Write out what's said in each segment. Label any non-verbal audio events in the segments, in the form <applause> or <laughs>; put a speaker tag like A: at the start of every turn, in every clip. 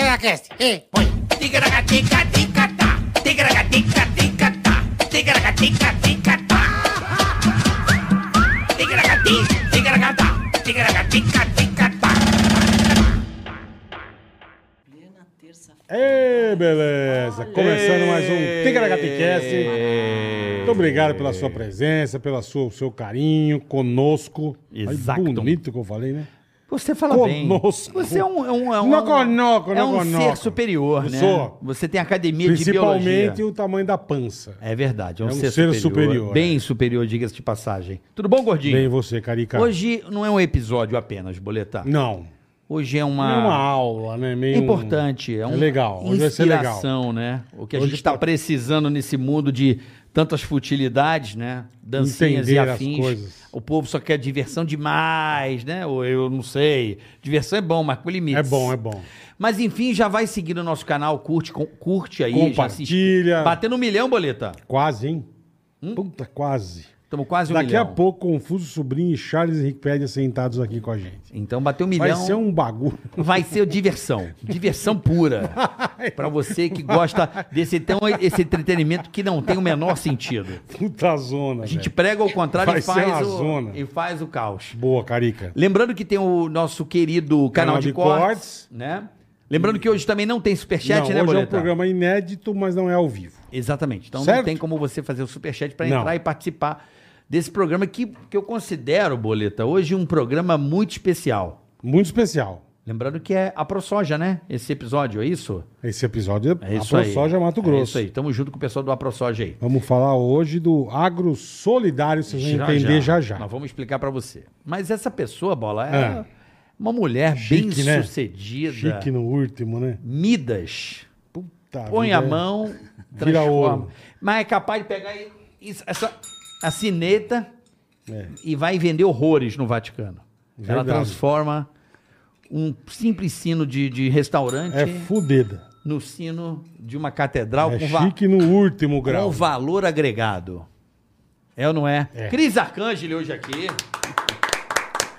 A: Tigracast, e põe. Tigracatica, ticatá. Tigracatica, ticatá. Tigracatica, ticatá. Tigracati, tigracatá. Tigracatica, ticatá.
B: Ei, beleza! Começando mais um Ticaragaticast. Muito obrigado pela sua presença, pelo seu carinho conosco. Olha que
C: Exacto.
B: bonito que eu falei, né?
C: Você fala
B: Conosco.
C: bem. Você é um, é um, é um,
B: No conoco, no
C: é um
B: conoco.
C: ser superior, né?
B: Eu sou.
C: Você tem academia de biologia.
B: Principalmente o tamanho da pança.
C: É verdade, é um,
B: É um
C: ser,
B: ser
C: superior,
B: superior, é.
C: Bem superior, diga-se de passagem. Tudo bom, gordinho?
B: Bem você, Carica.
C: Hoje não é um episódio apenas, boletar.
B: Não.
C: Hoje é
B: É
C: uma,
B: uma aula, né?
C: é
B: Meio um-
C: importante, é
B: É
C: uma
B: legal, hoje vai ser legal.
C: inspiração, né? O que a
B: Hoje
C: gente está
B: tá-
C: precisando nesse mundo de tantas futilidades, né? Dancinhas
B: Entender
C: e
B: as
C: afins.
B: coisas.
C: O povo só quer diversão demais, né? Ou eu não sei. Diversão é bom, mas com limites.
B: É bom, é bom.
C: Mas enfim, já vai seguindo o nosso canal, curte, com- curte aí. já se
B: Compartilha.
C: inscreve. Batendo um milhão, Boleta.
B: Quase, hein? Puta, quase.
C: Estamos Hum? quase um
B: Daqui
C: milhão.
B: a pouco, Confuso Sobrinho e Charles Henrique Pérez sentados aqui com a gente.
C: Então bateu um
B: Vai
C: milhão.
B: ser um bagulho.
C: <laughs>
B: <laughs>
C: Vai ser diversão. Diversão pura. Pra você que gosta desse tão, esse entretenimento que não tem o menor sentido.
B: Puta zona,
C: A gente
B: velho.
C: prega ao contrário
B: Vai
C: e,
B: ser
C: faz
B: uma
C: o,
B: zona.
C: e faz o caos.
B: Boa, Carica.
C: Lembrando que tem o nosso querido canal, de, cortes, né? Lembrando que hoje também não tem superchat,
B: não,
C: né,
B: hoje é um
C: Boleta?
B: programa inédito, mas não é ao vivo.
C: Exatamente. Então não
B: Certo?
C: tem como você fazer o superchat para
B: Não.
C: entrar e participar desse programa que, que eu considero, Boleta, hoje um programa muito especial.
B: Muito especial.
C: Lembrando que é a ProSoja, né? Esse episódio, é isso?
B: Esse episódio é,
C: É isso
B: a
C: aí.
B: ProSoja Mato
C: É
B: Grosso.
C: isso aí. Tamo junto com o pessoal do AproSoja aí.
B: Vamos falar hoje do agro solidário, vocês vão entender já já.
C: Nós vamos explicar pra você. Mas essa pessoa, Bola, é
B: É.
C: uma mulher
B: Chique, né?
C: bem sucedida.
B: Chique no último, né?
C: Midas.
B: Puta
C: Põe
B: vida. é
C: a mão,
B: <laughs> Vira
C: transforma.
B: ouro.
C: Mas é capaz de pegar e- isso- essa a sineta
B: É.
C: e vai vender horrores no Vaticano. Ela
B: Verdade.
C: transforma um simples sino de, de restaurante
B: É fudeda.
C: no sino de uma catedral
B: É
C: com, va-
B: chique no último
C: com
B: grau.
C: valor agregado. É ou não é?
B: É.
C: Cris Arcângeli hoje aqui.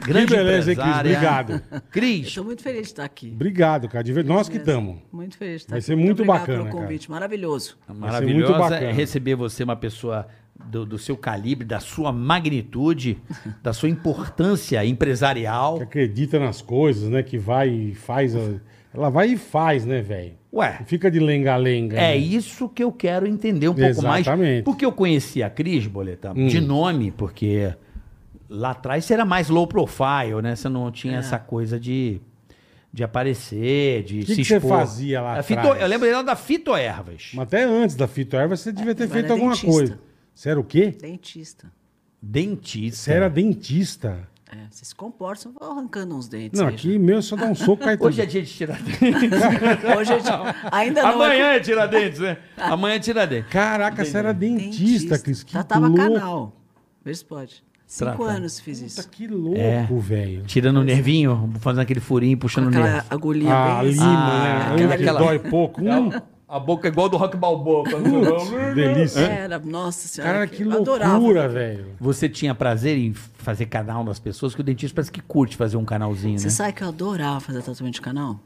C: Grande
B: beleza, hein, Cris?
C: empresária.
B: Obrigado.
C: Cris,
D: Estou muito feliz de estar aqui.
B: Obrigado, cara. de ver- Nós que estamos.
D: Muito feliz de estar
B: Vai
D: aqui.
B: ser muito
D: obrigado
B: bacana,
D: pelo convite, maravilhoso. É
C: Maravilhosa é
B: muito bacana.
C: receber você, uma pessoa do, do seu calibre, da sua
B: <laughs>
C: magnitude, da sua importância empresarial.
B: Que é acredita nas coisas, né? Que vai e faz. a- Ela vai e faz, né, velho?
C: Ué,
B: Fica de lenga-lenga.
C: é
B: né?
C: isso que eu quero entender um pouco mais.
B: Exatamente. Hum.
C: Porque eu conheci a Cris, Boletão, de nome, porque lá atrás você era mais low profile, né? Você não tinha essa coisa de, de aparecer, de
B: Que
C: se
B: que você
C: expor.
B: fazia lá
C: A fito-
B: atrás?
C: Eu lembro dela da Fitoervas.
B: Mas até antes da fitoerva, você devia ter
D: eu
B: feito
D: era
B: alguma
D: dentista.
B: coisa. Você era o quê?
D: Dentista.
C: Dentista.
B: Você era dentista?
D: É, você se comporta, eu vou arrancando uns dentes.
B: Não,
D: aí,
B: aqui meu só dá um soco
D: <laughs>
B: aí
C: Hoje é dia de tirar
B: <laughs>
C: dente.
D: gente. Hoje a gente- ainda não.
C: Amanhã é Tiradentes, né? Amanhã é Tiradentes.
B: Caraca, você era
D: é
B: dentista, Cris. Que
D: Tratava
B: louco.
D: canal. Vê se pode.
C: Trata.
D: Cinco anos fiz
B: Puta,
D: isso.
B: que louco,
C: É.
B: velho.
C: Tirando o nervinho, fazendo aquele furinho, puxando o
D: Aquela
C: nervo.
D: agulhinha
B: Ah,
D: bem assim.
B: lima,
C: Ah,
B: né?
C: aquela-
B: Aquela,
C: aquela-
B: Dói
D: <laughs>
B: pouco.
D: É.
B: Hum,
C: É A boca igual do Rock Balboa.
B: putz, delícia.
D: Era, nossa senhora.
B: Cara, que
D: É. eu adorava.
B: loucura, velho.
C: Você tinha prazer em fazer canal nas pessoas, que o dentista parece que curte fazer um canalzinho,
D: Você
C: né?
D: sabe que eu adorava fazer tratamento de canal? Eu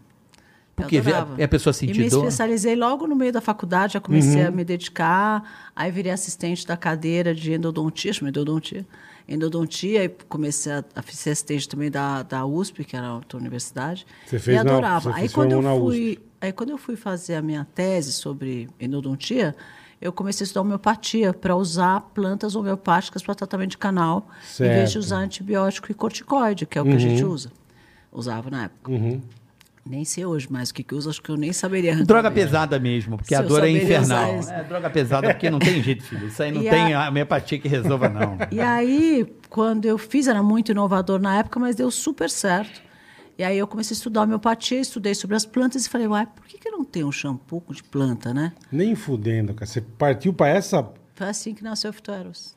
C: Porque vê-
D: adorava.
B: é
C: e a pessoa
D: E
C: sentir
D: me
C: dor?
D: especializei logo no meio da faculdade, já comecei
B: Uhum.
D: a me dedicar. Aí virei assistente da cadeira de endodontia, chama endodontia. Endodontia, e comecei a, a ser assistente também da, da USP, que era a outra universidade.
B: Você fez
D: e
B: na-
D: adorava.
B: você
D: aí
B: se
D: quando eu
B: formou na
D: fui. Aí quando eu fui fazer a minha tese sobre endodontia, eu comecei a estudar homeopatia para usar plantas homeopáticas para tratamento de canal, em vez
B: Certo.
D: de usar antibiótico e corticoide, que é o que a
C: Uhum.
D: gente usa. Usava na época. Nem sei hoje mais o que, que usa, acho que eu nem saberia.
C: Droga
D: também.
C: pesada mesmo, porque
D: Se
C: a
D: eu
C: dor é
D: saberia
C: infernal.
D: usar isso.
C: É, droga pesada, porque não tem jeito, filho. Isso aí não
D: E
C: tem
D: a-
C: a homeopatia que resolva, não.
D: <laughs> E aí, quando eu fiz, era muito inovador na época, mas deu super certo. E aí eu comecei a estudar homeopatia, estudei sobre as plantas e falei, uai, por que, que não tem um shampoo de planta, né?
B: Nem fudendo, cara. Você partiu pra essa...
D: Foi assim que nasceu a Fitoeros.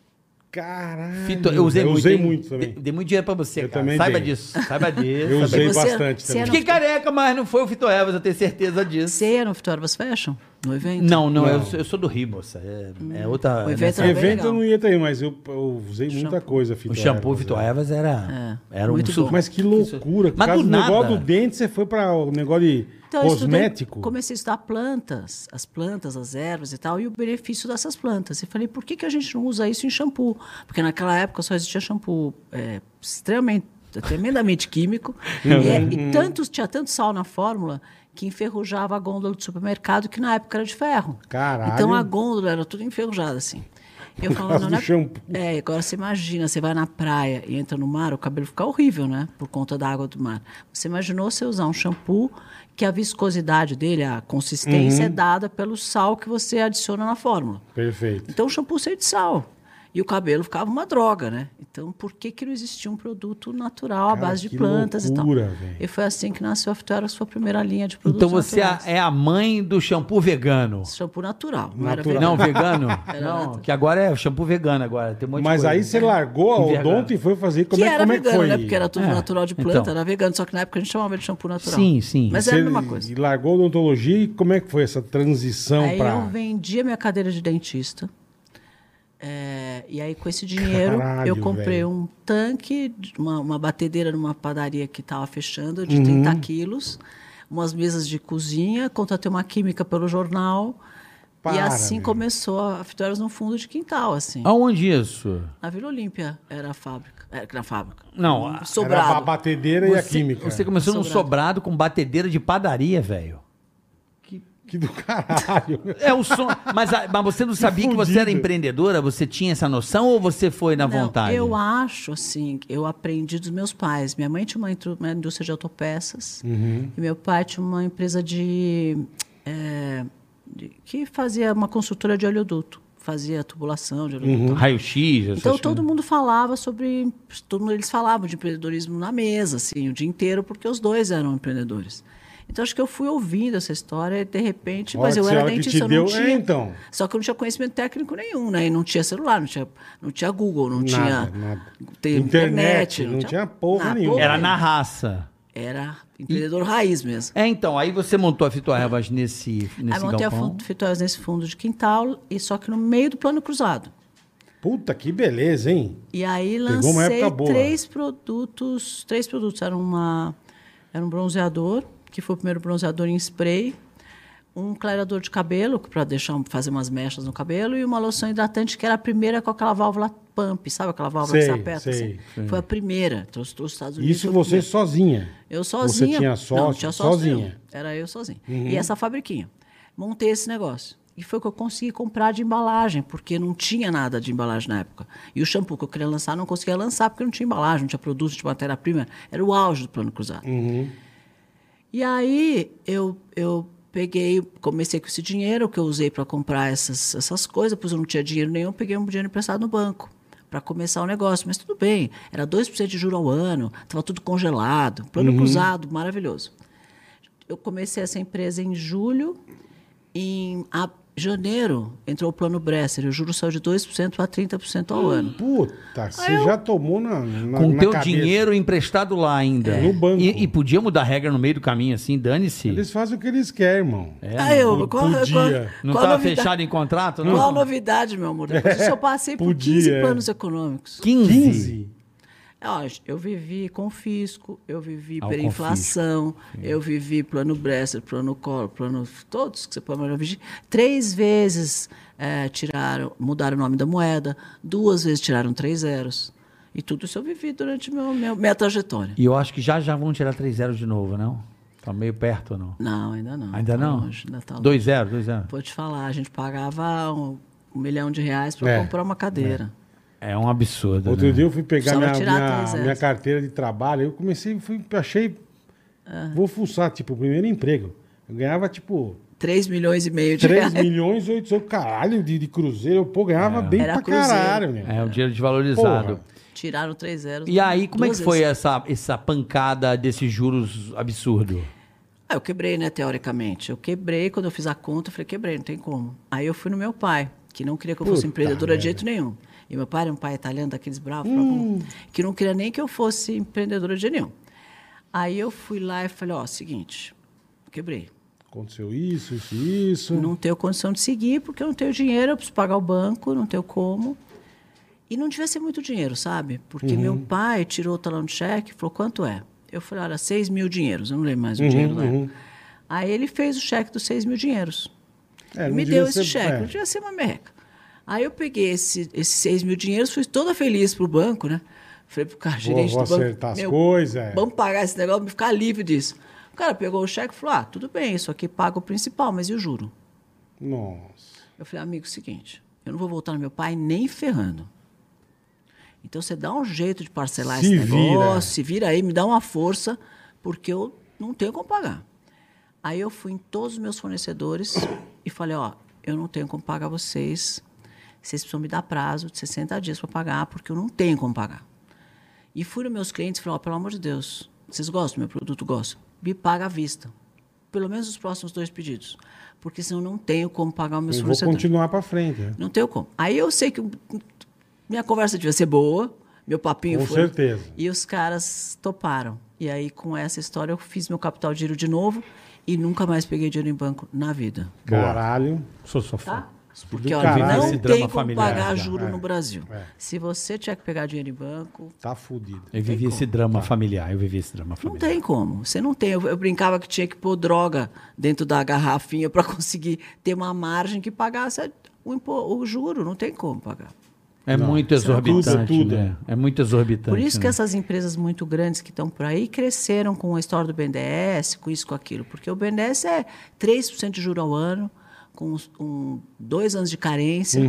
B: Caralho.
C: Fito- eu usei,
B: eu
C: muito,
B: usei
C: hein?
B: muito também.
C: De- Dei muito dinheiro pra você,
B: Eu
C: cara.
B: também
C: Saiba
B: dei.
C: disso. Saiba disso.
B: Eu
C: saiba
B: usei
C: disso.
D: Você- é
B: bastante
D: você
B: também.
D: era- é
C: Fiquei careca, mas não foi o Fito Evas, eu tenho certeza disso.
D: Você era no Fitoeros Fashion? no evento?
C: Não, não,
B: Não.
C: Eu, sou- eu sou do Rio, moça. É, é outra.
D: Então, Hum. O
C: é
D: evento
C: nessa-
D: era bem
B: evento eu
D: legal.
B: não ia ter, mas eu, eu usei muita coisa. Fito
C: O shampoo
B: Evans,
C: Vitor
B: é.
C: Evas era,
D: É,
C: era um
D: muito
C: su-
D: bom.
B: Mas que loucura.
C: Mas
B: Mas
C: do
B: do negócio
C: nada.
B: do dente, você foi para o negócio de
D: Então, eu estudei-
B: cosmético.
D: comecei a estudar plantas, as plantas, as ervas e tal, e o benefício dessas plantas. E falei, por que, que a gente não usa isso em shampoo? Porque naquela época só existia shampoo é, extremamente,
B: <laughs>
D: tremendamente químico,
B: Uhum.
D: e, é- e tanto, tinha tanto sal na fórmula que enferrujava a gôndola do supermercado, que na época era de ferro.
B: Caralho.
D: Então a gôndola era tudo enferrujada, assim. Eu falava,
B: causa
D: não,
B: do
D: não é-
B: shampoo.
D: é, agora você imagina, você vai na praia e entra no mar, o cabelo fica horrível, né? Por conta da água do mar. Você imaginou você usar um shampoo que a viscosidade dele, a consistência,
B: Uhum.
D: é dada pelo sal que você adiciona na fórmula.
B: Perfeito.
D: Então o shampoo cheio de sal. E o cabelo ficava uma droga, né? Então por que, que não existia um produto natural à
B: Cara,
D: base de
B: que
D: plantas
B: loucura,
D: e tal?
B: velho.
D: E foi assim que nasceu a Fitoera, a sua primeira linha de produtos
C: Então você
D: naturais.
C: é a mãe do shampoo vegano.
D: Shampoo natural. não era
B: Natural.
C: Não,
D: vegano.
C: vegano?
D: <laughs> Era
C: Não,
D: outra.
C: que agora é shampoo vegano agora. Tem um monte de
B: Mas
C: coisa.
B: aí você largou a
C: Envergado.
B: odonto e foi fazer. Como,
D: né? que
B: é,
D: era
B: como é que
D: vegano,
B: foi?
D: né? Porque era tudo
C: É,
D: natural de planta,
C: então.
D: era vegano, só que na época a gente chamava de shampoo natural.
C: Sim, sim.
D: Mas
B: você
D: era a mesma coisa.
B: largou a odontologia e como é que foi essa transição
D: aí eu
B: para...
D: vendi a minha cadeira de dentista. É, e aí, com esse dinheiro,
B: Caralho,
D: eu comprei
B: velho.
D: um tanque, de- uma, uma batedeira numa padaria que estava fechando,
B: Uhum.
D: de 30 quilos, umas mesas de cozinha, contratei uma química pelo jornal. e
B: Para,
D: assim
B: velho.
D: começou a Fitoras no fundo de quintal, assim.
C: Aonde isso?
D: Na Vila Olímpia era a fábrica. Era na fábrica. Um
C: Não, a-
B: Era a
D: Sobrado.
B: batedeira e a química.
C: Você começou num
D: Sobrado.
C: sobrado com batedeira de padaria, velho.
B: Que do caralho. <laughs>
C: É o
D: <laughs>
C: som. mas, a- mas você não sabia que você era
B: fudido.
C: empreendedora? Você tinha essa noção ou você foi na
D: Não,
C: vontade?
D: Eu acho, assim, eu aprendi dos meus pais. Minha mãe tinha uma, intru- uma indústria de autopeças
C: Uhum.
D: e meu pai tinha uma empresa de, é, de- que fazia uma construtora de oleoduto, fazia tubulação de oleoduto.
B: Uhum.
C: Raio-X, essas
D: Então
C: coisas.
D: todo mundo falava sobre, todo mundo, eles falavam de empreendedorismo na mesa, assim, o dia inteiro, porque os dois eram empreendedores. Então acho que eu fui ouvindo essa história e de repente,
B: Hora
D: mas
B: que
D: eu
B: você-
D: era
B: hora que
D: dentista,
B: te
D: eu não
B: deu- é,
D: tinha.
B: então.
D: Só que eu não tinha conhecimento técnico nenhum, né? E não tinha celular, não tinha, não tinha Google, não
B: Nada,
D: tinha
B: nada.
D: te-
B: Internet, não tinha porra
D: nada,
B: nenhuma.
C: Era na raça.
D: Era empreendedor raiz mesmo.
C: É, então, aí você montou a Fito Ervas nesse,
D: Aí
C: nesse
D: Ah, montei a
C: galpão.
D: fun- Fitórias nesse fundo de quintal, e só que no meio do plano cruzado.
B: Puta, que beleza, hein?
D: E aí
B: Pegou uma
D: lancei
B: época boa.
D: três produtos. Três produtos. Era, uma, era um bronzeador, que foi o primeiro bronzeador em spray. Um clareador de cabelo, para deixar um, fazer umas mechas no cabelo, e uma loção hidratante, que era a primeira com aquela válvula pump, sabe aquela válvula
B: Sei,
D: que você aperta?
B: sei,
D: assim? Foi a primeira. Trouxe, trouxe os Estados Unidos.
B: Isso
D: foi a
B: você
D: primeira.
B: sozinha.
D: Eu sozinha.
B: Você tinha
D: Não,
B: sócio,
D: não tinha sócio
B: sozinha. Uhum.
D: nenhum. Era eu sozinha. E essa fabriquinha. Montei esse negócio. E foi o que eu consegui comprar de embalagem, porque não tinha nada de embalagem na época. E o shampoo que eu queria lançar, não conseguia lançar, porque não tinha embalagem, não tinha produto, não tinha matéria-prima. Era o auge do plano cruzado. E aí eu, eu peguei, comecei com esse dinheiro que eu usei para comprar essas, essas coisas, pois eu não tinha dinheiro nenhum, peguei um dinheiro emprestado no banco para começar o negócio. Mas tudo bem, era 2% de juro ao ano, estava tudo congelado, plano
B: Uhum.
D: cruzado, maravilhoso. Eu comecei essa empresa em julho, em a- janeiro entrou o plano Bresser, e o juro saiu de 2% a 30% ao ano.
B: Puta, você já tomou na, na
C: Com o
B: na
C: teu
B: cabeça. É.
C: dinheiro emprestado lá ainda.
B: No banco.
C: E, e podia mudar a regra no meio do caminho, assim, dane-se.
B: Eles fazem o que eles querem, irmão.
D: Aí Ah, eu,
B: não
D: qual, qual,
B: podia.
C: Não
D: qual
C: estava
D: a novidade?
C: fechado em contrato, não?
D: Qual a novidade, meu amor? Isso eu passei por
B: Podia,
D: 15
B: é.
D: planos econômicos.
C: 15.
B: 15?
D: Ó, Eu vivi confisco, eu vivi
C: Ah, o
D: hiperinflação, eu vivi plano Bresser, plano Collor, plano todos que você pode imaginar. eu vivi. Três vezes eh, tiraram, mudaram o nome da moeda, duas vezes tiraram três zeros. E tudo isso eu vivi durante meu, meu- minha trajetória.
C: E eu acho que já já vão tirar 3 zeros de novo, não? Tá meio perto ou não?
D: Não, ainda não.
C: Ainda
D: tá
C: não?
D: longe, ainda tá longe.
C: 2 zeros, 2 zeros.
D: Vou te falar, a gente pagava um, um milhão de reais para
B: É,
D: comprar uma cadeira.
C: É um absurdo.
B: Outro
C: né?
B: dia eu fui pegar
D: Precisava
B: minha,
D: tirar
B: minha-
D: três é. anos.
B: minha carteira de trabalho. Eu comecei, fui, achei.
D: Ah.
B: Vou fuçar, tipo, o primeiro emprego. Eu ganhava, tipo,
D: <laughs> Três milhões e meio de
B: 3
D: reais.
B: milhões e 800, caralho, de, de cruzeiro. Eu, pô, ganhava bem
D: Era
B: pra
D: cruzeiro.
B: caralho, meu.
D: né?
C: É um dinheiro desvalorizado.
B: Porra.
D: <laughs> Tiraram três zeros.
C: E aí, como é
D: duas
C: que foi
D: vezes.
C: essa, essa pancada desses juros absurdo?
D: Ah, eu quebrei, né, teoricamente. Eu quebrei, quando eu fiz a conta, eu falei, quebrei, não tem como. Aí eu fui no meu pai, que não queria que eu fosse
B: Puta
D: empreendedora de
B: merda. Hum.
D: jeito nenhum. E meu pai era um pai italiano, daqueles bravos, bravão, que não queria nem que eu fosse empreendedora de jeito nenhum. Aí eu fui lá e falei, ó, seguinte, quebrei.
B: Aconteceu isso, isso, isso.
D: Não tenho condição de seguir, porque eu não tenho dinheiro, eu preciso pagar o banco, não tenho como. E não devia ser muito dinheiro, sabe? Porque meu
B: Uhum.
D: pai tirou o talão de cheque e falou, quanto é? Eu falei, olha, 6 mil dinheiros, eu não lembro
B: Uhum,
D: mais o dinheiro lá. Aí ele fez o cheque dos 6 mil dinheiros.
B: É, não
D: me
B: devia
D: deu esse
B: ser-
D: cheque,
B: é.
D: não devia ser uma merreca. Aí eu peguei esse- esses 6 mil dinheiros, fui toda feliz pro banco, né? Falei pro cara, gerente
B: vou
D: do banco.
B: acertar as
D: "Meu,
B: coisas, é."
D: Vamos pagar esse negócio, me ficar livre disso. O cara pegou o cheque e falou: ah, tudo bem, isso aqui paga o principal, mas e o juro?
B: Nossa.
D: Eu falei, amigo, é seguinte, eu não vou voltar no meu pai nem ferrando. Então você dá um jeito de parcelar
B: Se
D: esse
B: vira.
D: negócio, se vira aí, me dá uma força, porque eu não tenho como pagar. Aí eu fui em todos os meus fornecedores e falei, ó, eu não tenho como pagar vocês. Vocês precisam me dar prazo de 60 dias para pagar, porque eu não tenho como pagar. E fui nos meus clientes e falei, ó, pelo amor de Deus, vocês gostam do meu produto? Gosto. Me paga à vista. Pelo menos os próximos dois pedidos. Porque senão eu não tenho como pagar os meus
B: Eu vou
D: fornecedores.
B: continuar pra frente. né?
D: Não tenho como. Aí eu sei que minha conversa devia ser boa, meu papinho
B: Com
D: foi.
B: certeza.
D: E os caras toparam. E aí, com essa história, eu fiz meu capital de giro de novo e nunca mais peguei dinheiro em banco na vida.
E: Boa.
B: Caralho.
E: Sou sua fã.
D: Tá? Porque,
B: do
D: olha,
B: caralho.
D: não
B: Esse
C: drama
D: tem como
C: familiar
D: pagar
C: já.
D: juro no Brasil.
B: é.
D: Se você tiver que pegar dinheiro em banco,
B: Tá fudido.
D: É.
C: Eu vivi esse
B: Tá.
C: drama familiar, eu vivi esse drama
D: não
C: familiar.
D: tem como. Você não tem. Eu, eu brincava que tinha que pôr droga dentro da garrafinha <laughs> para conseguir ter uma margem que pagasse o, impo- o juro. Não tem como pagar.
C: É muito exorbitante,
B: tudo.
C: né? É muito exorbitante.
D: Por isso que
C: né?
D: essas empresas muito grandes que estão por aí cresceram com a história do BNDES, com isso, com aquilo. Porque o BNDES é 3% de juro ao ano, com uns- um, dois anos de carência.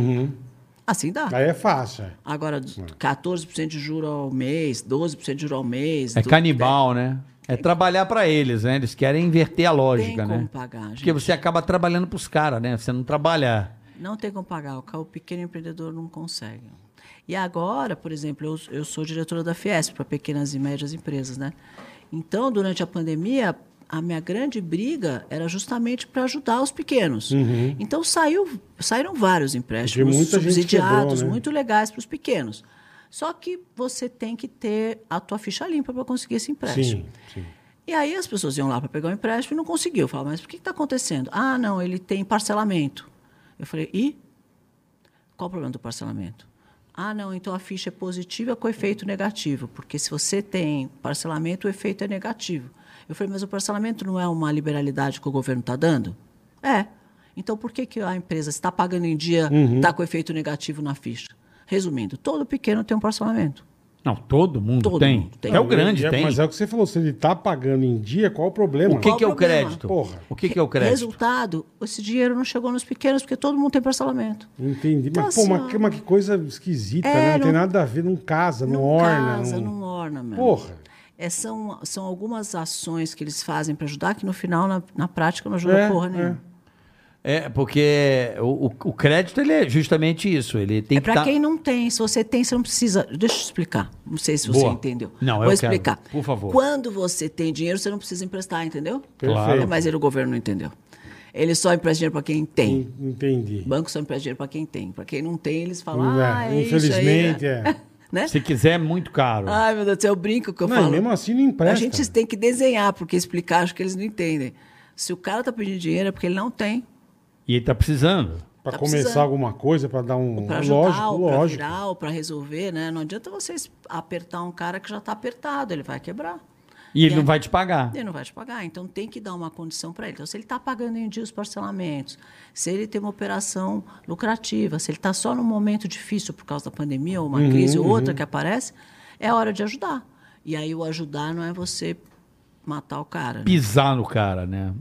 D: Assim dá.
B: Aí é fácil. é.
D: Agora, 14% de juro ao mês, 12% de juro ao mês.
C: É
D: do-
C: canibal, né? É trabalhar pra eles, né? Eles querem inverter a lógica,
D: Tem
C: né?
D: como pagar, gente.
C: Porque você acaba trabalhando pros caras, né? Você não trabalha.
D: Não tem como pagar, o ca- o pequeno empreendedor não consegue. E agora, por exemplo, eu, eu sou diretora da Fiesp, para pequenas e médias empresas, né? Então, durante a pandemia, a minha grande briga era justamente para ajudar os pequenos. Então, saiu, saíram vários empréstimos
B: Uhum. muita gente
D: subsidiados,
B: quebrou, né?
D: muito legais para os pequenos. Só que você tem que ter a tua ficha limpa para conseguir esse empréstimo.
B: Sim, sim.
D: E aí as pessoas iam lá para pegar o empréstimo e não conseguiu. Eu falava, mas por que está acontecendo? Ah, não, ele tem parcelamento. Eu falei, e? Qual o problema do parcelamento? Ah, não, então a ficha é positiva com efeito negativo, porque se você tem parcelamento, o efeito é negativo. Eu falei, mas o parcelamento não é uma liberalidade que o governo está dando? É. Então por que, que a empresa está pagando em dia, está com efeito negativo na ficha? Resumindo, todo pequeno tem um parcelamento.
C: Não, todo mundo
D: Todo
C: tem.
D: mundo tem.
C: É o grande,
B: É,
C: tem.
B: Mas é o que você falou, se ele tá pagando em dia, qual o problema?
C: O que,
D: Qual
C: que é
D: o
C: o
D: problema?
C: crédito?
B: Porra.
C: O que, que é o crédito?
D: Resultado, esse dinheiro não chegou nos pequenos, porque todo mundo tem parcelamento.
B: Entendi.
D: Então,
B: mas, pô,
D: assim,
B: mas,
D: ó.
B: que- mas que coisa esquisita,
D: É,
B: né? Não, tem
D: não-
B: nada a ver, não casa, não, orna.
D: casa,
B: não...
D: não, orna mesmo.
B: Porra.
D: É, são, são algumas ações que eles fazem para ajudar, que no final, na, na prática, não ajuda
B: É,
D: porra
B: é.
D: nenhuma.
C: É, porque o, o- o crédito ele é justamente isso. Ele tem
D: É,
C: que
D: para
C: tá-
D: quem não tem. Se você tem, você não precisa. Deixa eu explicar. Não sei se você
C: Boa.
D: entendeu.
C: Não,
D: Vou
C: eu quero.
D: explicar.
C: Por favor.
D: Quando você tem dinheiro, você não precisa emprestar, entendeu?
B: Perfeito.
D: É, Mas ele, o governo não entendeu. Ele só empresta dinheiro para quem tem.
B: En- Entendi.
D: O banco só empresta dinheiro para quem tem. Para quem não tem, eles falam.
B: Não é,
D: Ah, é
B: infelizmente,
D: isso aí, né?"
B: é.
D: <laughs> né?
C: Se quiser, é muito caro.
D: Ai, meu Deus do céu, eu brinco que eu
B: Não,
D: falo.
B: e mesmo assim não empresta.
D: A gente tem que desenhar, porque explicar acho que eles não entendem. Se o cara tá pedindo dinheiro é porque ele não tem.
C: E ele tá precisando.
B: Pra
D: tá
B: começar
D: precisando.
B: alguma coisa, pra dar um.
D: Para ajudar,
B: lógico,
D: ou para
B: lógico.
D: virar, ou para resolver, né? Não adianta você es- apertar um cara que já tá apertado, ele vai quebrar.
C: E ele
D: E
C: não
D: aí-
C: vai te pagar.
D: Ele não vai te pagar, então tem que dar uma condição para ele. Então, se ele está pagando em dia os parcelamentos, se ele tem uma operação lucrativa, se ele está só num momento difícil por causa da pandemia, ou uma
B: Uhum,
D: crise ou outra que aparece, é hora de ajudar. E aí o ajudar não é você matar o cara. né?
C: Pisar no cara, né?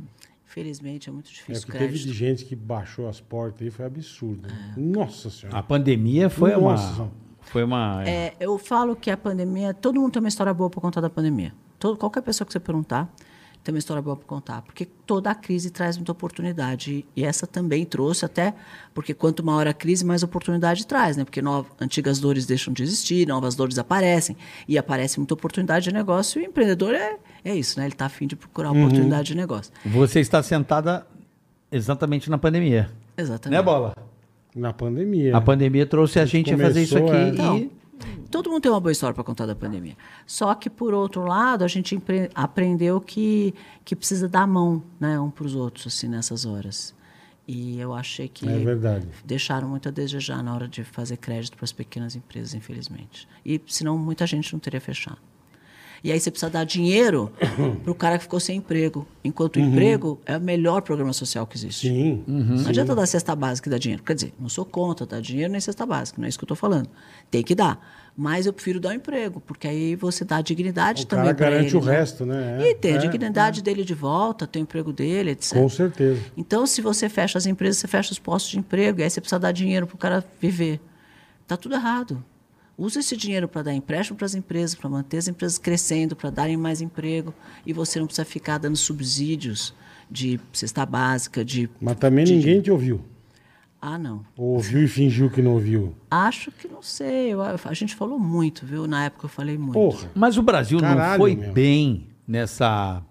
D: Infelizmente é muito
B: É
D: difícil
B: porque teve
D: crédito.
B: de gente que baixou as portas aí, foi absurdo.
D: É.
B: né? Nossa
C: A
B: senhora.
C: pandemia foi
B: Nossa.
C: uma. Foi uma.
D: É, eu falo que a pandemia, todo mundo tem uma história boa para contar da pandemia. Todo, qualquer pessoa que você perguntar tem uma história boa para contar, porque toda a crise traz muita oportunidade e essa também trouxe até porque quanto maior a crise, mais oportunidade traz, né? Porque no- antigas dores deixam de existir, novas dores aparecem e aparece muita oportunidade de negócio. E o empreendedor é, é isso, né? Ele está afim de procurar
B: Uhum.
D: oportunidade de negócio.
C: Você está sentada exatamente na pandemia.
D: Exatamente.
C: Né, Bola?
B: Na pandemia.
C: A pandemia trouxe a gente a fazer isso
B: Começou,
C: aqui
B: é.
C: e
D: Então, todo mundo tem uma boa história para contar da pandemia. Só que, por outro lado, a gente empre- aprendeu que, que precisa dar a mão né, um para os outros assim, nessas horas. E eu achei que
B: É verdade.
D: deixaram muito a desejar na hora de fazer crédito para as pequenas empresas, infelizmente. E senão muita gente não teria fechado. E aí você precisa dar dinheiro para o cara que ficou sem emprego. Enquanto
B: Uhum.
D: o emprego é o melhor programa social que existe.
B: Sim.
D: Não adianta dar cesta básica e dar dinheiro. Quer dizer, não sou contra dar dinheiro nem cesta básica, não é isso que eu estou falando. Tem que dar. Mas eu prefiro dar um emprego, porque aí você dá dignidade
B: O
D: também
B: cara
D: pra
B: garante
D: ele,
B: o resto, né? É,
D: E tem
B: é,
D: a dignidade dele de volta, tem o emprego dele, etc.
B: Com certeza.
D: Então, se você fecha as empresas, você fecha os postos de emprego, e aí você precisa dar dinheiro para o cara viver. Está tudo errado. Usa esse dinheiro para dar empréstimo para as empresas, para manter as empresas crescendo, para darem mais emprego, e você não precisa ficar dando subsídios de cesta básica, de.
B: Mas também
D: de-
B: ninguém te ouviu.
D: Ah, não.
B: Ou ouviu e fingiu que não ouviu.
D: Acho que não sei. Eu- a gente falou muito, viu? Na época eu falei muito.
B: Porra.
C: Mas o Brasil não
B: Caralho,
C: foi
B: meu.
C: bem nessa.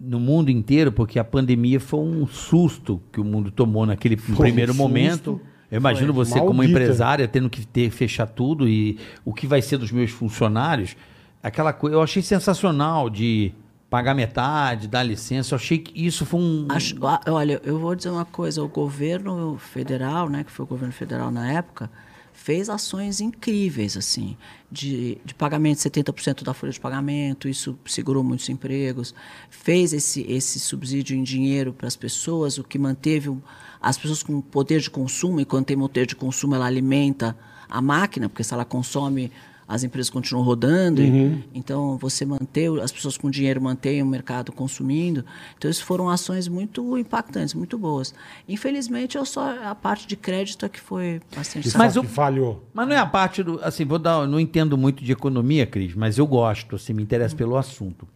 C: No mundo inteiro, porque a pandemia foi um susto que o mundo tomou naquele primeiro
B: um susto.
C: momento. Eu imagino você, como
B: Maldita.
C: empresária, tendo que ter, fechar tudo e o que vai ser dos meus funcionários. Aquela coisa. Eu achei sensacional de pagar metade, dar licença. Eu achei que isso foi um.
D: Acho- ah, olha, eu vou dizer uma coisa: o governo federal, né, que foi o governo federal na época, fez ações incríveis, assim, de, de pagamento, 70% da folha de pagamento, isso segurou muitos empregos, fez esse, esse subsídio em dinheiro para as pessoas, o que manteve um- as pessoas com poder de consumo, e quando tem poder de consumo, ela alimenta a máquina, porque se ela consome as empresas continuam rodando, e-
C: Uhum.
D: então você manter, o- as pessoas com dinheiro mantêm o mercado consumindo. Então, isso foram ações muito impactantes, muito boas. Infelizmente, eu só a parte de crédito é que foi bastante
B: Que,
C: Mas
B: fa-
C: o-
B: que falhou.
C: Mas não é a parte do. Assim, vou dar. eu Não entendo muito de economia, Cris, mas eu gosto, assim, me interessa pelo assunto.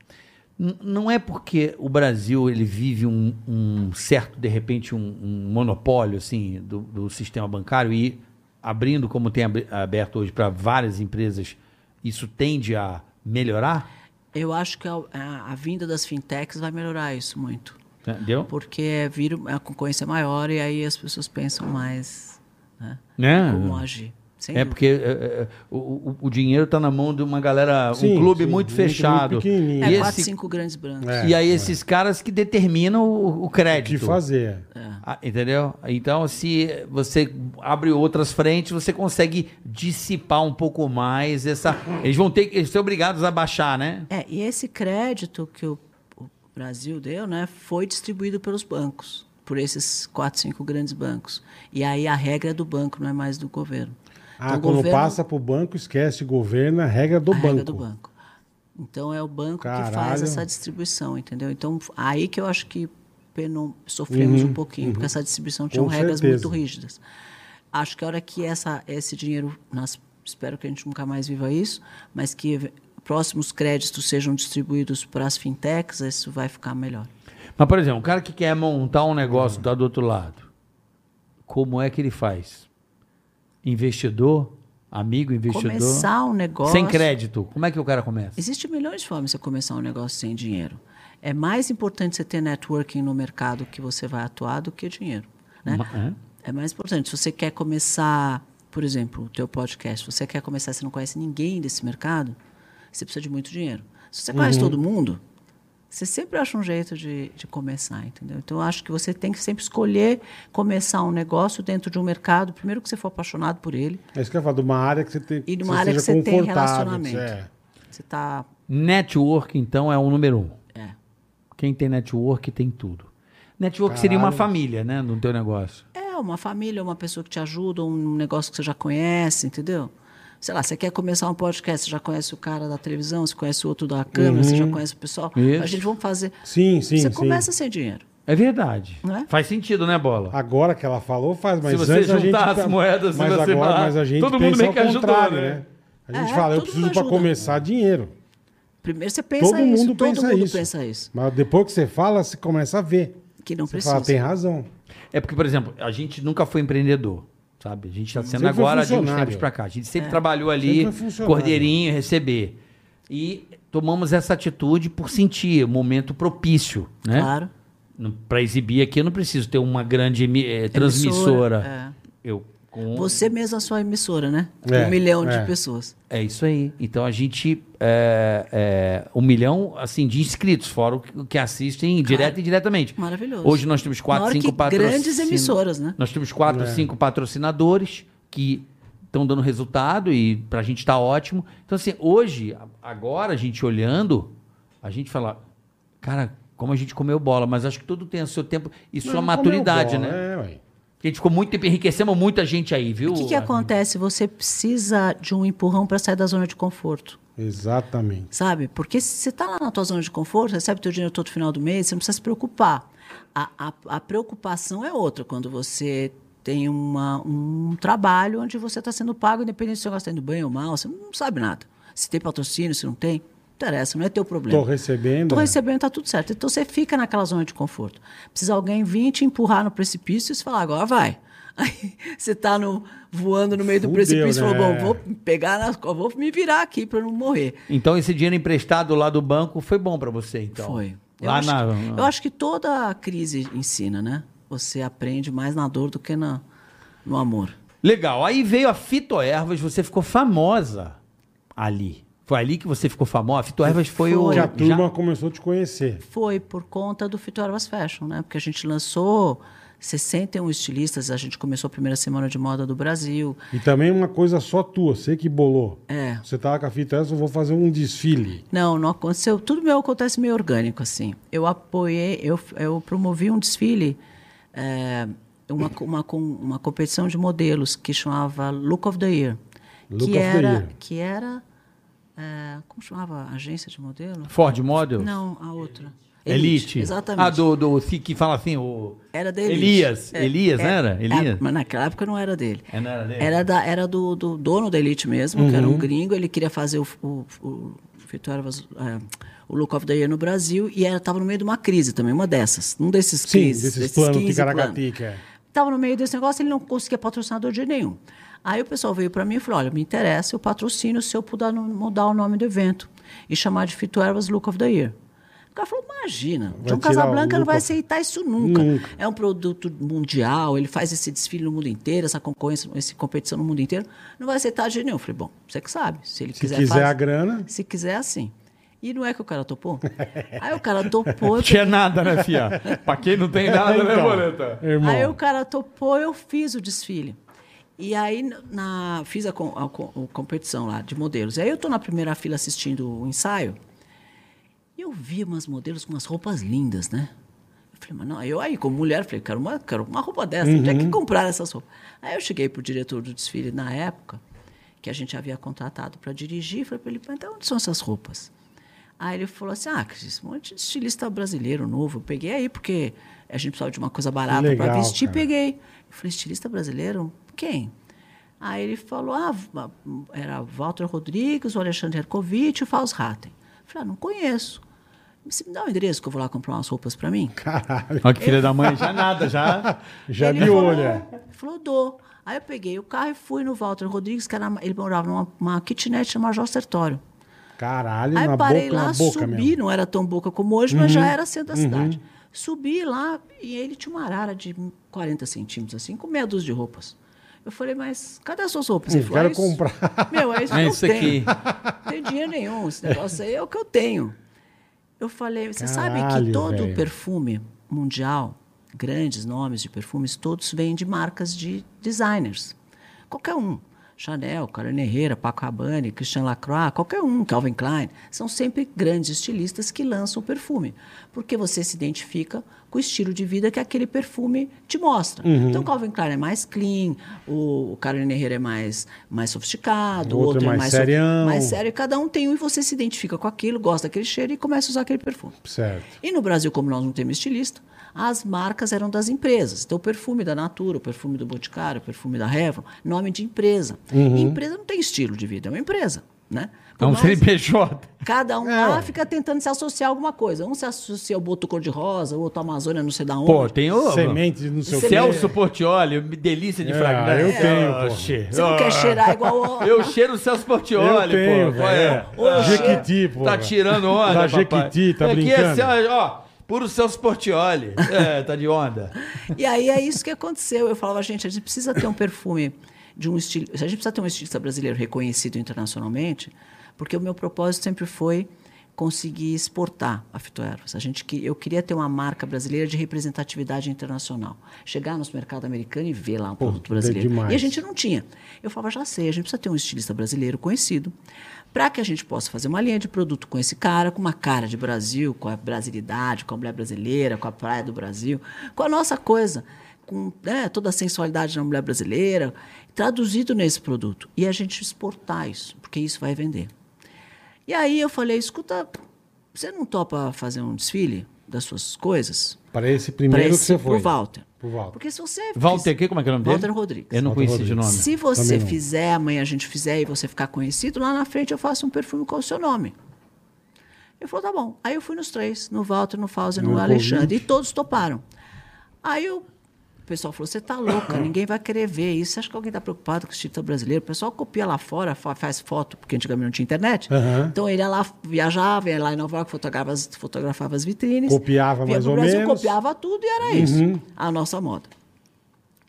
C: N- não é porque o Brasil ele vive um, um certo, de repente, um, um monopólio, assim, do, do sistema bancário e abrindo, como tem abri- aberto hoje para várias empresas, isso tende a melhorar?
D: Eu acho que a, a- a vinda das fintechs vai melhorar isso muito.
C: Entendeu?
D: Porque vira, a concorrência é maior e aí as pessoas pensam mais né,
C: Né?
D: como agir. Sem
C: É
D: dúvida.
C: porque é, é, o, o- o dinheiro está na mão de uma galera,
B: Sim,
C: um clube
B: sim,
C: muito
B: muito- muito
C: fechado.
B: pequenininho.
D: É,
C: E
D: quatro,
C: esse
D: cinco grandes brancos.
B: É.
C: E aí esses caras que determinam o, o
B: O
C: crédito.
B: que
D: Então,
B: fazer?
C: Ah, entendeu? Então, se você abre outras frentes, você consegue dissipar um pouco mais essa. Eles vão ter que. Eles são obrigados a baixar, né?
D: É, e esse crédito que o, o Brasil deu, né, foi distribuído pelos bancos, por esses quatro, cinco grandes bancos. E aí a regra é do banco, não é mais do governo.
B: Ah,
D: Então, o
B: quando
D: governo-
B: passa pro banco, esquece, governa, a regra do
D: a
B: banco.
D: regra do banco. Então é o banco que faz
B: Caralho.
D: essa distribuição, entendeu? Então aí que eu acho que penu- sofremos um pouquinho, porque essa distribuição tinha
B: Uhum, Com
D: regras
B: certeza.
D: muito rígidas. Acho que a hora que essa, esse dinheiro, nós, espero que a gente nunca mais viva isso, mas que ev- próximos créditos sejam distribuídos para as fintechs, isso vai ficar melhor.
C: Mas, por exemplo, um cara que quer montar um negócio tá do outro lado, como é que ele faz? Investidor, amigo investidor.
D: Começar um negócio.
C: Sem crédito. Como é que o cara começa?
D: Existem milhões de formas de você começar um negócio sem dinheiro. É mais importante você ter networking no mercado que você vai atuar do que dinheiro. Né?
C: Ma- é?
D: É mais importante. Se você quer começar, por exemplo, o teu podcast, se você quer começar, você não conhece ninguém desse mercado, você precisa de muito dinheiro. Se você conhece todo mundo, você sempre acha um jeito de, de começar, entendeu? Então, eu acho que você tem que sempre escolher começar um negócio dentro de um mercado, primeiro que você for apaixonado por ele,
B: É isso que eu ia falar, de uma área que você tem
D: E
B: que
D: de uma área que você tem
B: confortável, é. que
D: relacionamento.
B: você-
D: você está...
C: Network, então, é o número um.
D: É.
C: Quem tem network tem tudo. Network seria uma família, né? No teu negócio.
D: É, uma família, uma pessoa que te ajuda, um negócio que você já conhece, entendeu? Sei lá, você quer começar um podcast, você já conhece o cara da televisão, você conhece o outro da câmera, você já conhece o pessoal.
C: Isso.
D: A gente vamos fazer.
B: Uhum. Sim, sim,
D: você
B: sim.
D: começa sem dinheiro.
C: É verdade.
D: Não é?
C: Faz sentido, né, Bola?
B: Agora que ela falou, faz, mas
C: Se você
B: antes a gente... tá-
C: juntar as moedas, se
B: mas
C: você
B: agora,
C: falar,
B: mas a gente
C: todo mundo
B: pensa
C: meio
B: ao
C: que ajudou,
B: contrário,
C: né?
B: né? A gente
D: É,
B: fala, eu
D: todo
B: preciso
D: mundo
B: para
D: ajuda.
B: começar dinheiro.
D: Primeiro você pensa
B: todo
D: isso,
B: mundo
D: todo
B: pensa
D: mundo
B: isso.
D: pensa isso.
B: Mas depois que você fala, você começa a ver.
D: Que não
B: você
D: precisa.
B: fala, tem razão.
C: É porque, por exemplo, a gente nunca foi empreendedor, sabe? A gente está sendo
B: Sempre foi
C: agora de uns
B: funcionário. É.
C: tempos pra cá. A gente sempre trabalhou ali,
B: Sempre foi funcionário.
C: cordeirinho, receber. E tomamos essa atitude por sentir o momento propício, né?
D: Claro.
C: Para exibir aqui, eu não preciso ter uma grande emi- eh, transmissora.
D: Emissora,
C: Eu Com-
D: é. Você mesmo, a sua emissora, né?
B: É,
D: um milhão
B: é.
D: de pessoas.
C: É isso aí. Então a gente. É, é, um milhão assim, de inscritos, fora o que- o que assistem direto e diretamente.
D: Maravilhoso.
C: Hoje nós temos quatro,
D: Maior
C: cinco
D: que grandes
C: patrocin-
D: emissoras, né?
C: Nós temos quatro, cinco patrocinadores que estão dando resultado e pra gente tá ótimo. Então, assim, hoje, a- agora a gente olhando, a gente fala, cara, como a gente comeu bola, mas acho que tudo tem o seu tempo e sua é maturidade, né?
B: É, ué.
C: Porque a gente ficou muito tempo, enriquecemos muita gente aí, viu?
D: O que, que acontece? Você precisa de um empurrão para sair da zona de conforto.
B: Exatamente.
D: Sabe? Porque se você está lá na tua zona de conforto, recebe teu dinheiro todo final do mês, você não precisa se preocupar. A, a, a preocupação é outra quando você tem uma, um trabalho onde você está sendo pago, independente se você está indo bem ou mal, você não sabe nada. Se tem patrocínio, se não tem, não interessa, não é teu problema.
B: Tô recebendo,
D: Tô
B: né?
D: recebendo, tá tudo certo. Então você fica naquela zona de conforto. Precisa alguém vir te empurrar no precipício e você falar, agora vai. <laughs> Aí você tá no, voando no meio do
B: Fudeu,
D: precipício e falou,
B: né?
D: bom, vou pegar nas co- vou me virar aqui para não morrer.
C: Então, esse dinheiro emprestado lá do banco foi bom pra você, então?
D: Foi. Eu,
C: Lá
D: acho
C: na.
D: que, eu acho que toda crise ensina, né? Você aprende mais na dor do que na, no amor.
C: Legal. Aí veio a Fitoervas, você ficou famosa ali. Foi ali que você ficou famosa? A Fitoervas foi, o.
B: Que a turma
C: já-
B: começou a te conhecer.
D: Foi por conta do Fitoervas Fashion, né? Porque a gente lançou 61 estilistas, a gente começou a primeira semana de moda do Brasil.
B: E também uma coisa só tua, você que bolou.
D: É.
B: Você tava com a fita essa, eu vou fazer um desfile.
D: Não, não aconteceu. Tudo meu acontece meio orgânico, assim. Eu apoiei, eu, eu promovi um desfile, é, uma, co- uma, com- uma competição de modelos que chamava Look of the Year.
B: Look of
D: que
B: the
D: era,
B: Year.
D: Que era, é, como chamava a agência de modelo?
C: Ford Model?
D: Não, a outra.
C: Elite.
D: Exatamente.
C: Ah, do, do que fala assim, o.
D: Era da Elite.
C: Elias.
D: É,
C: Elias,
D: é,
C: não era?
D: é,
C: Elias.
D: mas naquela época não era dele.
C: É, não era dele?
D: Era, da, era do, do dono da Elite mesmo, que era um gringo. Ele queria fazer o, o, o, Vitória Vaz- é, o Look of the Year no Brasil e estava no meio de uma crise também, uma dessas. Um desses
B: Sim,
D: crises.
B: desses planos,
D: 15
B: ticaracatica, é.
D: Estava no meio desse negócio, ele não conseguia patrocinador de nenhum. Aí o pessoal veio para mim e falou: olha, me interessa, eu patrocino se eu puder no- mudar o nome do evento e chamar de Fito Ervas Look of the Year. O cara falou: imagina, João
B: tirar o
D: Casablanca não
B: look
D: vai
B: of-
D: aceitar isso nunca.
B: Nunca.
D: É um produto mundial, ele faz esse desfile no mundo inteiro, essa concorrência, essa competição no mundo inteiro. Não vai aceitar de nenhum. Eu falei: bom, você que sabe. Se ele
B: Se
D: quiser.
B: quiser
D: faz.
B: a grana.
D: Se quiser, assim. E não é que o
B: <laughs>
D: cara topou? Aí o cara topou. eu
C: Tinha nada, né,
D: <laughs>
C: Fia? pra quem não tem nada, né,
B: Então,
C: Boleta?
B: Irmão.
D: Aí o cara topou, eu fiz o desfile. E aí n- na, fiz a, com- a com- a competição lá de modelos. Aí eu tô na primeira fila assistindo o ensaio. E eu vi umas modelos com umas roupas lindas, né? Eu falei, mas não, eu aí, como mulher, falei, quero uma, quero uma roupa dessa, onde é
B: Uhum.
D: que comprar essas roupas? Aí eu cheguei pro diretor do desfile na época, que a gente havia contratado para dirigir, falei para ele, mas de onde são essas roupas? Aí ele falou assim, ah, Cris, um monte de estilista brasileiro novo, eu peguei aí, porque a gente precisava de uma coisa barata para
B: Legal,
D: vestir,
B: cara.
D: peguei. Eu falei, estilista brasileiro? Quem? Aí ele falou, ah, va- era Walter Rodrigues, o Alexandre Herkovitch, o Fausraten. Eu falei, ah, não conheço. Você me dá o endereço que eu vou lá comprar umas roupas para mim?
B: <laughs> Caralho.
C: Olha que filha da mãe, já nada,
D: <laughs>
C: já.
B: Já
D: Ele
B: de
D: falou, "Ah."
B: olho, é.
D: Falou, dou. Aí eu peguei o carro e fui no Walter Rodrigues, que era, ele morava numa uma kitnet chamada Major Sertório.
B: Caralho,
D: Aí
B: na
D: parei
B: boca,
D: lá,
B: na boca
D: subi,
B: mesmo. Uhum,
D: não era tão boca como hoje, mas já era centro da cidade. Subi lá e ele tinha uma arara de 40 centímetros, assim, com meia dúzia de roupas. Eu falei, mas cadê as suas roupas?
B: Eu
D: Ele falou,
B: quero
D: "Ah, isso-
B: comprar."
D: Meu, é isso
C: É
D: que
C: isso
D: eu tenho.
C: aqui.
D: Não tem dinheiro nenhum, esse negócio aí é o que eu tenho. Eu falei, você sabe
B: Caralho,
D: que todo
B: velho.
D: perfume mundial, grandes nomes de perfumes, todos vêm de marcas de designers. Qualquer um. Chanel, Carolina Herrera, Paco Rabanne, Christian Lacroix, qualquer um, Calvin Klein, são sempre grandes estilistas que lançam perfume, porque você se identifica com o estilo de vida que aquele perfume te mostra.
B: Uhum.
D: Então, Calvin Klein é mais clean, o o Carolina Herrera é mais, mais sofisticado, o outro, é mais, sof-
B: serião.
D: mais sério, e cada um tem um e você se identifica com aquilo, gosta daquele cheiro e começa a usar aquele perfume.
B: Certo.
D: E no Brasil, como nós não temos estilista, as marcas eram das empresas. Então, o perfume da Natura, o perfume do Boticário, o perfume da Revlon, nome de empresa. E empresa não tem estilo de vida, é uma empresa, né? Por
C: É um
D: mais-
C: CNPJ.
D: Cada um
B: É, ué.
D: lá fica tentando se associar a alguma coisa. Um se associa ao Boto Cor-de-Rosa, o outro à Amazônia, não sei da onde.
C: Pô, tem o.
B: Semente, não sei o quê.
C: Celso Portioli, delícia de
B: É,
C: fragmento.
B: eu tenho,
C: Ah,
B: pô.
C: che-
D: Você não
C: ah.
D: quer cheirar igual ao...
C: Eu cheiro o Celso
B: Eu
C: Portioli,
B: tenho,
C: pô. Qual é?
B: velho. Jequiti, pô.
C: Tá tirando onda,
B: Da
C: papai.
B: Jequiti, tá
C: Aqui é
B: brincando.
C: Celso, ó. Puro Celso Portioli. É, tá de onda.
D: E aí é isso que aconteceu. Eu falava, gente, a gente precisa ter um perfume de um estilo. A gente precisa ter um estilista brasileiro reconhecido internacionalmente, porque o meu propósito sempre foi conseguir exportar a Fitoervas. A gente que eu queria ter uma marca brasileira de representatividade internacional. Chegar nos mercados americanos e ver lá um
B: Pô,
D: produto
B: é
D: brasileiro.
B: demais.
D: e a gente não tinha. Eu falava, já sei, a gente precisa ter um estilista brasileiro conhecido para que a gente possa fazer uma linha de produto com esse cara, com uma cara de Brasil, com a brasilidade, com a mulher brasileira, com a praia do Brasil, com a nossa coisa, com né, toda a sensualidade da mulher brasileira, traduzido nesse produto. E a gente exportar isso, porque isso vai vender. E aí eu falei, escuta, você não topa fazer um desfile das suas coisas?
B: Para esse primeiro
D: Pra
B: que você foi.
D: Pro Walter.
B: Pro <laughs> Walter.
D: Porque se você...
C: Walter, que, como é que é o nome dele?
D: Walter Rodrigues.
C: Eu não
B: Walter
C: conheci de
B: Rodrigues.
C: nome.
D: Se você
B: Também não.
D: fizer, amanhã a gente fizer e você ficar conhecido, lá na frente eu faço um perfume com o seu nome. Ele falou, tá bom. Aí eu fui nos três, no Walter, no Fauzi, no,
B: No
D: Alexandre,
B: convite.
D: e todos toparam. Aí eu- o pessoal falou, você tá louca, ninguém vai querer ver isso. Você acha que alguém tá preocupado com o estilo brasileiro? O pessoal copia lá fora, fa- faz foto, porque antigamente não tinha internet.
B: Aham.
D: Então ele ia lá, viajava, ia lá em Nova York, fotografava as, fotografava as vitrines.
B: Copiava
D: vinha
B: mais
D: pro
B: ou
D: Brasil,
B: menos. Uhum.
D: Copiava tudo e era isso, a nossa moda.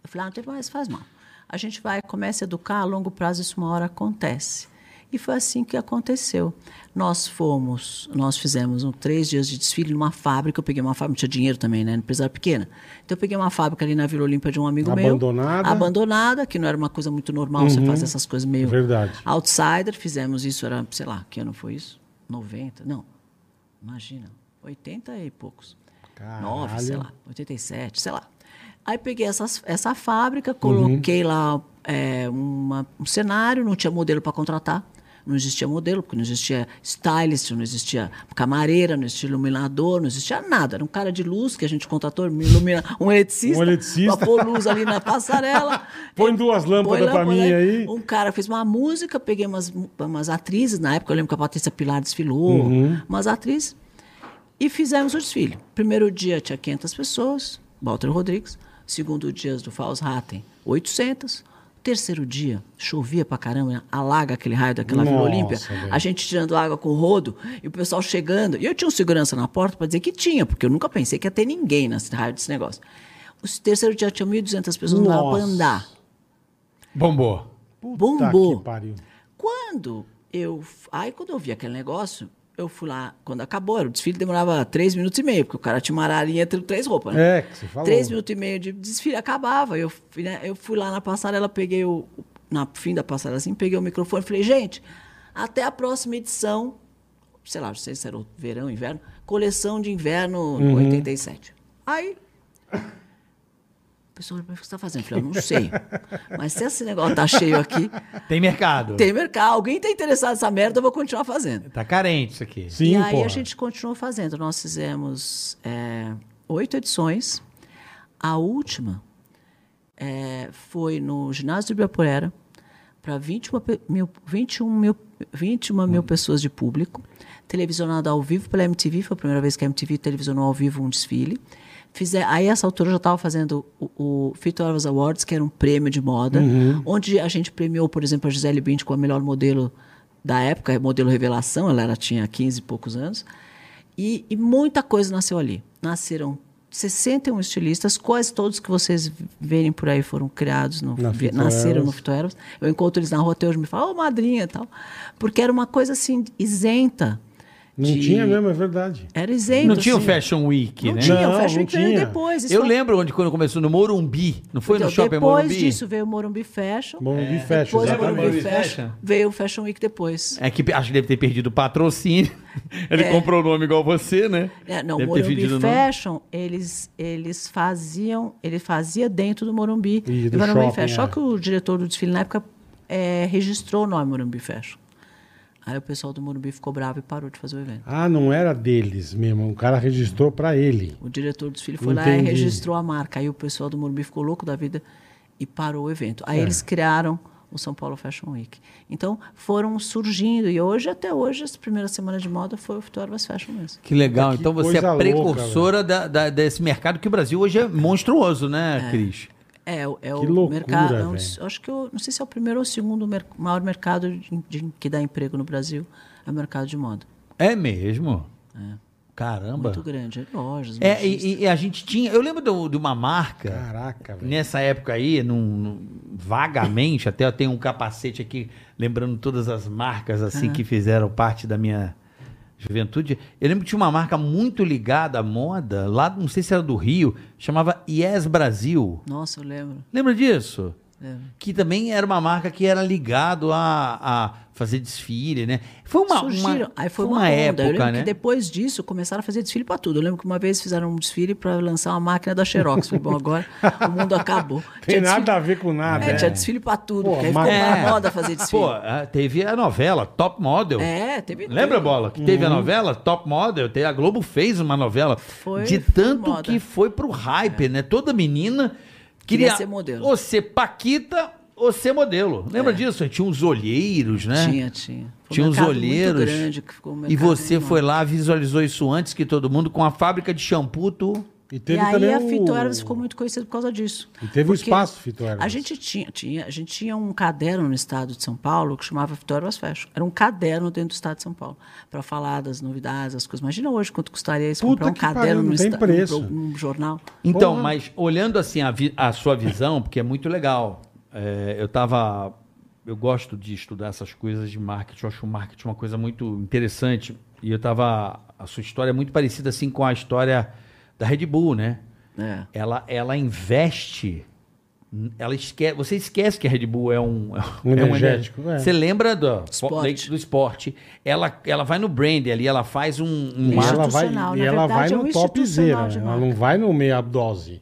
D: Eu falei, ah, não tem mais, faz mal. A gente vai, começa a educar, a longo prazo isso uma hora acontece. E foi assim que aconteceu. Nós fomos, nós fizemos um, três dias de desfile numa fábrica, eu peguei uma fábrica, não tinha dinheiro também, né, empresário pequena. Então eu peguei uma fábrica ali na Vila Olímpia de um amigo meu.
B: Abandonada. Uhum.
D: Abandonada, que não era uma coisa muito normal, você fazer essas coisas meio...
B: Verdade.
D: Outsider, fizemos isso, era, sei lá, que ano foi isso? 90, não, imagina, 80 e poucos.
B: Caralho.
D: 9, sei lá, 87, sei lá. Aí peguei essas, essa fábrica,
B: Uhum.
D: coloquei lá é, uma- um cenário, não tinha modelo para contratar. Não existia modelo, porque não existia stylist, não existia camareira, não existia iluminador, não existia nada. Era um cara de luz que a gente contratou, ilumina, um
B: <laughs>
D: eletricista,
B: Um eletricista.
D: para pôr luz ali na
B: <laughs>
D: passarela.
B: Põe duas lâmpadas
D: Põe
B: pra
D: lâmpada
B: mim aí.
D: Um cara fez uma música, peguei umas, umas atrizes, na época eu lembro que a Patrícia Pilar desfilou,
B: Uhum.
D: umas atrizes. E fizemos o desfile. Primeiro dia tinha 500 pessoas, Walter Rodrigues. Segundo dia do Faust Hatten, 800. Terceiro dia, chovia pra caramba, alaga aquele raio daquela Vila
B: Nossa,
D: Olímpia.
B: velho.
D: A gente tirando água com o rodo e o pessoal chegando. E eu tinha um segurança na porta para dizer que tinha, porque eu nunca pensei que ia ter ninguém nesse raio desse negócio. O terceiro dia tinha 1.200 pessoas, não dava pra
B: Nossa.
D: andar.
C: Bombou.
D: um
B: Tá
D: bombou.
B: que pariu.
D: Quando eu. Aí, quando eu vi aquele negócio, eu fui lá. Quando acabou, era o desfile demorava três minutos e meio, porque o cara tinha uma ararinha entre três roupas, né?
B: É, que você falou.
D: Três minutos e meio de desfile acabava. Eu, fui, né, eu fui lá na passarela, peguei o. Na fim da passarela, assim, peguei o microfone e falei, gente, até a próxima edição, sei lá, não sei se era o verão, inverno, coleção de inverno
B: Uhum.
D: 87. Aí. O pessoal, mas o que você está fazendo? Eu falei, eu não sei. Mas se esse negócio tá cheio aqui,
C: Tem mercado.
D: tem mercado. Alguém tá interessado nessa merda, eu vou continuar fazendo.
C: Tá carente isso aqui.
B: Sim,
D: e aí
B: porra.
D: a gente continuou fazendo. Nós fizemos é, oito edições. A última é, foi no ginásio de Ibirapuera para 21 pe- mil, 21 mil, 21 mil pessoas de público. Televisionado ao vivo pela MTV. Foi a primeira vez que a MTV televisionou ao vivo um desfile. Fizer, aí, essa altura, eu já estava fazendo o, o Fito Alves Awards, que era um prêmio de moda, onde a gente premiou, por exemplo, a Gisele Bündchen com a melhor modelo da época, modelo revelação, ela era, tinha 15 e poucos anos. E, e muita coisa nasceu ali. Nasceram 61 estilistas, quase todos que vocês verem por aí foram criados, no,
B: Na Fito
D: nasceram no
B: Elvis.
D: Fito Elvis. Eu encontro eles na rua até hoje, me falam, ô madrinha e tal. Porque era uma coisa assim, isenta.
B: Não
D: de-
B: tinha mesmo, é verdade.
D: Era isenta.
C: Não tinha o
D: assim.
C: Fashion Week,
D: Não
C: né?
D: tinha,
B: Não,
D: o Fashion
B: não
D: Week veio
B: tinha.
D: depois. isso
C: Eu
D: foi-
C: lembro onde quando começou, no Morumbi. Não foi
D: Então,
C: no shopping
D: depois
C: Morumbi?
D: disso veio o Morumbi Fashion. É.
B: Bom, de fecha.
D: Depois do
C: Lembra do
B: exatamente.
D: Morumbi
C: Morumbi
D: Fashion,
C: Fashion?
D: veio o Fashion Week depois.
C: É que pe- acho que deve ter perdido o patrocínio. <laughs> Ele comprou o nome igual você, né?
D: É, não,
C: deve
D: Morumbi
C: o nome.
D: Fashion, eles, eles faziam, ele fazia dentro do Morumbi.
B: E do
D: o Morumbi
B: shopping,
D: Fashion. Só
B: é.
D: que o diretor do desfile na época é, registrou o nome Morumbi Fashion. Aí o pessoal do Morumbi ficou bravo e parou de fazer o evento.
B: Ah, não era deles mesmo. O cara registrou pra ele.
D: O diretor do desfile foi lá e
B: Entendi.
D: registrou a marca. Aí o pessoal do Morumbi ficou louco da vida e parou o evento.
B: É.
D: Aí eles criaram o São Paulo Fashion Week. Então foram surgindo e hoje até hoje as primeiras semanas de moda foi o Fitorbas Fashion mesmo.
C: Que legal.
B: Que
C: então você
B: coisa
C: é
B: louca,
C: precursora da- da- desse mercado que o Brasil hoje é monstruoso, né, Cris?
D: É, o- é
B: Que
D: o
B: loucura,
D: mercado. é um
B: velho.
D: dos- acho que eu não sei se é o primeiro ou o segundo mer- maior mercado de- de- que dá emprego no Brasil é o mercado de moda.
C: É mesmo? Caramba.
D: Muito grande, lojas.
C: É,
D: lojistas.
C: e, e a gente tinha. Eu lembro de um- de uma marca.
B: Caraca, velho.
C: Nessa época aí, num, num- vagamente, até eu tenho um capacete aqui, lembrando todas as marcas
D: Ah.
C: assim que fizeram parte da minha juventude. Eu lembro que tinha uma marca muito ligada à moda, lá, não sei se era do Rio, chamava Yes Brasil.
D: Nossa, eu lembro.
C: Lembra disso?
D: lembro.
C: Que também era uma marca que era ligado a, a fazer desfile, né? Foi uma, uma- né?
D: Surgiram. Aí
C: foi
D: foi, uma, onda. eu lembro que depois disso começaram a fazer desfile para tudo. Eu lembro que uma vez fizeram um desfile para lançar uma máquina da Xerox. Falei, bom, agora o mundo acabou.
B: <laughs> Tem
D: Tinha desfile-
B: nada a ver com nada.
D: É,
B: né?
D: tinha desfile para tudo.
B: Pô,
D: porque aí
B: mas-
D: ficou uma
C: É.
B: <laughs>
D: moda fazer desfile.
C: Pô, ah, teve a novela Top Model.
D: É, teve
C: Lembra,
D: tudo.
C: Bola? Que teve a novela Top Model. te- A Globo fez uma novela.
D: Foi-
C: de
D: foi
C: tanto
D: moda. É.
C: que foi pro hype, né? Toda menina queria,
D: Queria ser modelo. É.
C: Ou ser Paquita ou ser modelo. Lembra disso? Tinha uns olheiros, né?
D: Tinha, tinha. Foi um
C: Tinha uns
D: mercado muito
C: olheiros.
D: grande, que ficou um
C: e
D: mercado
C: você
D: enorme.
C: foi lá, visualizou isso antes que todo mundo, com a fábrica de shampoo, tu.
B: E
D: E
B: teve
D: aí
B: também
D: a
B: o-
D: Fito Ervas ficou muito conhecida por causa disso.
B: E teve o
D: Porque
B: espaço Fito Ervas.
D: A gente tinha, tinha, a gente tinha um caderno no estado de São Paulo que chamava Fito Ervas Fashion. Era um caderno dentro do estado de São Paulo para falar das novidades, das coisas. Imagina hoje quanto custaria isso
B: Puta
D: comprar um
B: que pariu,
D: caderno
B: não
D: no
B: tem
D: esta-
B: preço.
D: num pro- num jornal.
C: Então,
B: Porra.
C: mas olhando assim a, vi- a sua visão, porque é muito legal. é, eu tava. Eu gosto de estudar essas coisas de marketing. Eu acho o marketing uma coisa muito interessante. E eu tava. A sua história é muito parecida assim com a história da Red Bull, né?
D: É.
C: Ela, ela investe. Ela esquece, você esquece que a Red Bull é um, é
B: Um energético,
C: ener-
B: é.
C: Você lembra do
D: Esporte.
C: leite do esporte? Ela, ela vai no brand ali, ela faz um, um
B: E
D: Mas-
B: ela vai,
D: Institucional,
B: e
D: na
B: ela vai
D: verdade, é
B: no
D: um
B: topzera.
D: institucional de
B: Ela
D: marca.
B: não vai no meia dose.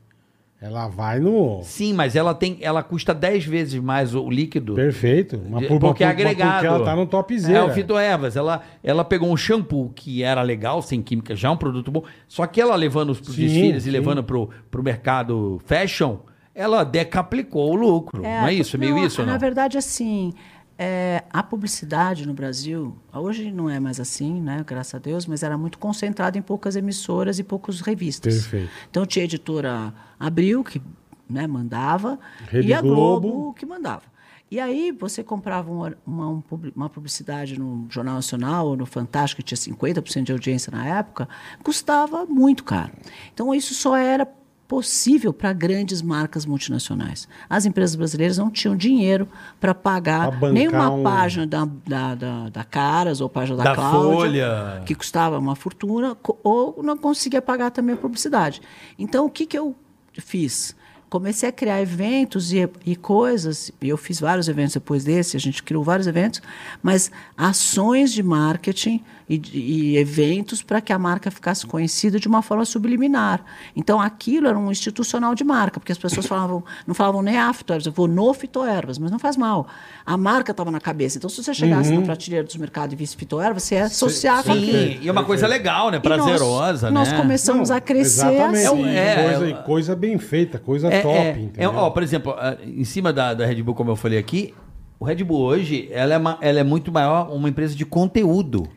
B: Ela vai no.
C: Sim, mas ela tem, ela custa 10 vezes mais o, o líquido.
B: Perfeito. Mas
C: de-
B: por-
C: porque é
B: por- por-
C: agregado.
B: Porque ela tá no topzera.
C: É o Fito Evas. Ela, ela pegou um shampoo que era legal, sem química, já um produto bom. Só que ela levando os pros
B: Sim,
C: desfiles
B: sim.
C: e levando pro, pro mercado fashion, ela decaplicou o lucro. não é isso? É meio isso, ou
D: Na
C: não?
D: verdade, assim, é, a publicidade no Brasil, hoje não é mais assim, né? Graças a Deus, mas era muito concentrada em poucas emissoras e poucas revistas.
B: Perfeito.
D: Então tinha a editora Abril, que né, mandava,
B: Rede
D: e a Globo,
B: Globo,
D: que mandava. E aí você comprava um hor- uma, um publi- uma publicidade no Jornal Nacional ou no Fantástico, que tinha 50% de audiência na época, custava muito caro. Então isso só era possível para grandes marcas multinacionais. As empresas brasileiras não tinham dinheiro para pagar
B: Pra bancar
D: nem uma
B: um-
D: página da, da, da, da Caras ou página da,
C: Da
D: Cláudia,
C: Folha.
D: que custava uma fortuna, co- ou não conseguia pagar também a publicidade. Então, o que, que eu fiz? Comecei a criar eventos e, e coisas, e eu fiz vários eventos depois desse, a gente criou vários eventos, mas ações de marketing e, de- e eventos para que a marca ficasse conhecida de uma forma subliminar. Então, aquilo era um institucional de marca, porque as pessoas falavam, não falavam nem ah, fitoervas, eu vou no fitoervas, mas não faz mal. A marca estava na cabeça. Então, se você chegasse na prateleira dos mercados e visse fitoervas, você é ia associar com aquilo.
C: Sim, e é uma coisa legal, né?
D: E nós-
C: Prazerosa,
D: nós,
C: né?
D: começamos
B: Não,
D: a crescer
B: exatamente.
D: assim.
B: E
C: É,
B: coisa,
C: é,
B: e coisa bem feita, coisa
C: É,
B: top.
C: é, é,
B: entendeu?
C: ó, por exemplo, a- em cima da, da Red Bull, como eu falei aqui, o Red Bull hoje ela é, ma- ela é muito maior uma empresa de conteúdo.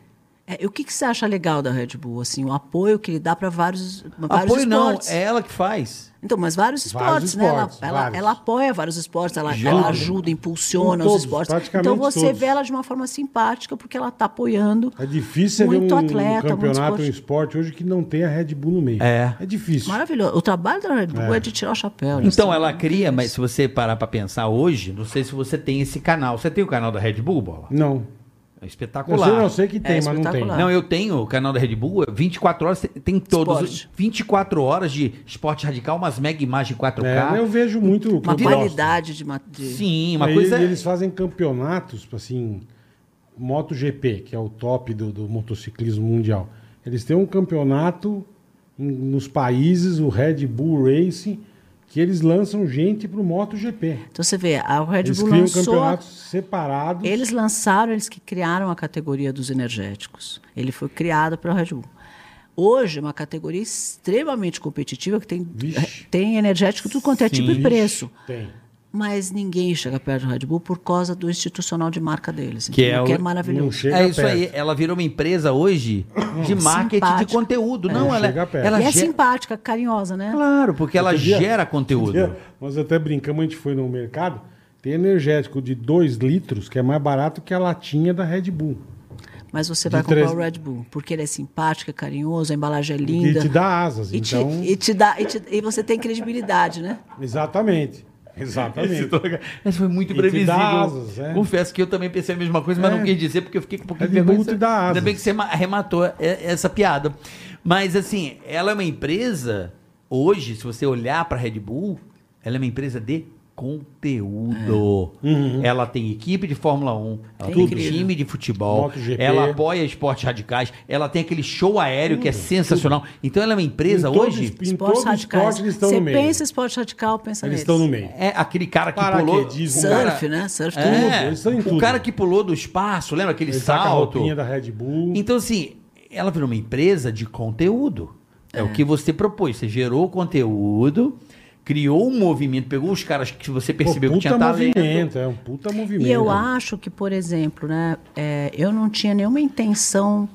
D: É, e o que, que você acha legal da Red Bull? Assim, o apoio que ele dá para vários, vários
C: Apoio não,
D: esportes.
C: é ela que faz.
D: Então, mas vários
B: Vários
D: esportes, né? Ela-
B: esportes,
D: ela,
B: vários.
D: ela apoia vários esportes, ela,
C: Já.
D: ela ajuda, impulsiona
B: Todos,
D: os esportes.
B: praticamente
D: Então você
B: todos.
D: vê ela de uma forma simpática, porque ela está apoiando.
B: É difícil você ver
D: muito
B: um,
D: atleta,
B: um
D: muito
B: campeonato, um
D: esporte.
B: esporte hoje que não tenha Red Bull no meio.
C: É.
B: É difícil.
D: Maravilhoso. O trabalho da Red Bull é, de tirar o chapéu. assim, né?
C: Então
D: gente.
C: ela
B: né?
C: cria, mas se você parar pra pensar hoje, não sei se você tem esse canal. Você tem o canal da Red Bull, Bola?
B: Não.
C: É
B: Eu sei,
C: espetacular.
B: eu sei que tem, mas não tem.
D: espetacular.
C: Não, eu tenho o canal da Red Bull, é 24 horas, tem todos. os-
D: Esporte.
C: 24 horas de esporte radical, umas mega imagens 4K.
B: É, eu vejo muito. o que
D: uma
B: eu gosto.
D: qualidade de, ma- de
C: um Sim, uma
B: Aí
C: coisa. é
B: Eles fazem campeonatos, tipo assim, MotoGP, que é o top do, do motociclismo mundial. Eles têm um campeonato em- nos países, o Red Bull Racing, que eles lançam gente pro MotoGP.
D: Então você vê, a Red
B: Eles
D: Bull
B: criam um
D: lançou a-
B: campeonatos separados.
D: Eles lançaram, eles que criaram a categoria dos energéticos. Ele foi criado pela Red Bull. Hoje é uma categoria extremamente competitiva que tem, eh,
B: Vixe.
D: tem energético tudo quanto é tipo
C: Sim.
D: e preço.
B: Tem.
D: Mas ninguém chega perto do Red Bull por causa do institucional de marca deles.
C: Que
D: entendeu?
C: é o-
D: que é
B: Não
D: maravilhoso.
B: chega
C: é isso
B: perto.
C: aí, ela virou uma empresa hoje de marketing de
D: Simpática.
C: conteúdo. Não,
B: Não
C: ela,
B: chega perto.
C: ela
D: Hum, e é
C: ge-
D: simpática, carinhosa, né?
C: Claro, porque ela
B: Outro dia-
C: gera conteúdo.
B: Outro dia, Nós até brincamos, a gente foi no mercado, tem energético de 2 litros, que é mais barato que a latinha da Red Bull.
D: mas você
B: De
D: vai comprar
B: três-
D: o Red Bull, porque ele é simpático, é carinhoso, a embalagem é
B: E
D: linda.
B: te dá asas,
D: E te-
B: então.
D: e te dá- e te- e você tem credibilidade, né?
B: Exatamente. Exatamente.
C: Essa tá foi muito
B: E te dá
C: previsível.
B: asas, é.
C: Confesso que eu também pensei a mesma coisa, mas
B: É.
C: não quis dizer porque eu fiquei com um pouquinho
B: É de
C: vergonha.
B: multa e dá asas.
C: Ainda bem que você ma- arrematou é- essa piada. Mas assim, ela é uma empresa, hoje, se você olhar para Red Bull, ela é uma empresa de conteúdo.
B: É. Uhum.
C: Ela tem equipe de Fórmula 1, ela tem um
D: Tudo.
C: time de futebol,
B: MotoGP.
C: ela apoia esportes radicais, ela tem aquele show aéreo que é sensacional. Então ela é uma empresa
B: Em todo
C: hoje.
B: Em todo esporte eles estão
D: Você
B: no meio.
D: pensa em esporte radical, pensa
B: Eles
D: neles.
B: estão no meio.
C: É aquele cara que pulou.
B: Paraquedismo.
D: Surf,
B: cara.
D: né? Surf
C: É,
D: tudo.
B: eles estão em
C: o
B: tudo.
C: cara que pulou do espaço, lembra aquele
B: Ele saca a
C: salto?
B: roupinha da Red Bull.
C: Então, assim, ela virou uma empresa de conteúdo. É, o que você propôs. Você gerou conteúdo, criou um movimento, pegou os caras que você
B: Pô,
C: percebeu que
B: puta
C: tinha talento.
B: movimento, é um puta movimento.
D: E eu acho que, por exemplo, né, é, eu não tinha nenhuma intenção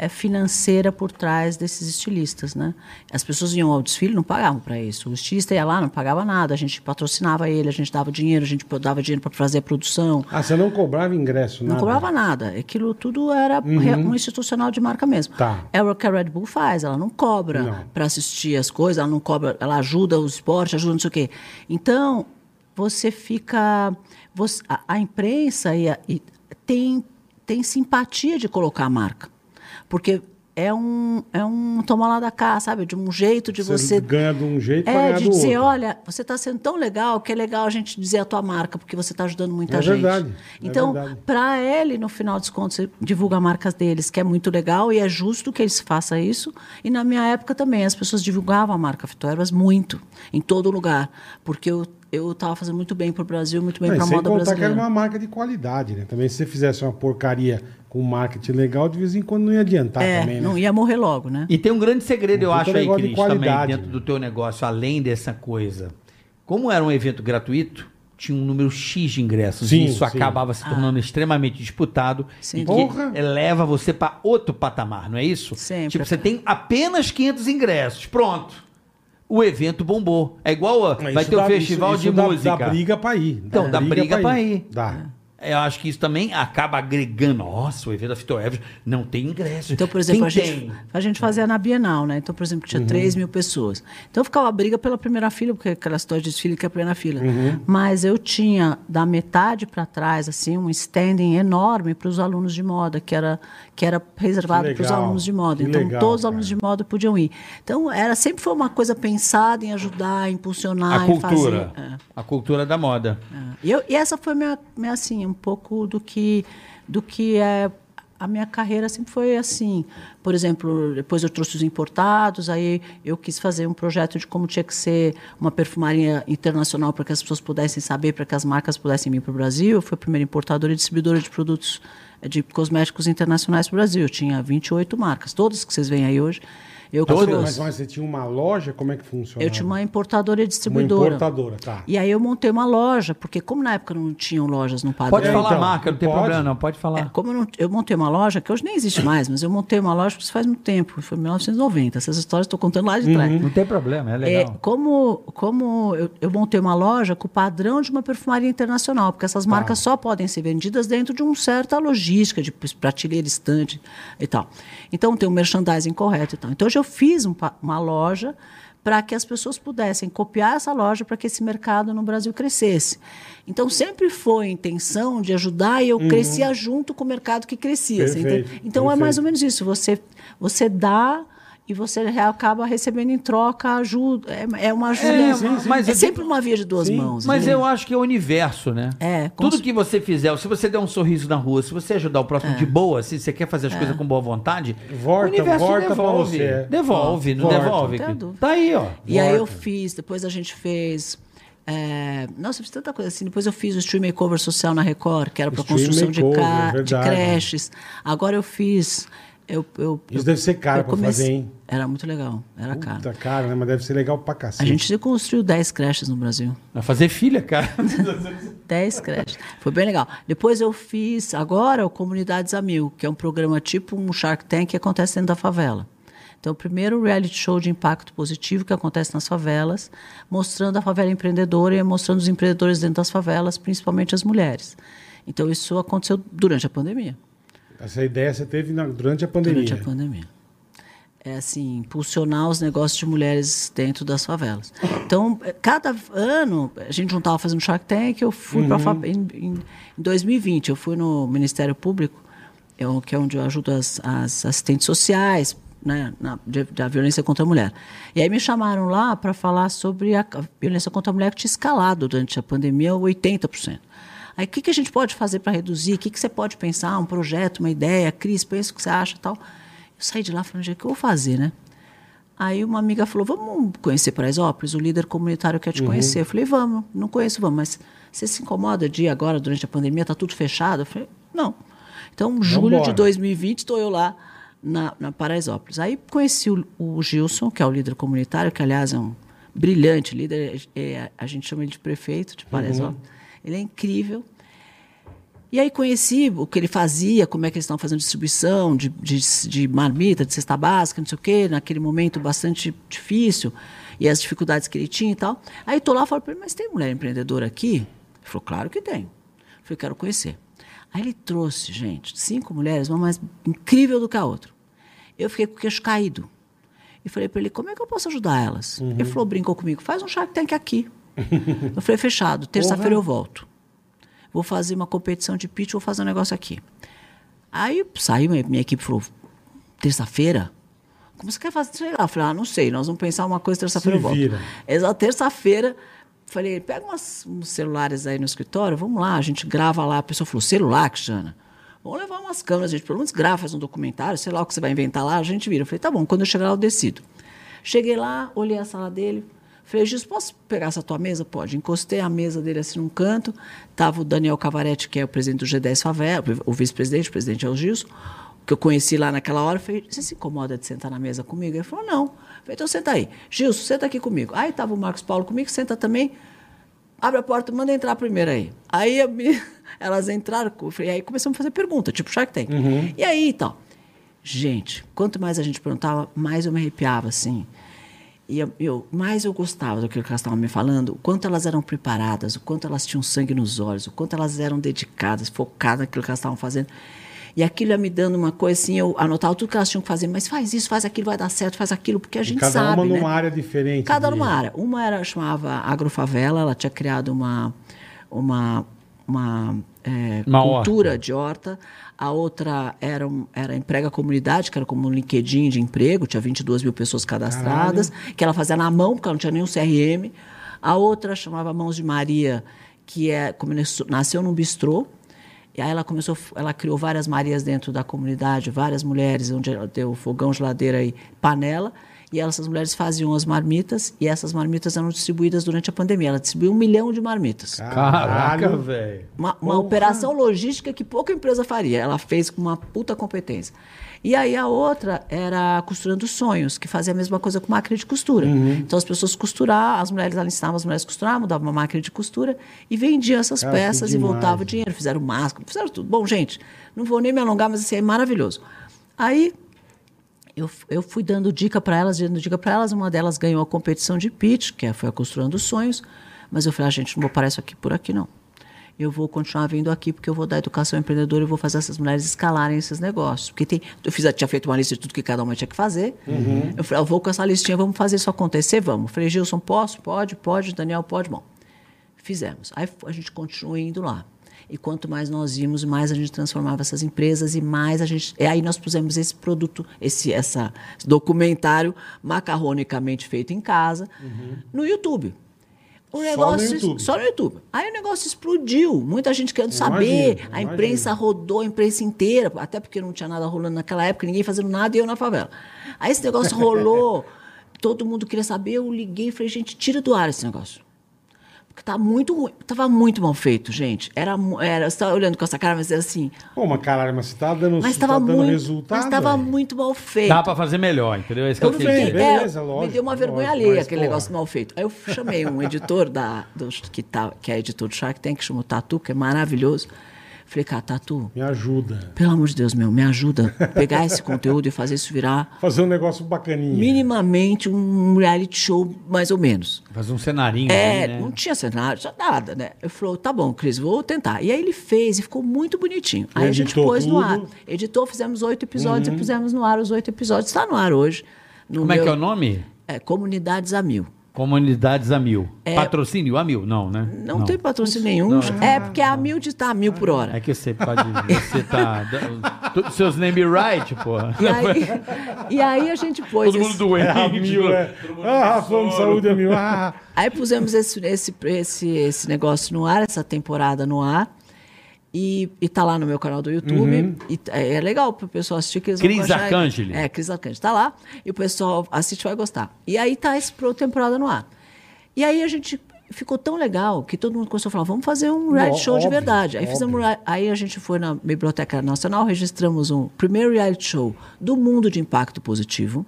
D: é, financeira por trás desses estilistas, né? As pessoas iam ao desfile, não pagavam para isso. O estilista ia lá, não pagava nada. A gente patrocinava ele, a gente dava dinheiro, a gente dava dinheiro para fazer a produção.
B: Ah, você não cobrava ingresso,
D: Não
B: nada? Uhum.
D: cobrava nada. Aquilo tudo era re- um institucional de marca mesmo.
B: Tá.
D: É o que a Red Bull faz. Ela não
B: Não.
D: cobra para assistir as coisas, ela não cobra, ela ajuda o esporte, ajuda não sei o quê. Então, você fica. você- a, a imprensa e a- e tem, tem simpatia de colocar a marca. Porque é um, é um tomar lá da cá, sabe? De um jeito de
B: Você
D: você.
B: ganha de um jeito pra
D: É,
B: ganhar
D: de
B: do
D: dizer,
B: outro.
D: olha, você está sendo tão legal que é legal a gente dizer a tua marca, porque você está ajudando muita
B: É
D: gente.
B: verdade, é
D: então,
B: verdade.
D: para ele, no final dos contos, você divulga marcas deles, que é muito legal e é justo que eles façam isso. E na minha época também, as pessoas divulgavam a marca Fito Ervas muito, em todo lugar, porque eu eu estava fazendo muito bem para o Brasil, muito bem
B: Não, e
D: para a
B: sem
D: moda
B: contar que
D: brasileira.
B: era uma marca de qualidade, né? Também se você fizesse uma porcaria com um marketing legal, de vez em quando não ia adiantar
D: é,
B: também, né?
D: não ia morrer logo, né?
C: E tem um grande segredo, eu
B: Puta
C: acho, aí,
B: negócio é de
C: Cris, também,
B: qualidade,
C: dentro
B: né?
C: do teu negócio, além dessa coisa. Como era um evento gratuito, tinha um número X de ingressos.
B: Sim,
C: e isso
B: sim.
C: acabava se tornando extremamente disputado.
D: Ah. Sim.
C: e
B: Porra!
C: que eleva você para outro patamar, não é isso?
D: Sempre.
C: Tipo, você tem apenas 500 ingressos. Pronto. O evento bombou. É igual a,
B: Mas
C: vai
B: isso
C: ter o
B: dá-
C: festival
B: isso-
C: de
B: isso dá-
C: música.
B: Dá briga pra ir.
C: Então, dá briga pra ir.
B: Dá.
C: Eu acho que isso também acaba agregando. Nossa, o evento da Fito Evers não tem ingresso.
D: Então, por exemplo,
C: Quem
D: a gente,
C: tem?
D: a gente
B: É.
D: fazia na Bienal, né? Então, por exemplo,
B: Uhum.
D: tinha 3 mil pessoas. Então, ficava a briga pela primeira fila, porque aquela história de desfile que é a primeira fila.
B: Uhum.
D: Mas eu tinha, da metade para trás, assim, um standing enorme para os alunos de moda, que era, que era reservado
B: Que
D: para os
B: legal,
D: alunos de moda.
B: que
D: Então,
B: legal,
D: todos os alunos
B: cara.
D: de moda podiam ir. Então, era, sempre foi uma coisa pensada em ajudar, em impulsionar,
C: a
D: em fazer.
C: cultura.
D: É.
C: A cultura da moda.
D: E, Ah, eu- e essa foi minha, minha assim um pouco do que do que é a minha carreira sempre foi assim por exemplo depois eu trouxe os importados aí eu quis fazer um projeto de como tinha que ser uma perfumaria internacional para que as pessoas pudessem saber para que as marcas pudessem vir para o Brasil eu fui a primeira importadora e distribuidora de produtos eh, de cosméticos internacionais para o Brasil eu tinha 28 marcas todas que vocês veem aí hoje eu que
C: Todas?
D: trouxe.
B: Mas, mas você tinha uma loja, como é que funcionava?
D: eu tinha uma importadora e
B: Uma
D: distribuidora
B: importadora, tá.
D: e aí eu montei uma loja, porque como na época não tinham lojas no padrão.
C: Pode
B: É,
C: falar
B: então,
C: a marca, não tem
B: pode.
C: problema, não. Pode falar.
D: É, como eu, não- eu montei uma loja, que hoje nem existe mais, mas eu montei uma loja isso faz muito tempo, foi em 1990. Essas histórias estou contando lá de trás.
C: Não tem problema, é
D: É,
C: legal.
D: como como eu, eu montei uma loja com o padrão de uma perfumaria internacional, porque essas marcas só podem ser vendidas dentro de uma certa logística, de prateleira, estante e tal. Então, tem um merchandising correto e tal. Então, hoje eu fiz um pa- uma loja para que as pessoas pudessem copiar essa loja para que esse mercado no Brasil crescesse. Então, sempre foi a intenção de ajudar e eu crescia junto com o mercado que crescia. você entende?
B: Perfeito,
D: Então, é mais
B: perfeito.
D: ou menos menos isso. Você, você dá e você re- acaba recebendo em troca ajuda. É, é uma ajuda.
C: É, sim, sim. Mas
D: é
C: eu
D: sempre
C: digo-
D: uma via de duas
B: Sim,
D: mãos.
C: Mas
D: né?
C: eu acho que é o universo, né?
D: É, com
C: Tudo
D: cer- É.
C: que você fizer, se você der um sorriso na rua, se você ajudar o próximo de boa, se você quer fazer as coisas com boa vontade,
B: Volta-
C: o universo
B: volta pra
C: devolve.
B: você.
C: Devolve, não
B: Volta.
C: devolve.
D: Não tenho dúvida.
C: Tá aí, ó.
D: E aí eu
B: Volta.
D: fiz, depois a gente fez. é, nossa, eu fiz tanta coisa assim. Depois eu fiz o Stream Makeover Social na Record, que era para
B: Stream
D: construção de,
B: Makeover,
D: ca- de
B: verdade.
D: creches. Agora eu fiz. Eu, eu,
B: Isso
D: eu-
B: deve ser caro
D: eu
B: pra fazer, hein?
D: Era muito legal, era caro.
B: Puta cara, né? Mas deve ser legal pra cacete.
D: A gente construiu 10 creches no Brasil.
C: Vai fazer filha, cara.
D: 10 creches. Foi bem legal. Depois eu fiz agora o Comunidades a Mil, que é um programa tipo um Shark Tank que acontece dentro da favela. Então, o primeiro reality show de impacto positivo que acontece nas favelas, mostrando a favela empreendedora e mostrando os empreendedores dentro das favelas, principalmente as mulheres. Então, isso aconteceu durante a pandemia.
B: Essa ideia você teve na- durante a pandemia.
D: durante a pandemia. É assim, impulsionar os negócios de mulheres dentro das favelas. Então, eh, cada ano, a gente não estava fazendo Shark Tank, eu fui pra para em, em 2020, eu fui no Ministério Público, eu, que é onde eu ajudo as, as assistentes sociais, né, na, de- da violência contra a mulher. E aí me chamaram lá para falar sobre a ca- violência contra a mulher que tinha escalado durante a pandemia 80%. Aí o que, que a gente pode fazer para reduzir? O que, que você pode pensar? Um projeto, uma ideia? Cris, pensa o que você acha e tal. Eu saí de lá falando, gente, o que eu vou fazer, né? Aí uma amiga falou, vamos conhecer Paraisópolis? O líder comunitário quer te conhecer. Eu falei, vamos. Não conheço, vamos. Mas você se incomoda de ir agora, durante a pandemia, tá tudo fechado? Eu falei, não. Então, julho
B: embora.
D: de 2020, estou eu lá na, na Paraisópolis. Aí conheci o, o Gilson, que é o líder comunitário, que, aliás, é um brilhante líder. é- a gente chama ele de prefeito de Paraisópolis. Ele é incrível. E aí conheci o que ele fazia, como é que eles estavam fazendo distribuição de, de, de marmita, de cesta básica, não sei o quê, naquele momento bastante difícil, e as dificuldades que ele tinha e tal. Aí tô lá e falo para ele, mas tem mulher empreendedora aqui? Ele falou, claro que tem. Eu falei, quero conhecer. Aí ele trouxe, gente, cinco mulheres, uma mais incrível do que a outra. Eu fiquei com o queixo caído. E falei para ele, como é que eu posso ajudar elas? Ele falou, brincou comigo, faz um Shark Tank aqui. eu falei, fechado, terça-feira eu volto vou fazer uma competição de pitch, vou fazer um negócio aqui. Aí saiu, minha, minha equipe falou, terça-feira? Como você quer fazer isso aí lá? Eu falei, ah, não sei, nós vamos pensar uma coisa, terça-feira
B: Se
D: eu volto.
B: vira.
D: Exato, terça-feira, falei, pega umas- uns celulares aí no escritório, vamos lá, a gente grava lá. A pessoa falou, celular, Cristiana? Vamos levar umas câmeras, gente, pelo menos grava, faz um documentário, sei lá o que você vai inventar lá, a gente vira. Eu falei, tá bom, quando eu chegar lá eu decido. Cheguei lá, olhei a sala dele, falei, Gis, posso pegar essa tua mesa? Pode. Encostei a mesa dele assim num canto, tava o Daniel Cavaretti, que é o presidente do G10 Favela, o vice-presidente, o presidente é o Gilson, que eu conheci lá naquela hora, eu falei, você se incomoda de sentar na mesa comigo? Ele falou, não. Eu falei, então senta aí. Gilson, senta aqui comigo. Aí estava o Marcos Paulo comigo, senta também. Abre a porta, manda entrar primeiro aí. Aí a me- <laughs> elas entraram, eu falei, aí começamos a fazer pergunta, tipo Shark Tank.
B: Uhum.
D: E aí e tal. Gente, quanto mais a gente perguntava, mais eu me arrepiava, assim. E eu, eu- mais eu gostava do que elas estavam me falando, o quanto elas eram preparadas, o quanto elas tinham sangue nos olhos, o quanto elas eram dedicadas, focadas naquilo que elas estavam fazendo. E aquilo ia me dando uma coisa assim, eu anotava tudo que elas tinham que fazer, mas faz isso, faz aquilo, vai dar certo, faz aquilo, porque a
B: E
D: gente
B: cada
D: sabe,
B: uma
D: né?
B: numa área diferente.
D: Cada
B: de-
D: numa área. Uma era chamava Agrofavela, ela tinha criado uma uma uma, é,
C: Uma
D: cultura
C: horta.
D: de horta. A outra era, um- era Emprega Comunidade, que era como um LinkedIn de emprego, tinha 22 mil pessoas cadastradas, que ela fazia na mão, porque ela não tinha nenhum CRM. A outra chamava Mãos de Maria, que é, começou- nasceu num bistrô, e aí ela começou, ela criou várias Marias dentro da comunidade, várias mulheres, onde ela deu fogão, geladeira e panela. E elas- essas mulheres faziam as marmitas e essas marmitas eram distribuídas durante a pandemia. Ela distribuiu um milhão de marmitas.
C: Caraca,
B: Caralho.
C: velho.
D: Uma, uma operação logística que pouca empresa faria. Ela fez com uma puta competência. E aí a outra era Costurando Sonhos, que fazia a mesma coisa com máquina de costura. Então as pessoas costuravam, as mulheres ali ensinavam as mulheres a costurar, mudavam uma máquina de costura e vendiam essas
B: Cara, que
D: peças e
B: demais,
D: voltava o
B: né?
D: dinheiro. Fizeram máscara, fizeram tudo. Bom, gente, não vou nem me alongar, mas assim, é maravilhoso. Aí eu, eu fui dando dica para elas, dando dica para elas. Uma delas ganhou a competição de pitch, que é- foi a Construindo Sonhos. Mas eu falei, ah, gente, não vou parar isso aqui por aqui, não. Eu vou continuar vindo aqui, porque eu vou dar educação empreendedora e vou fazer essas mulheres escalarem esses negócios. Porque tem, eu fiz, eu tinha feito uma lista de tudo que cada uma tinha que fazer.
B: Uhum.
D: Eu falei, ah, eu vou com essa listinha, vamos fazer isso acontecer? Vamos. Falei, Gilson, posso? Pode, pode. Daniel, pode. Bom, fizemos. Aí a gente continua indo lá. E quanto mais nós íamos, mais a gente transformava essas empresas e mais a gente. E aí nós pusemos esse produto, esse essa esse documentário macarronicamente feito em casa, no YouTube. O
B: Uhum. Só
D: negócio,
B: no YouTube.
D: Só no YouTube. Aí o negócio explodiu. Muita gente querendo saber.
B: Imagino,
D: a imprensa
B: imagino.
D: rodou, a imprensa inteira, até porque não tinha nada rolando naquela época, ninguém fazendo nada e eu na favela. Aí esse
B: <laughs>
D: negócio rolou, todo mundo queria saber. Eu liguei e falei, gente, tira do ar esse negócio. Porque tá muito ruim. Tava muito mal feito, gente. Era, mu- era, você tava olhando com essa cara, mas era assim.
B: Pô, mas caralho, mas você tá dando,
D: Mas
B: você tá
D: tava,
B: dando
D: muito,
B: resultado.
D: mas tava
B: velho.
D: muito mal feito.
C: Dá pra fazer melhor, entendeu? É isso que eu
D: Eu
C: quis
B: bem,
C: dizer.
D: fiquei- é,
B: beleza, lógico,
D: Me deu uma vergonha
B: lógico,
D: alheia
B: mas,
D: aquele
B: porra.
D: negócio mal feito. Aí eu chamei um editor da, do, que, tá, que é editor do Shark Tank, que chama o Tatu, que é maravilhoso. Falei, cara, Tatu,
B: Me ajuda.
D: pelo amor de Deus, meu, me ajuda a pegar esse conteúdo e fazer isso virar
B: Fazer um negócio bacaninha.
D: minimamente um reality show, mais ou menos.
C: Fazer um cenarinho
D: É,
C: ali, né?
D: não tinha cenário, só nada, né? Eu falou, tá bom, Cris, vou tentar. E aí ele fez e ficou muito bonitinho. Aí a gente
B: Editou
D: pôs no ar.
B: tudo.
D: Editou, fizemos oito episódios e pusemos no ar os oito episódios. Está no ar hoje. No
C: Uhum. Como é
D: meu-
C: que é o nome?
D: É, Comunidades a Mil.
C: Comunidades a mil. Patrocínio a mil? Não, né?
D: É. Não, tem patrocínio nenhum. é porque é a mil de tá a mil por hora.
C: É que você pode. Você tá. tu- Seus name right, porra.
D: E aí, e aí <laughs> a gente pôs.
C: Todo mundo
D: esse-
C: doente.
B: <laughs>
C: tipo,
B: É a
D: tipo,
B: mil, é. Ah, falando de saúde, é mil. Ah,
D: Aí pusemos esse, esse, esse, esse negócio no ar, essa temporada no ar. E, e tá lá no meu canal do YouTube. E t- é, é legal pro pessoal assistir. Que eles vão
C: Cris
D: gostar.
C: Arcangeli.
D: É, Cris Arcangeli. Tá lá. E o pessoal assiste vai gostar. E aí tá esse pro temporada no ar. E aí a gente ficou tão legal que todo mundo começou a falar, vamos fazer um reality
B: Ó,
D: show de
B: óbvio,
D: verdade. Aí
B: óbvio.
D: fizemos um ra- aí a gente foi na Biblioteca Nacional, registramos um primeiro reality show do mundo de impacto positivo.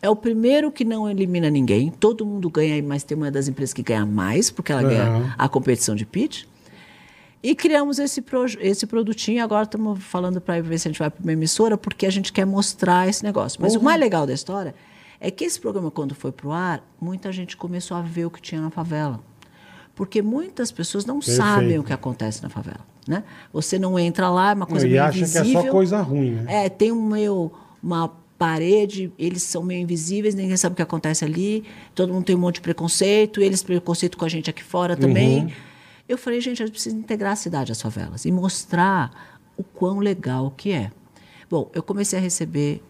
D: É o primeiro que não elimina ninguém. Todo mundo ganha, mas tem uma das empresas que ganha mais, porque ela
B: Aham.
D: ganha a competição de pitch. E criamos esse, proje- esse produtinho. Agora estamos falando para ver se a gente vai para uma emissora, porque a gente quer mostrar esse negócio.
B: Uhum.
D: Mas o mais legal da história é que esse programa, quando foi para o ar, muita gente começou a ver o que tinha na favela. Porque muitas pessoas não
B: Perfeito.
D: sabem o que acontece na favela. Né? Você não entra lá, é uma coisa
B: e
D: meio
B: acha que é só
D: invisível.
B: coisa ruim, né?
D: É, tem um meio, uma parede, eles são meio invisíveis, ninguém sabe o que acontece ali, todo mundo tem um monte de preconceito, eles preconceito com a gente aqui fora
B: Uhum.
D: também. Eu falei, gente, a gente precisa integrar a cidade às favelas e mostrar o quão legal que é. Bom, eu comecei a receber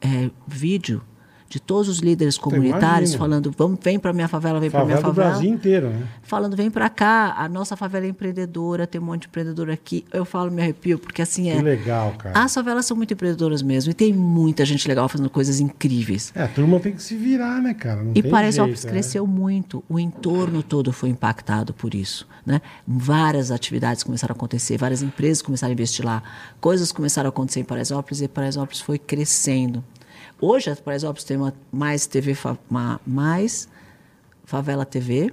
D: eh, vídeo de todos os líderes comunitários
B: imagino.
D: falando, vamos, vem para minha favela, vem para minha
B: Então, Favela do
D: favela
B: Brasil inteiro, né?
D: falando, vem pra cá, a nossa favela é empreendedora, tem um monte de empreendedor aqui. Eu falo, me arrepio, porque assim é.
B: Que legal, cara.
D: As favelas são muito empreendedoras mesmo, e tem muita gente legal fazendo coisas incríveis.
B: É, a turma tem que se virar, né, cara? Não
D: E
B: tem
D: Paraisópolis
B: jeito, né?
D: cresceu muito, o entorno todo foi impactado por isso. Né? Várias atividades começaram a acontecer, várias empresas começaram a investir lá, coisas começaram a acontecer em Paraisópolis e Paraisópolis foi crescendo. Hoje, a Paraisópolis tem uma, mais TV, fa- uma- mais Favela TV,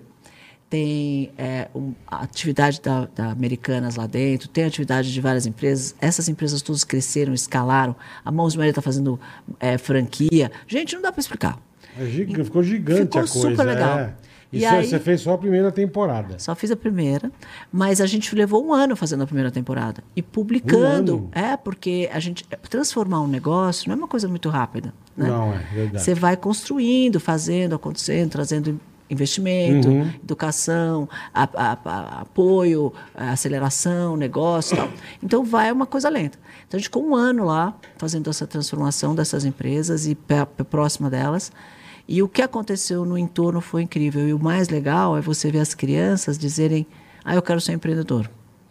D: tem é, um- a atividade da, da Americanas lá dentro, tem atividade de várias empresas. Essas empresas todas cresceram, escalaram. A Mãos Maria está fazendo é, franquia. Gente, não dá para explicar.
B: É giga- Ficou gigante
D: Ficou
B: a coisa.
D: super legal.
B: é.
D: E
B: Isso
D: aí-
B: você fez só a primeira temporada.
D: Só fiz a primeira, mas a gente levou um ano fazendo a primeira temporada e publicando.
B: Um ano?
D: é, porque a gente transformar um negócio não é uma coisa muito rápida. Né?
B: Não, é verdade.
D: Você vai construindo, fazendo, acontecendo, trazendo investimento,
B: Uhum.
D: educação, a- a- a- apoio, a aceleração, negócio e tal. Então, vai uma coisa lenta. Então, a gente ficou um ano lá fazendo essa transformação dessas empresas e pé- pé próxima delas. E o que aconteceu no entorno foi incrível. E o mais legal é você ver as crianças dizerem: ah, eu quero ser empreendedor.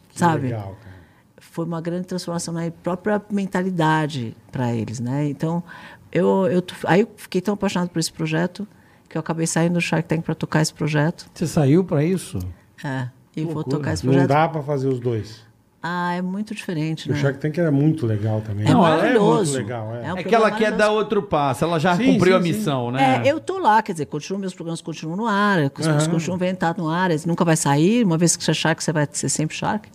B: Que
D: Sabe?
B: Legal, cara.
D: foi uma grande transformação na própria mentalidade para eles, né? Então, eu, eu t- aí eu fiquei tão apaixonado por esse projeto que eu acabei saindo do Shark Tank para tocar esse projeto.
C: Você saiu pra isso?
D: É, e vou
C: Loucura.
D: tocar esse
B: Não
D: projeto.
B: dá pra fazer os dois.
D: Ah, é muito diferente,
B: O
D: né?
B: Shark Tank era muito legal também.
D: É
B: Não,
D: maravilhoso.
B: É muito legal, é.
D: É
C: É
D: um-
C: que
D: programa
C: ela quer
D: maravilhoso.
C: dar outro passo, ela já
B: Sim,
C: cumpriu
B: sim,
C: a
B: sim.
C: missão, né?
D: É, eu tô lá, quer dizer, continuo, meus programas continuam no ar, os meus
B: Aham.
D: continuam vendo, tá no ar, eles nunca vai sair, uma vez que você é Shark, você vai ser sempre Shark.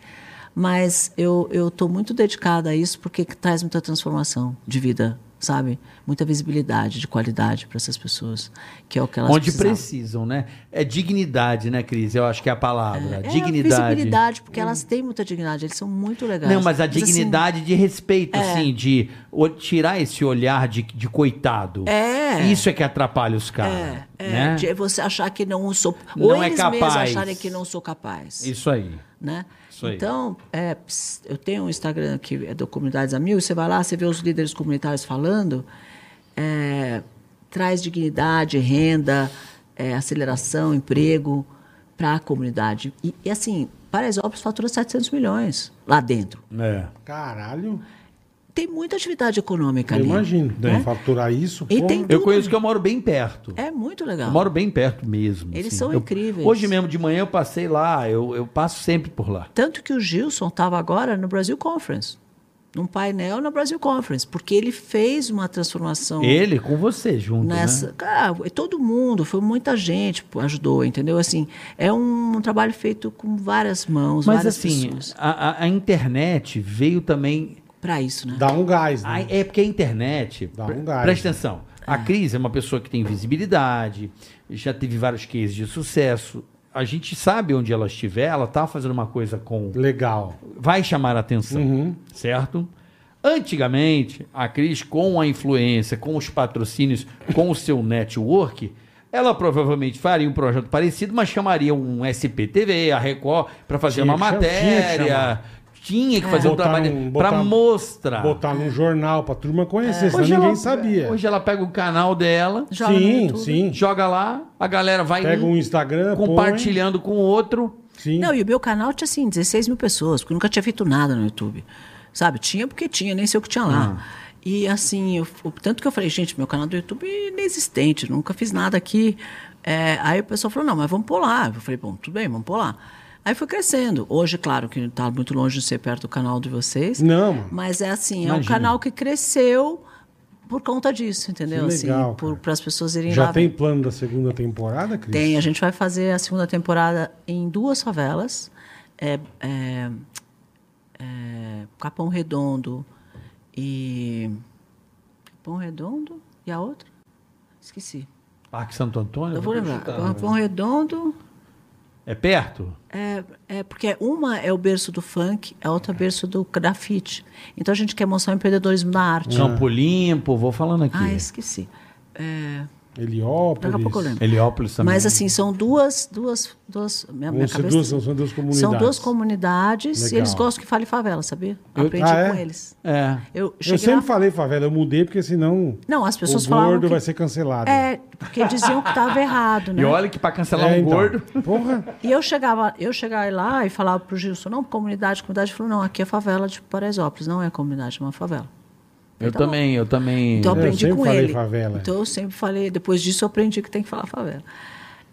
D: Mas eu, eu tô muito dedicada a isso porque que traz muita transformação de vida, sabe? Muita visibilidade de qualidade para essas pessoas, que é o que elas
C: Onde
D: precisavam.
C: precisam, né? É dignidade, né, Cris? Eu acho que é a palavra.
D: É,
C: dignidade.
D: visibilidade, porque elas têm muita dignidade, eles são muito legais.
C: Não, mas a
D: assim, é.
C: dignidade de respeito, assim, de o- tirar esse olhar de, de coitado.
D: É.
C: Isso é que atrapalha os caras.
D: é,
C: né?
D: de você achar que não sou. ou
C: Não é
D: eles mesmos
C: capaz.
D: acharem que não sou capaz.
C: Isso aí.
D: né?
C: Isso aí.
D: Então, é, ps- eu tenho um Instagram que é do Comunidades a Mil, você vai lá, você vê os líderes comunitários falando, é, traz dignidade, renda, é, aceleração, emprego para a comunidade. E, e assim, Paraisópolis fatura 700 milhões lá dentro.
C: É.
D: um
B: Caralho.
D: Tem muita atividade econômica
B: Eu
D: ali.
B: imagino.
D: né?
B: Faturar isso.
D: E
B: pô,
D: tem-
C: Eu conheço que eu moro bem perto.
D: É muito
C: Eu
D: legal.
C: moro bem perto mesmo.
D: Eles
C: assim.
D: são
C: Eu-
D: incríveis.
C: Hoje mesmo de manhã eu passei lá, eu, eu passo sempre por lá.
D: Tanto que o Gilson estava agora no Brasil Conference. num painel na Brasil Conference, porque ele fez uma transformação
C: Ele com você junto,
D: nessa.
C: né?
D: Cara, e todo mundo, foi muita gente que ajudou, entendeu? Assim, é um, trabalho feito com várias mãos,
C: Mas
D: várias
C: assim,
D: pessoas.
C: a, a- a internet veio também...
D: Para isso, né?
B: Dá um gás, né?
C: Ah, é porque a internet.
B: Dá um
C: pre-
B: gás,
C: Presta
B: né?
C: atenção. A Cris é uma pessoa que tem visibilidade, já teve vários cases de sucesso. A gente sabe onde ela estiver, ela tá fazendo uma coisa com.
D: é
B: Legal.
C: Vai chamar a atenção,
B: Uhum.
C: certo? Antigamente, a Cris, com a influência, com os patrocínios, com o seu network, ela provavelmente faria um projeto parecido, mas chamaria um SPTV, a Record, para fazer
B: Tinha
C: uma
B: que cham- tinha que
C: matéria.
B: chamar.
C: Tinha que fazer um
B: Botar
C: trabalho
B: num-
C: para
B: botar-
C: mostrar.
B: Botar num jornal pra turma
D: É.
B: conhecer, senão ninguém sabia.
C: Hoje ela pega o canal dela,
D: Joga no
B: sim,
D: YouTube.
B: sim.
C: joga lá, a galera vai
B: Pega um
C: um
B: Instagram, põe.
C: compartilhando com o outro.
B: Sim.
D: Não, e o meu canal tinha assim, 16 mil pessoas, porque eu nunca tinha feito nada no YouTube. Sabe? Tinha porque tinha, nem sei o que tinha lá.
B: Ah.
D: E assim, eu- o tanto que eu falei, gente, meu canal do YouTube é inexistente, nunca fiz nada aqui. É, aí o pessoal falou, não, mas vamos pôr lá. Eu falei, bom, tudo bem, vamos pôr lá. Aí foi crescendo. Hoje, claro, que está muito longe de ser perto do canal de vocês.
B: Não.
D: Mas é assim, é um
C: Imagina.
D: canal que cresceu por conta disso, entendeu?
B: Que legal,
D: assim,
B: cara.
D: para as pessoas irem lá.
B: Já
D: ver.
B: tem plano da segunda temporada, Cris?
D: Tem, a gente vai fazer a segunda temporada em duas favelas. É, é, é, Capão Redondo e. Capão Redondo e a outra? Esqueci.
C: Parque Santo Antônio?
D: Eu vou né? lembrar.
C: chutar.
D: Capão Redondo.
C: É perto?
D: É, é porque uma é o berço do funk, a outra é o berço do grafite. Então a gente quer mostrar o empreendedorismo na arte.
C: Campo Hum. Limpo, vou falando aqui.
D: Ah, esqueci. É,
B: Heliópolis.
D: Daqui a pouco eu lembro.
C: Heliópolis também. né?
D: Mas assim, são duas, duas, duas, minha,
B: Vão
D: minha
B: ser
D: cabeça...
B: duas- são duas comunidades.
D: São duas comunidades e
B: Legal.
D: eles gostam que fale favela, sabia?
B: Eu-
D: Aprendi
B: Ah, é?
D: com eles.
C: É.
D: Eu,
B: Eu
D: cheguei
B: sempre
D: lá-
B: falei favela, eu mudei porque senão
D: Não, as pessoas
B: o
D: falavam
B: gordo
D: que-
B: vai ser cancelado.
D: É, porque diziam que estava errado, né?
C: E olha que pra cancelar
B: É,
C: um
B: então.
C: gordo.
B: Porra,
D: E eu chegava, eu chegava lá e falava pro Gilson, não, comunidade, comunidade, ele falou, não, aqui é favela de Paraisópolis, não é comunidade, é uma favela.
C: Eu
D: Então-
C: também, eu também.
D: Então eu
B: Eu
D: aprendi
B: sempre
D: com
B: falei
D: ele.
B: favela.
D: Então eu sempre falei, depois disso eu aprendi que tem que falar favela.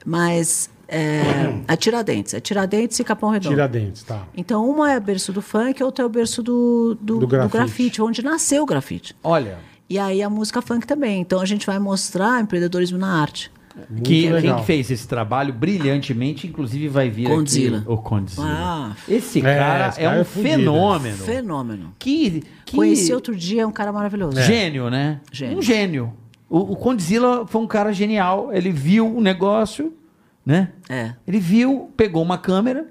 D: Mas é,
B: <coughs>
D: é Tiradentes, é Tiradentes e Capão Redondo.
B: Tiradentes, tá.
D: Então uma é berço do funk, a outra é o berço do, do,
B: Do
D: do grafite.
B: grafite.
D: onde nasceu o grafite.
C: Olha,
D: E aí a música funk também. Então a gente vai mostrar empreendedorismo na arte.
B: Muito
C: que,
B: legal.
C: quem fez esse trabalho brilhantemente, inclusive vai vir
D: Condzilla.
C: aqui. O Condzilla.
D: Ah.
C: esse
B: É,
C: cara
B: esse
C: é,
B: cara
C: um
B: é fudido.
C: fenômeno.
D: Fenômeno.
C: Que, que...
D: Conheci outro dia um cara maravilhoso.
C: Gênio, né?
D: Gênio.
C: Um gênio. O, o Condzilla foi um cara genial. Ele viu o negócio, né?
D: É.
C: Ele viu, pegou uma câmera,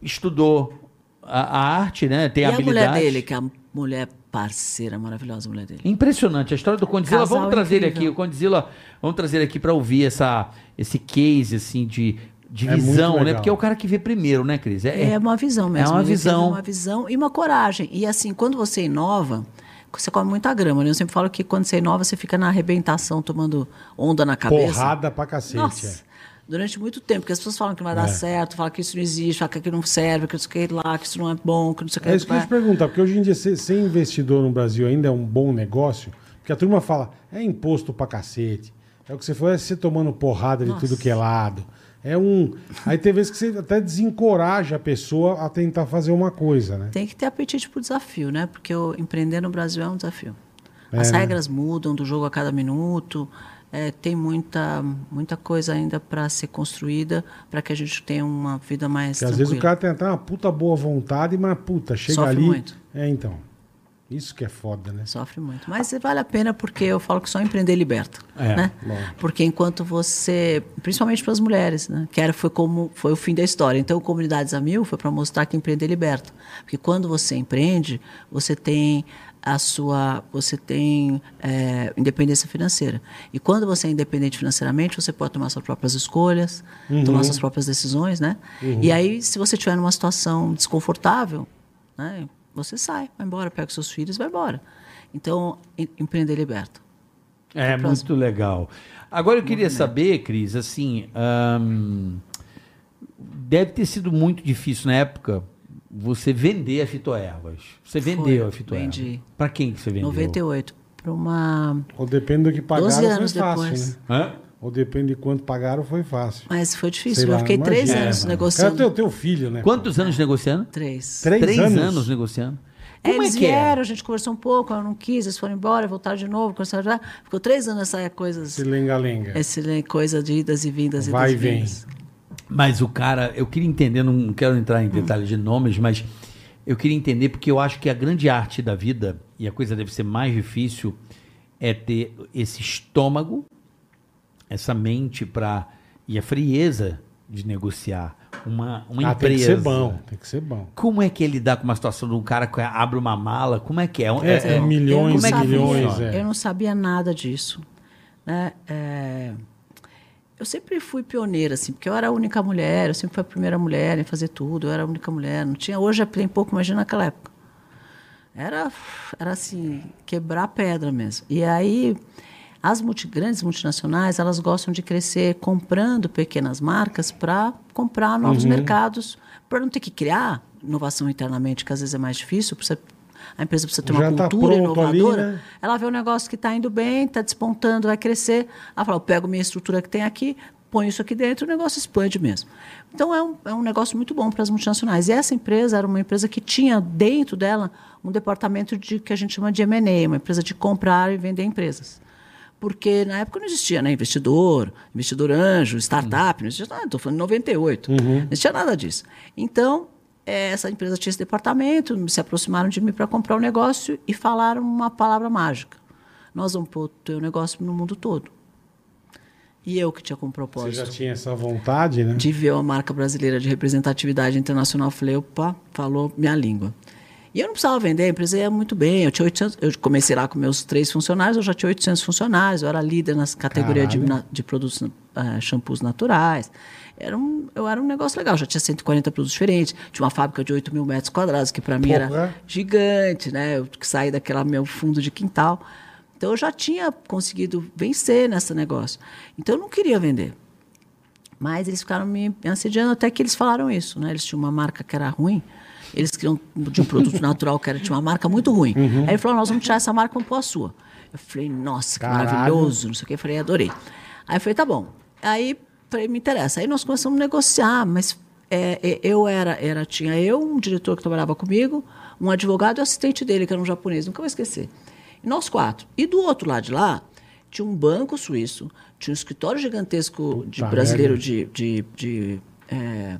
C: estudou a, a arte, né? Tem
D: E a
C: habilidade.
D: mulher dele, que é a mulher parceira, maravilhosa a mulher dele.
C: Impressionante a história do Condzilla.
D: Casal
C: Vamos trazer ele aqui,
D: incrível.
C: o Condzilla. Vamos trazer ele aqui para ouvir essa, esse case assim de, de
B: É muito
C: visão, né?
B: legal.
C: Porque é o cara que vê primeiro, né, Cris?
D: É uma visão mesmo.
C: É uma
D: Ele teve
C: visão.
D: Uma visão e uma coragem. E assim, quando você inova, você come muita grama, né? Eu sempre falo que quando você inova, você fica na arrebentação, tomando onda na cabeça.
B: Porrada pra cacete. é.
D: Nossa, durante muito tempo, porque as pessoas falam que não vai dar certo, falam que isso não existe, falam que aquilo não serve, que isso que lá, que isso não é bom, que não sei o que.
B: É. é isso que eu ia te perguntar, porque hoje em dia ser, ser investidor no Brasil ainda é um bom negócio, porque a turma fala, é imposto pra cacete. É o que você falou, é você tomando porrada de tudo que é lado. É um. Aí tem vezes que você até desencoraja a pessoa a tentar fazer uma coisa, né?
D: Tem que ter apetite pro desafio, né? Porque o empreender no Brasil é um desafio.
B: É,
D: As
B: né?
D: regras mudam do jogo a cada minuto. é, tem muita, muita coisa ainda para ser construída para que a gente tenha uma vida mais
B: Porque às
D: tranquila.
B: vezes o cara tem até uma puta boa vontade, mas puta, chega
D: Sofre
B: ali.
D: muito.
B: É, então. Isso que é foda, né?
D: Sofre muito. Mas vale a pena porque eu falo que só empreender liberta.
C: É,
D: né?
B: bom.
D: Porque enquanto você. Principalmente para as mulheres, né? Que era, foi, como, foi o fim da história. Então, Comunidades a Mil foi para mostrar que empreender liberta. Porque quando você empreende, você tem a sua você tem é, independência financeira e quando você é independente financeiramente você pode tomar suas próprias escolhas tomar suas próprias decisões né e aí se você estiver numa situação desconfortável né? Você sai, vai embora, pega os seus filhos, vai embora. Então, em- empreender liberta.
C: É muito legal. Agora eu queria saber, Cris, assim, ahn, deve ter sido muito difícil na época você vender a fitoervas. Você vendeu a fitoerva.
D: vendi.
C: Para quem que você vendeu?
D: 98 para uma
B: Ou depende do que
D: Doze
B: pagaram, foi
D: anos
B: fácil, né?
D: depois.
C: Hã?
B: Ou depende de quanto pagaram, foi fácil.
D: mas foi
B: Sei
D: difícil. Eu
B: lá,
D: fiquei três
B: imagina.
D: anos
B: É, mano.
D: negociando.
B: Cara, teu, teu filho, né?
C: Quantos anos negociando?
D: Três.
B: Três anos?
C: negociando. Como
D: eles
C: é que é?
D: vieram, a gente conversou um pouco, eu não quis, eles foram embora, voltaram de novo, conversaram já. Ficou três anos essa coisa,
B: Esse
D: É
B: lenga-lenga.
D: esse coisa de idas e vindas, idas
B: Vai e
D: e
B: vem.
D: vindas.
C: Mas o cara, eu queria entender, não quero
B: Hum.
C: entrar em detalhes de nomes, mas eu queria entender porque eu acho que a grande arte da vida, e a coisa deve ser mais difícil, é ter esse estômago, essa mente para e a frieza de negociar uma, uma
B: Ah,
C: empresa. né?
B: tem que ser bom, tem que ser bom.
C: Como é que ele dá com uma situação de um cara que abre uma mala? Como é que é?
B: É, é
C: é-
B: milhões,
C: como é que
B: milhões,
C: funciona?
B: é.
D: Eu não sabia nada disso. Né? É, eu sempre fui pioneira, assim, porque eu era a única mulher, eu sempre fui a primeira mulher em fazer tudo, eu era a única mulher. Não tinha, hoje tem pouco, imagina naquela época. Era, era assim, quebrar pedra mesmo. E aí, as multi, grandes multinacionais, elas gostam de crescer comprando pequenas marcas para comprar
B: Uhum.
D: novos mercados, para não ter que criar inovação internamente, que às vezes é mais difícil, precisa- a empresa precisa ter
B: Já
D: uma
B: tá
D: cultura
B: pronto ali,
D: inovadora.
B: né?
D: Ela vê um negócio que está indo bem, está despontando, vai crescer. Ela fala, eu pego minha estrutura que tem aqui, põe isso aqui dentro, o negócio expande mesmo. Então, é um, é um negócio muito bom para as multinacionais. E essa empresa era uma empresa que tinha dentro dela um departamento de que a gente chama de M&A, uma empresa de comprar e vender empresas. Porque na época não existia né? investidor, investidor anjo, startup, não existia nada. Estou falando em 98.
B: Uhum.
D: Não existia nada disso. Então, eh, essa empresa tinha esse departamento, se aproximaram de mim para comprar o negócio e falaram uma palavra mágica. Nós vamos pôr o teu negócio no mundo todo. E eu que tinha como
B: Você já
D: propósito
B: tinha essa vontade, né?
D: de ver uma marca brasileira de representatividade internacional, eu falei, opa, falou minha língua. E eu não precisava vender, a empresa ia muito bem. Eu tinha 800, eu comecei lá com meus três funcionários, eu já tinha 800 funcionários, eu era líder nas categorias de,
B: Caralho.
D: na- de produtos, eh, shampoos naturais. Era um, eu era um negócio legal, já tinha 140 produtos diferentes, tinha uma fábrica de 8 mil metros quadrados, que para mim
B: Porra.
D: era gigante, né? Eu que saí daquela meu fundo de quintal. Então eu já tinha conseguido vencer nesse negócio. Então eu não queria vender. Mas eles ficaram me assediando até que eles falaram isso, né? Eles tinham uma marca que era ruim. Eles queriam de um produto natural que era tinha uma marca muito ruim. Aí ele falou: "Nós vamos tirar essa marca, vamos pôr a sua". Eu falei: "Nossa, que
B: Caralho.
D: maravilhoso, não sei o que". Eu falei: "Adorei". Aí eu falei: "Tá bom". Aí falei: "Me interessa". Aí nós começamos a negociar, mas é, é, eu era, era tinha eu um diretor que trabalhava comigo, um advogado e o assistente dele que era um japonês, nunca vou esquecer. E nós quatro. E do outro lado de lá tinha um banco suíço, tinha um escritório gigantesco de
B: Puta
D: brasileiro
B: merda.
D: de, de, de, eh,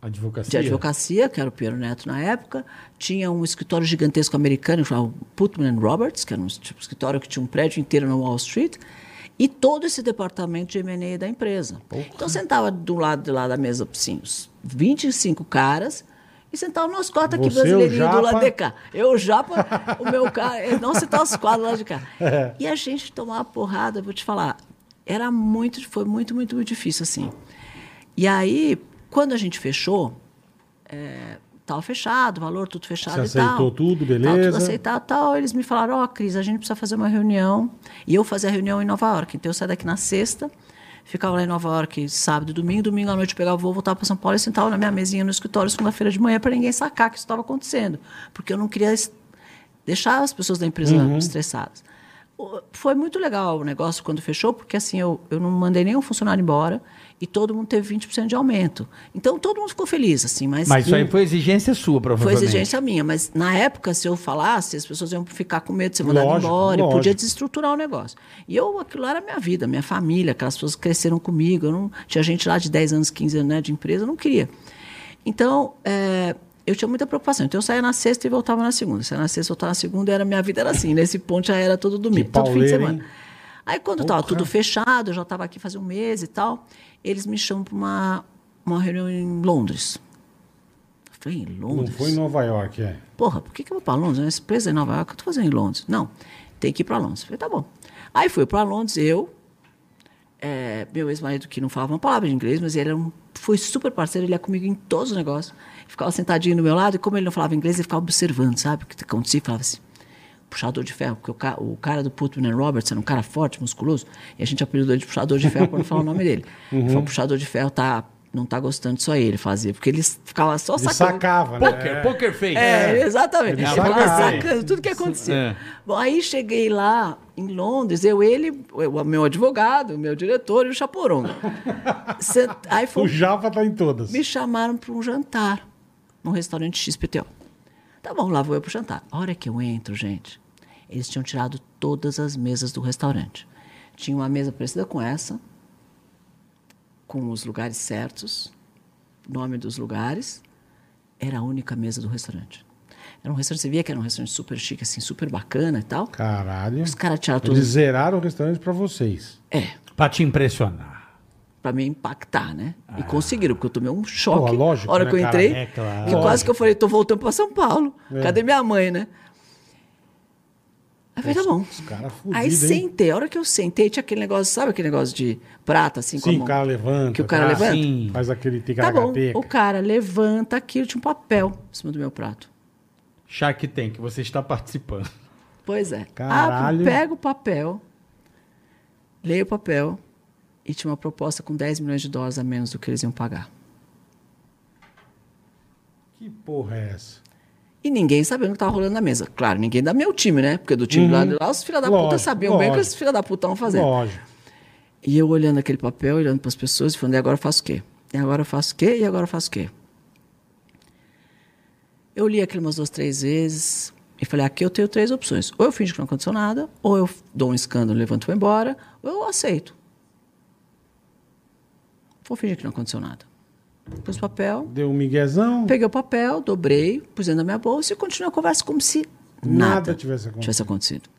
D: de
C: Advocacia.
D: advocacia, que era o Piero Neto na época. Tinha um escritório gigantesco americano, que chamava Putman and Roberts, que era um tipo, de escritório que tinha um prédio inteiro na Wall Street. E todo esse departamento de M&A da empresa. Então, sentava do lado de lá da mesa, assim, uns 25 caras. E sentava nós quatro aqui,
B: Você, o
D: brasileirinho, do lado
B: Japa.
D: de cá. Eu, o Japa, o meu <laughs> cara. Não, você tá os quatro lá de cá.
B: É.
D: E a gente tomava porrada, vou te falar. Era muito, foi muito, muito, muito difícil, assim. E aí, quando a gente fechou, é, tava fechado, valor tudo fechado
B: Você
D: e tal.
B: aceitou tudo,
D: Tava tudo
B: beleza.
D: aceitado e tal. Eles me falaram, ó, Cris, a gente precisa fazer uma reunião. E eu fazia a reunião em Nova York. Então, eu saí daqui na sexta, ficava lá em Nova York sábado e domingo. Domingo à noite eu pegava o voo, voltava para São Paulo e sentava na minha mesinha no escritório segunda-feira de manhã para ninguém sacar que isso estava acontecendo. Porque eu não queria es- deixar as pessoas da empresa
B: Uhum.
D: estressadas. O- Foi muito legal o negócio quando fechou, porque assim, eu, eu não mandei nenhum funcionário embora e todo mundo teve 20% de aumento. Então, todo mundo ficou feliz, assim, mas...
C: Mas isso aí foi exigência sua,
D: Foi
C: provavelmente.
D: exigência minha, mas na época, se eu falasse, as pessoas iam ficar com medo de ser mandado
B: Lógico,
D: embora, e podia
B: lógico.
D: desestruturar o negócio. E eu, aquilo era minha vida, minha família, aquelas pessoas que cresceram comigo. Eu não, tinha gente lá de 10 anos, 15 anos né, de empresa, eu não queria. Então, é, eu tinha muita preocupação. Então, eu saía na sexta e voltava na segunda. Saía na sexta, voltava na segunda, era minha vida era assim. Nesse ponto já era todo domingo, todo fim
B: pauleira,
D: de semana.
B: hein?
D: Aí, quando estava
B: Porra.
D: tudo fechado, eu já estava aqui fazia um mês e tal, eles me chamam para uma, uma reunião em Londres. Eu falei, em
B: Não
D: Londres?
B: foi em Nova York, é.
D: Porra, por que, que eu vou para Londres? É Uma empresa em Nova York, eu estou fazendo em Londres. Não, tem que ir para Londres. Falei, tá bom. Aí fui para Londres, eu, é, meu ex-marido que não falava uma palavra de inglês, mas ele era um, foi super parceiro, ele ia comigo em todos os negócios. Ficava sentadinho do meu lado e como ele não falava inglês, ele ficava observando, sabe? O que acontecia, e falava assim, puxador de ferro, porque o, ca- o cara do Putman and Roberts era um cara forte, musculoso, e a gente apelidou ele de puxador de ferro quando falar o nome
B: <laughs>
D: dele. Ele
B: Uhum.
D: Falou, puxador de ferro tá, não tá gostando, só ele fazia, porque ele ficava só
B: Ele
D: sacando.
B: sacava, né?
C: Poker, poker face.
D: É, exatamente.
B: Ele
D: Ele ficava
B: sacava.
D: sacando tudo que acontecia.
C: É.
D: Bom, aí cheguei lá em Londres, eu, ele, o meu advogado, o meu diretor e o chaporonga. Sent- Aí
B: O
D: foi,
B: Java tá em todas.
D: me chamaram para um jantar num restaurante XPTO. Tá bom, lá vou eu pro jantar. A hora que eu entro, gente, eles tinham tirado todas as mesas do restaurante. Tinha uma mesa parecida com essa, com os lugares certos, nome dos lugares. Era a única mesa do restaurante. Era um restaurante, você via que era um restaurante super chique, assim, super bacana e tal.
B: Caralho.
D: Os caras tiraram tudo.
B: Eles zeraram o restaurante pra vocês.
D: É,
C: Pra te impressionar.
D: pra me impactar, né? E conseguiram, porque eu tomei um choque.
B: Ah. Pô, lógico,
D: a hora
B: né,
D: que eu
B: cara? É.
D: entrei,
C: É, claro.
D: que quase que eu falei, tô voltando pra São Paulo. Cadê minha mãe, né? Aí eu falei, tá bom.
B: Os caras
D: Aí
B: fudidos, hein?
D: sentei, a hora que eu sentei, tinha aquele negócio, sabe aquele negócio de prata, assim, com a
B: Sim,
D: mão?
B: o cara levanta.
D: Que o cara
B: tá?
D: levanta?
C: Sim.
B: Faz aquele
D: Tá bom,
B: ticaracateca.
D: o cara levanta aquilo, tinha um papel em cima do meu prato.
E: Chá que tem, que você está
C: <laughs>
E: participando.
D: Pois é.
B: Caralho.
D: Abro, pego o papel, leio o papel e tinha uma proposta com 10 milhões de dólares a menos do que eles iam pagar.
B: Que porra é essa?
D: E ninguém sabendo o que tava rolando na mesa. Claro, ninguém da meu time, né? Porque do time lá de lá, os filha da puta
B: Uhum. Lógico,
D: sabiam bem o que
B: lógico.
D: os filha da puta estavam fazendo.
B: Lógico.
D: E eu olhando aquele papel, olhando para as pessoas e falando, e agora eu faço o quê? E agora eu faço o quê? E agora eu faço o quê? Eu li aquilo umas duas, três vezes e falei, aqui eu tenho três opções. Ou eu finjo que não aconteceu nada, ou eu dou um escândalo, levanto e vou embora, ou eu aceito. Vou fingir que não aconteceu nada. Pus o papel,
B: Deu um miguezão.
D: peguei o papel, dobrei, pus dentro da minha bolsa e continuei a conversa como se
B: Nada
D: nada,
B: tivesse acontecido.
D: tivesse acontecido.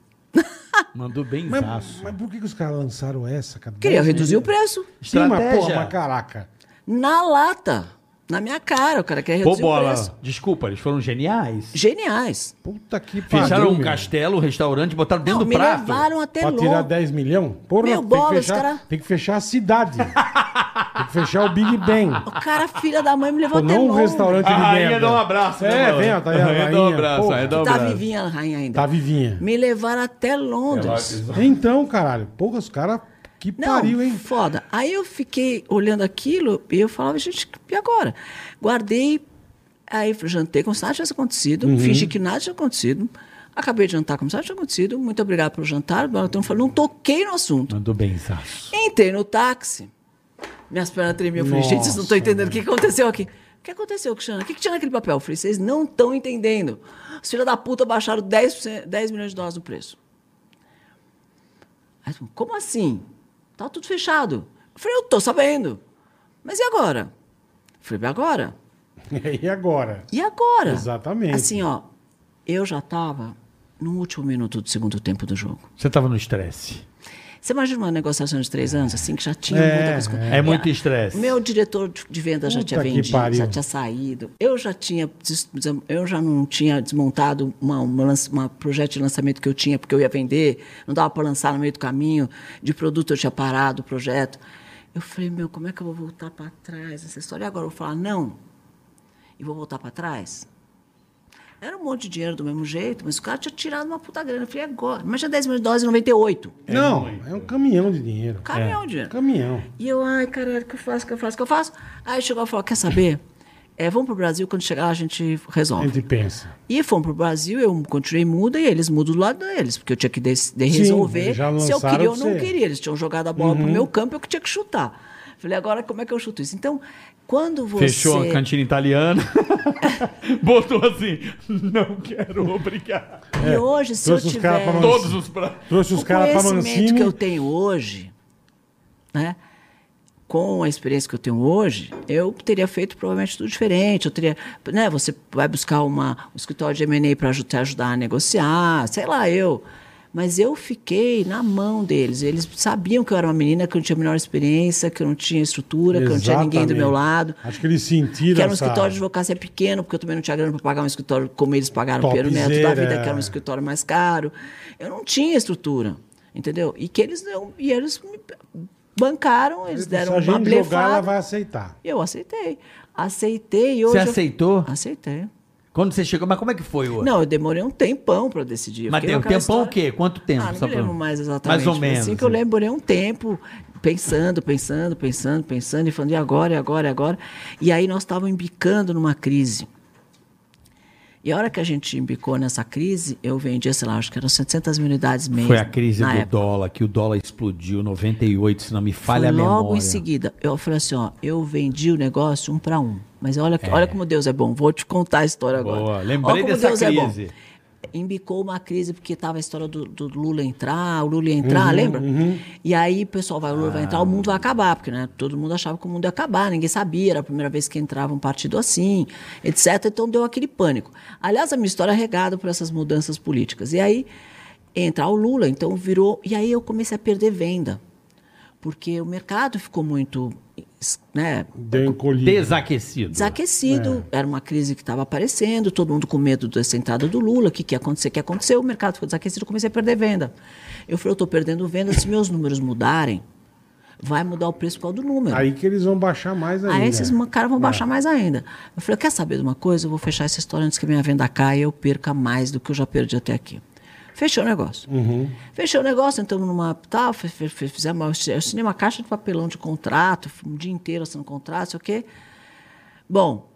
E: Mandou bem
B: Mas,
E: zaço.
B: mas por que, que os caras lançaram essa? Cara?
D: Queria reduzir o preço.
B: Sim, mas porra,
E: Estratégia.
B: mas caraca.
D: Na lata. Na minha cara, o cara quer
E: Pô,
D: reduzir o preço.
E: bola. Desculpa, eles foram geniais.
D: Geniais.
B: Puta que pariu.
C: Fecharam um
B: meu.
C: castelo, um restaurante, botaram dentro
D: Não,
C: do
D: me
C: prato.
D: levaram até
B: Pra tirar
D: longe.
B: 10 milhões? Porra,
D: Meu,
B: tem, que
D: bola, os
B: fechar,
D: cara-
B: tem que fechar a cidade. tem que fechar o Big
D: <laughs>
B: Ben.
D: O cara, filha da mãe, me levou
B: Pô,
D: até
B: não um
D: longe.
B: restaurante de
E: A rainha
B: merda.
E: dá um abraço, né,
B: É,
E: mano?
B: vem, ó, tá aí a
E: A rainha dá um
B: rainha,
E: abraço,
B: porra.
E: a rainha dá um
D: Tá
E: abraço.
D: vivinha a rainha ainda.
B: Tá vivinha.
D: Me levaram
B: É,
D: até Londres.
B: Então, caralho. Porra, os caras... Que
D: Não,
B: pariu, hein?
D: foda. Aí eu fiquei olhando aquilo e eu falava, gente, e agora? Guardei, aí jantei como se nada tivesse acontecido,
B: Uhum.
D: fingi que nada tinha acontecido. Acabei de jantar como se nada tinha acontecido. Muito obrigado pelo jantar. Então, eu falei, não toquei no assunto.
C: Mandou bem, Zaço.
D: Entrei no táxi. Minhas pernas tremiam. Eu falei, gente, vocês não estão entendendo o que aconteceu aqui. O que aconteceu, Cristiano? O que, que tinha naquele papel? Eu falei, vocês não estão entendendo. Os filhos da puta baixaram 10%, 10 milhões de dólares no preço. Aí, eu falei, como assim? Tá tudo fechado. Eu falei, eu tô sabendo. Mas e agora? Eu falei, e agora?
B: <laughs> E agora?
D: E agora?
B: Exatamente.
D: Assim, ó, eu já estava no último minuto do segundo tempo do jogo.
C: Você tava no estresse.
D: Você imagina uma negociação de três anos, assim, que já tinha
B: É,
D: muita coisa.
B: é.
D: E
C: É muito
D: a-
C: estresse.
D: Meu diretor de- de venda já
B: Puta
D: tinha
B: que
D: vendido,
B: pariu.
D: já tinha saído. Eu já tinha, des- des- eu já não tinha desmontado uma, uma, lança- uma projeto de lançamento que eu tinha, porque eu ia vender, não dava para lançar no meio do caminho. De produto eu tinha parado o projeto. Eu falei, meu, como é que eu vou voltar para trás nessa história? E agora eu vou falar, não, e vou voltar para trás? Era um monte de dinheiro do mesmo jeito, mas o cara tinha tirado uma puta grana. Eu falei, agora? Imagina 10 milhões de dólares em 98.
B: não, é um caminhão de dinheiro. Um
D: Caminhão de dinheiro.
B: Caminhão.
D: E eu, ai, caralho, o que eu faço, o que eu faço, o que eu faço? Aí chegou e falou, quer saber? É, vamos pro Brasil, quando chegar a gente
B: A
D: resolve.
B: gente pensa.
D: E fomos pro Brasil, eu continuei muda e eles mudam do lado deles, porque eu tinha que des- de
B: Sim,
D: resolver
B: eles já
D: se eu
B: lançaram
D: queria ou não
B: você. Uhum.
D: queria. Eles tinham jogado a bola pro meu campo, eu que tinha que chutar. Falei, agora como é que eu chuto isso? Então, quando você...
E: Fechou a cantina
C: <laughs>
E: italiana. Botou assim. Não quero, obrigado.
D: E hoje, se eu
B: é, Trouxe os caras
D: tiver...
B: pra Mancini.
E: Todos os pratos.
B: Trouxe os
D: o
B: caras pra
D: conhecimento
B: Mancini.
D: que eu tenho hoje, né? Com a experiência que eu tenho hoje, eu teria feito provavelmente tudo diferente. Eu teria, né? Você vai buscar uma, um escritório de M&A para te ajudar a negociar, sei lá eu. Mas eu fiquei na mão deles. Eles sabiam que eu era uma menina, que eu não tinha a menor experiência, que eu não tinha estrutura, que eu não tinha ninguém do meu
B: Exatamente.
D: lado.
B: Acho que eles sentiram
D: Que era um
B: essa-
D: escritório de advocacia pequeno, porque eu também não tinha grana para pagar um escritório como eles pagaram o Piero Neto da
B: Topzera.
D: vida, que era um escritório mais caro. Eu não tinha estrutura, entendeu? E que eles não, e eles me bancaram, eles
B: Se
D: deram
B: a
D: uma
B: gente jogar, ela
D: blefada.
B: vai aceitar.
D: Eu aceitei. Aceitei e hoje.
C: Você
D: eu-
C: aceitou?
D: Aceitei.
C: Quando você chegou, mas como é que foi o
D: Não, eu demorei um tempão para decidir. Eu
C: Mas
D: fiquei
C: deu
D: com aquela
C: tempão o
D: história-
C: quê? Quanto tempo?
D: Ah, não
C: Só
D: me
C: pra-
D: lembro mais exatamente.
C: Mais ou
D: mas
C: menos.
D: Assim que eu lembrei um tempo, pensando, pensando, pensando, pensando, e falando, e agora, e agora, e agora? E aí nós estávamos embicando numa crise. E a hora que a gente embicou nessa crise, eu vendia, sei lá, acho que eram 700 mil unidades mesmo.
C: Foi a crise do
D: na época.
C: dólar, que o dólar explodiu, 98, se não me
D: Foi
C: falha a
D: logo
C: memória.
D: em seguida. Eu falei assim, ó, eu vendi o negócio um para um. Mas olha, que- olha como Deus é bom. Vou te contar a história
E: Boa,
D: agora.
E: lembrei
D: olha como
E: dessa
D: Deus é
E: crise.
D: bom. Embicou uma crise porque tava a história do, do Lula entrar, o Lula ia entrar,
E: Uhum,
D: lembra? E aí o pessoal vai, o Lula vai entrar,
E: Ah.
D: o mundo vai acabar, porque né, todo mundo achava que o mundo ia acabar, ninguém sabia, era a primeira vez que entrava um partido assim, etc. Então deu aquele pânico. Aliás, a minha história é regada por essas mudanças políticas. E aí entrar o Lula, então virou. E aí eu comecei a perder venda, porque o mercado ficou muito. Né,
B: Deu encolhido.
E: Desaquecido.
D: Desaquecido, era uma crise que estava aparecendo, todo mundo com medo dessa entrada do Lula, o que, que ia acontecer, o que aconteceu, o mercado ficou desaquecido, eu comecei a perder venda. Eu falei, eu estou perdendo venda, se meus números mudarem, vai mudar o preço por causa do número. Aí,
B: Aí que eles vão baixar mais ainda.
D: né? Ah, esses
C: né?
D: ma- caras
C: É.
D: vão baixar mais ainda. Eu falei, quer saber de uma coisa? Eu vou fechar essa história antes que minha venda caia e eu perca mais do que eu já perdi até aqui. Fechei o negócio.
C: Uhum.
D: Fechei o negócio, entramos numa. Tá, fe- fe- fe- fizemos, eu assinei uma caixa de papelão de contrato, fui um dia inteiro assinando contrato, sei o quê. Bom,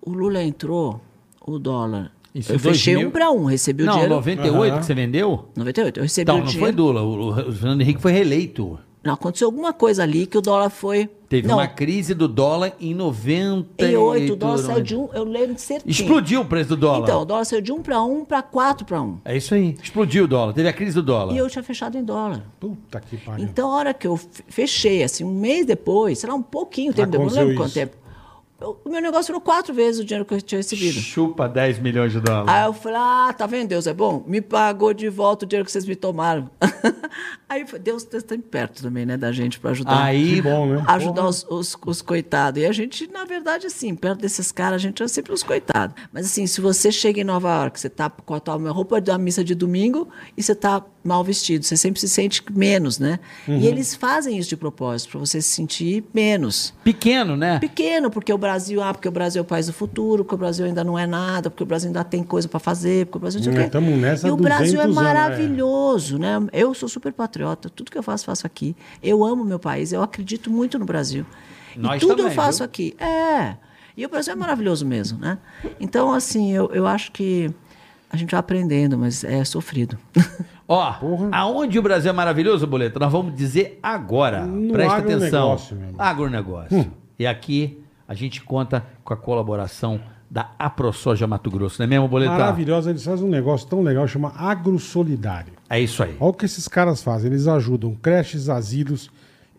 D: o Lula entrou, o dólar.
C: Isso
D: eu
C: em 2000?
D: fechei um para um, recebi o
C: Não,
D: dinheiro.
C: 98
B: Aham.
C: que você vendeu?
D: 98, eu recebi
C: Então,
D: o
C: não
D: dinheiro.
C: foi Lula. O, o- o Fernando Henrique foi reeleito.
D: Não, aconteceu alguma coisa ali que o dólar foi.
C: Teve
D: não,
C: uma crise do dólar em 98.
D: em 8, o dólar saiu
C: né?
D: de um, eu lembro de certinho.
C: Explodiu o preço do dólar.
D: Então, o dólar saiu de um para um para quatro para um.
C: É isso aí. Explodiu o dólar. Teve a crise do dólar.
D: E eu tinha fechado em dólar.
B: Puta que pariu.
D: Então, a hora que eu fe- fechei, assim, um mês depois, será um pouquinho tempo, eu não
B: Aconteceu
D: lembro quanto
B: isso.
D: tempo. eu- o meu negócio virou quatro vezes o dinheiro que eu tinha recebido.
E: Chupa 10 milhões de dólares.
D: Aí eu falei, ah, tá vendo, Deus é bom? Me pagou de volta o dinheiro que vocês me tomaram. <laughs> Aí eu falei, Deus está perto também, né, da gente para ajudar.
C: Aí,
B: Que bom, né?
D: Ajudar os, os- os coitados. E a gente, na verdade, assim, perto desses caras, a gente é sempre os coitados. Mas, assim, se você chega em Nova York, você tá com a tua roupa da missa de domingo e você tá mal vestido, você sempre se sente menos, né? E eles fazem isso de propósito, para você se sentir menos
C: pequeno,
B: É.
C: né?
D: pequeno, porque o Brasil, ah, porque o Brasil é o país do futuro, porque o Brasil ainda não é nada, porque o Brasil ainda tem coisa para fazer, porque o Brasil não sei o
B: Nós
D: quê.
B: estamos É, nessa
D: E
B: há
D: o Brasil
B: 200
D: é
B: anos, né?
D: maravilhoso, né? Eu sou super patriota, tudo que eu faço faço aqui. Eu amo meu país, eu acredito muito no Brasil.
C: Nós
D: e tudo eu
C: também,
D: faço
C: viu?
D: aqui. É. E o Brasil é maravilhoso mesmo, né? Então, assim, eu, eu acho que a gente vai aprendendo, mas é sofrido. <laughs>
C: Ó,
B: Porra.
C: aonde o Brasil é maravilhoso, Boleta? Nós vamos dizer agora.
B: No
C: Presta atenção.
B: agronegócio, meu amigo. Hum.
C: Agronegócio. E aqui a gente conta com a colaboração da AproSoja Mato Grosso, não é mesmo, Boleta?
B: Maravilhosa, eles fazem um negócio tão legal, chama AgroSolidário.
C: É isso aí.
B: Olha o que esses caras fazem. Eles ajudam creches, asilos,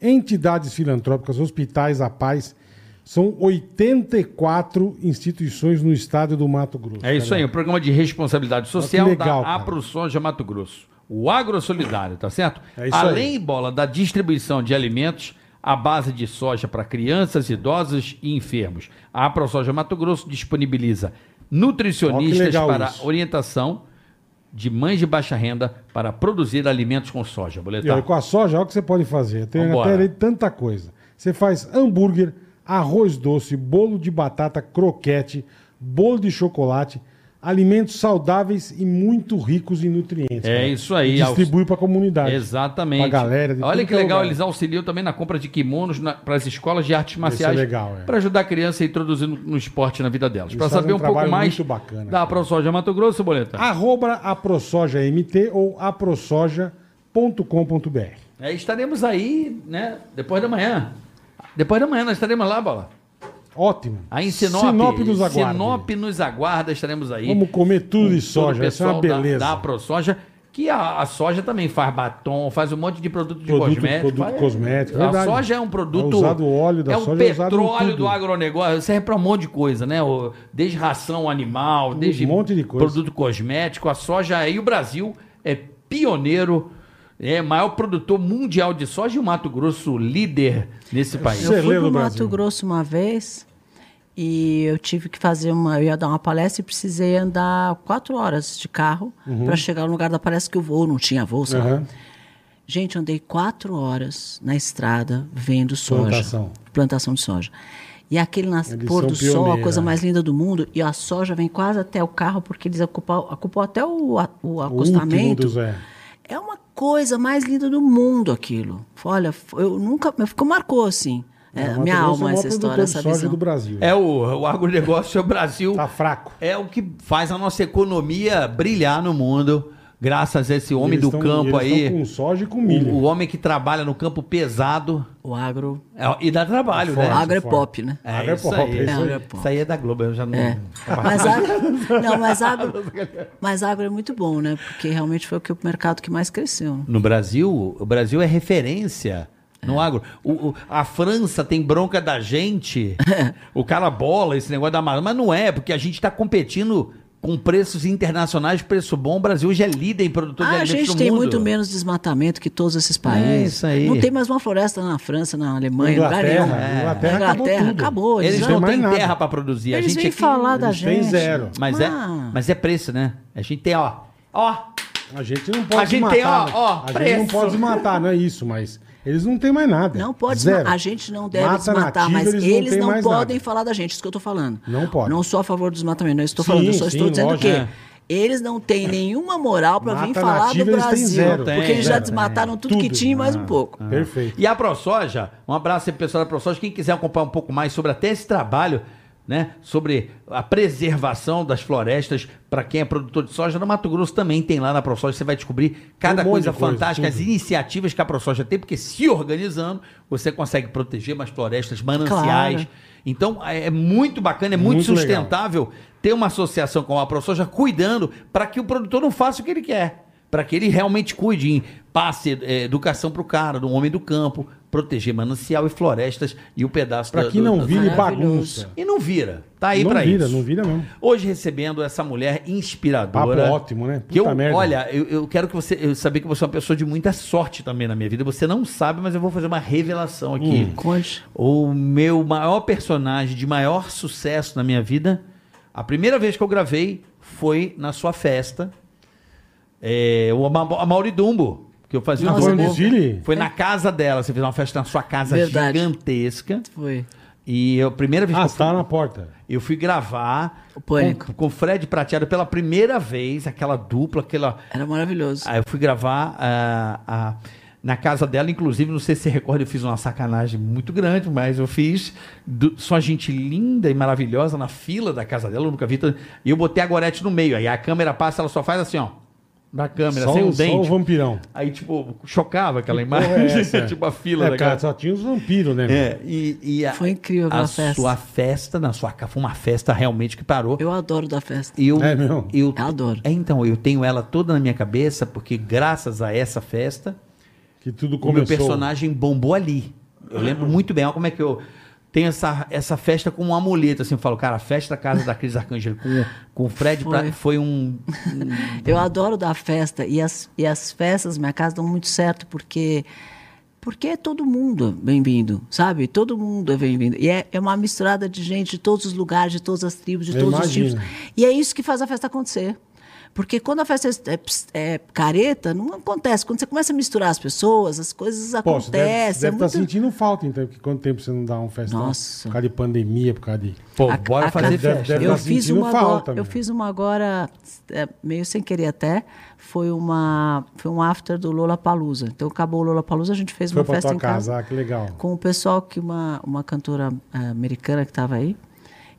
B: entidades filantrópicas, hospitais, a paz. São 84 instituições no estado do Mato Grosso.
C: É isso aí, o programa de responsabilidade social
B: Olha que legal,
C: da
B: cara.
C: AproSoja Mato Grosso. O agro solidário, tá certo?
B: É isso aí.
C: Além, bola, da distribuição de alimentos à base de soja para crianças, idosos e enfermos. A AproSoja Mato Grosso disponibiliza
B: Ó, que
C: nutricionistas
B: legal
C: para
B: isso.
C: orientação de mães de baixa renda para produzir alimentos com soja.
B: E olha,
C: Boletar.
B: com a soja, olha o que você pode fazer. Tem
C: tá. Vambora.
B: até ali tanta coisa. Você faz hambúrguer, arroz doce, bolo de batata, croquete, bolo de chocolate, alimentos saudáveis e muito ricos em nutrientes.
C: É isso aí,
B: E distribui para a comunidade.
C: Exatamente.
B: Pra galera de
C: Olha
B: tudo
C: que legal,
B: é lugar.
C: eles auxiliam também na compra de kimonos para as escolas de artes marciais.
B: legal, é.
C: Para ajudar a criança a introduzir no, no esporte na vida delas.
B: Eles
C: Para
B: fazem
C: saber
B: um
C: um, pouco
B: trabalho
C: mais
B: muito bacana,
C: da
B: cara. Ah.
C: ProSoja Mato Grosso, Boleta.
B: Arroba aprosojamt ou aprosoja.com.br.
C: É, estaremos aí, né? Depois da manhã. Depois da manhã nós estaremos lá, Bola.
B: Ótimo.
C: Aí em Sinop.
B: Sinop nos aguarda.
C: Sinop nos aguarda, estaremos aí.
B: Vamos comer tudo de
C: com todo o
B: soja, essa é uma
C: pessoal da-
B: beleza.
C: Da, ProSoja, que a, a soja também faz batom, faz um monte de produto de
B: Produto-
C: cosmético.
B: produto
C: faz-
B: cosmético,
C: A
B: verdade.
C: soja é um produto...
B: É usado o óleo da
C: é um
B: soja, é usado em
C: petróleo
B: tudo.
C: do agronegócio, serve para um monte de coisa, né? O- Desde ração animal, desde
B: Um monte de coisa.
C: produto cosmético, a soja. E o Brasil é pioneiro... É maior produtor mundial de soja e o Mato Grosso líder nesse país.
B: Você
D: Eu fui
B: lê no
D: pro
B: Brasil?
D: Mato Grosso uma vez e eu tive que fazer uma. Eu ia dar uma palestra e precisei andar quatro horas de carro
B: Uhum.
D: para chegar no lugar da palestra que o voo não tinha voo, sabe?
B: Aham.
D: Gente, eu andei quatro horas na estrada vendo soja.
B: Plantação.
D: Plantação de soja. E aquele nas...
B: Eles
D: pôr
B: são
D: do sol, a
B: pioneiros.
D: coisa mais linda do mundo. E a soja vem quase até o carro, porque eles ocupam, ocupam até o, a- o
B: O último
D: acostamento.
B: dos é.
D: É uma coisa mais linda do mundo aquilo. Olha, eu nunca. eu- Ficou, marcou assim. É,
B: Mato
D: minha
B: Grosso é
D: alma,
B: o maior
D: essa história, assim,
B: produtor de
D: essa
B: soja
D: visão.
B: do Brasil.
C: É o, o agronegócio é o Brasil.
B: Tá fraco.
C: É o que faz a nossa economia brilhar no mundo. graças a esse homem
B: Eles
C: do
B: tão-
C: campo
B: eles
C: aí,
B: tão com soja e com milho.
C: o, o homem que trabalha no campo pesado
D: O agro.
C: é, e dá trabalho,
B: Fora.
D: o
C: né?
B: Agro-
D: agro é
B: fora.
D: pop, né?
C: É,
B: Agro é
C: isso,
B: pop,
C: aí,
B: é
C: isso,
D: isso
C: aí.
D: aí.
C: Isso aí é da Globo, eu já não.
D: É. Mas agro, não, mas agro, mas agro é muito bom, né? Porque realmente foi o que o mercado que mais cresceu. né?
C: <laughs> No Brasil, o Brasil é referência
D: É.
C: no agro. O- o- a França tem bronca da gente.
D: <laughs>
C: o cara bola esse negócio da Amazônia. Mas não é, porque a gente está competindo com preços internacionais, preço bom. O Brasil hoje é líder em produtor de
D: Ah, a
C: alimentos
D: gente
C: no
D: tem
C: mundo.
D: muito menos desmatamento que todos esses países.
C: isso aí.
D: Não tem mais uma floresta na França, na Alemanha, em lugar
B: Inglaterra,
D: nenhum.
B: é.
D: Na
B: Inglaterra acabou
D: Inglaterra,
B: tudo.
D: acabou.
C: Eles
B: Não
D: já-
C: não
B: tem mais
C: têm
B: nada.
C: terra para produzir. a
D: Eles
C: gente
D: vêm
C: aqui-
D: falar da
B: Eles têm
D: gente.
B: zero.
C: Mas, é,
D: Ah.
C: mas é preço, né? A gente tem, ó. Ó,
B: A gente não pode
C: A gente
B: matar.
C: tem, ó,
B: né?
C: ó,
B: a gente
C: preço.
B: não pode matar, não é isso, mas eles não têm mais nada.
D: Não pode
B: É. Zero.
D: desma- A gente não deve
B: Mata
D: desmatar,
B: nativo,
D: mas eles,
B: têm
D: não,
B: mais
D: podem
B: nada.
D: falar da gente, isso que eu estou falando.
B: Não podem.
D: Não sou a favor do desmatamento, não estou
B: Sim,
D: falando, eu só estou
B: sim,
D: dizendo
B: lógico.
D: que
B: É.
D: eles não têm nenhuma moral para vir
B: Mata
D: falar do
B: nativa, eles têm
D: Brasil.
B: zero. É. Ah.
D: porque
C: Tem, é. Ah,
D: eles já
C: zero,
D: desmataram tudo, que tinha e mais um pouco.
B: Perfeito.
C: E a ProSoja, um abraço aí pro pessoal da ProSoja. Quem quiser acompanhar um pouco mais sobre até esse trabalho, né? Sobre a preservação das florestas, para quem é produtor de soja, no Mato Grosso também tem lá na ProSoja. Você vai descobrir cada
B: Tem um monte
C: coisa
B: de coisa,
C: fantástica, as
B: tudo.
C: iniciativas que a ProSoja tem, porque se organizando, você consegue proteger mais florestas, mananciais.
D: Claro.
C: Então é é muito bacana, é muito,
B: Muito legal.
C: sustentável ter uma associação com a ProSoja cuidando para que o produtor não faça o que ele quer. Para que ele realmente cuide em passe eh, educação para o cara, do homem do campo, proteger manancial e florestas e o pedaço
B: Pra
C: da-
B: que
C: do-
B: não
C: da-
B: vire
D: Maravilhoso.
B: bagunça.
C: E não vira. Tá aí
B: não
C: para
B: vira,
C: isso.
B: não vira mesmo.
C: Hoje recebendo essa mulher inspiradora.
B: Papo ótimo, né? Puta
C: Que eu,
B: merda.
C: Olha, eu, eu quero que você. Eu saber que você é uma pessoa de muita sorte também na minha vida. Você não sabe, mas eu vou fazer uma revelação
B: Hum.
C: aqui.
D: Conte.
C: O meu maior personagem de maior sucesso na minha vida, a primeira vez que eu gravei foi na sua festa. É, o Ama- Amaury Dumbo, que eu fazia
B: Não,
C: um
B: foi no
C: humor.
B: desfile?
C: Foi na casa dela. Você fez uma festa na sua casa
D: Verdade.
C: gigantesca.
D: Foi.
C: E eu, a primeira vez que
B: Ah,
C: eu fui,
B: tá na porta.
C: eu fui gravar
D: O Pânico.
C: com, com Fred Prateado pela primeira vez, aquela dupla, aquela.
D: Era maravilhoso.
C: Aí eu fui gravar ah, ah, na casa dela, inclusive, não sei se você recorda, eu fiz uma sacanagem muito grande, mas eu fiz do- só gente linda e maravilhosa na fila da casa dela, eu nunca vi. tanto- E eu botei a Gorete no meio, aí a câmera passa, ela só faz assim, ó, na câmera,
B: Só,
C: sem o
B: o- só o
C: dente. <laughs>
B: vampirão.
C: Aí, tipo, chocava aquela
B: porra
C: imagem,
B: é essa?
C: <laughs> tipo a fila
B: é,
C: da
B: cara,
C: casa.
B: só tinha os vampiros, né? meu?
C: É, e, e a,
D: Foi incrível
C: a
D: aquela festa.
C: sua festa na sua casa, foi uma festa realmente que parou.
D: Eu adoro da festa.
C: Eu,
B: É mesmo?
C: eu,
D: Eu adoro.
C: É, então, eu tenho ela toda na minha cabeça, porque graças a essa festa,
B: Que tudo
C: o meu
B: começou.
C: personagem bombou ali. Eu lembro muito bem, olha como é que eu tenho essa, essa festa como um amuleto, assim, eu falo, cara, a festa da casa da Cris Arcângelo com, com o Fred
D: Foi.
C: pra- foi, um...
D: Eu adoro dar festa e as, e as festas na minha casa dão muito certo porque porque é todo mundo bem-vindo, sabe? Todo mundo é bem-vindo. E é, é uma misturada de gente de todos os lugares, de todas as tribos, de
B: Eu
D: todos os
B: imagino.
D: tipos. E é isso que faz a festa acontecer. Porque quando a festa é, ps- é careta, não acontece. Quando você começa a misturar as pessoas, as coisas
B: Pô, você deve-
D: acontecem.
B: deve
D: é
B: estar
D: muito-
B: sentindo falta, então, porque quanto tempo você não dá um festão?
D: Nossa.
B: Por causa de pandemia, por causa de...
C: Pô,
D: A-
C: bora
D: a
C: fazer
D: cada-
C: festa.
B: Deve
D: Eu
B: tá
D: fiz
B: sentindo
D: uma
B: falta,
D: agora,
B: meu.
D: eu fiz uma agora é, meio sem querer até, foi uma foi um after do Lola Palusa. Então acabou o Lola Palusa, a gente fez
B: Foi
D: uma
B: pra
D: festa
B: tua
D: em casa,
B: casa, ah, que legal.
D: com o pessoal que uma uma cantora eh, americana que estava aí.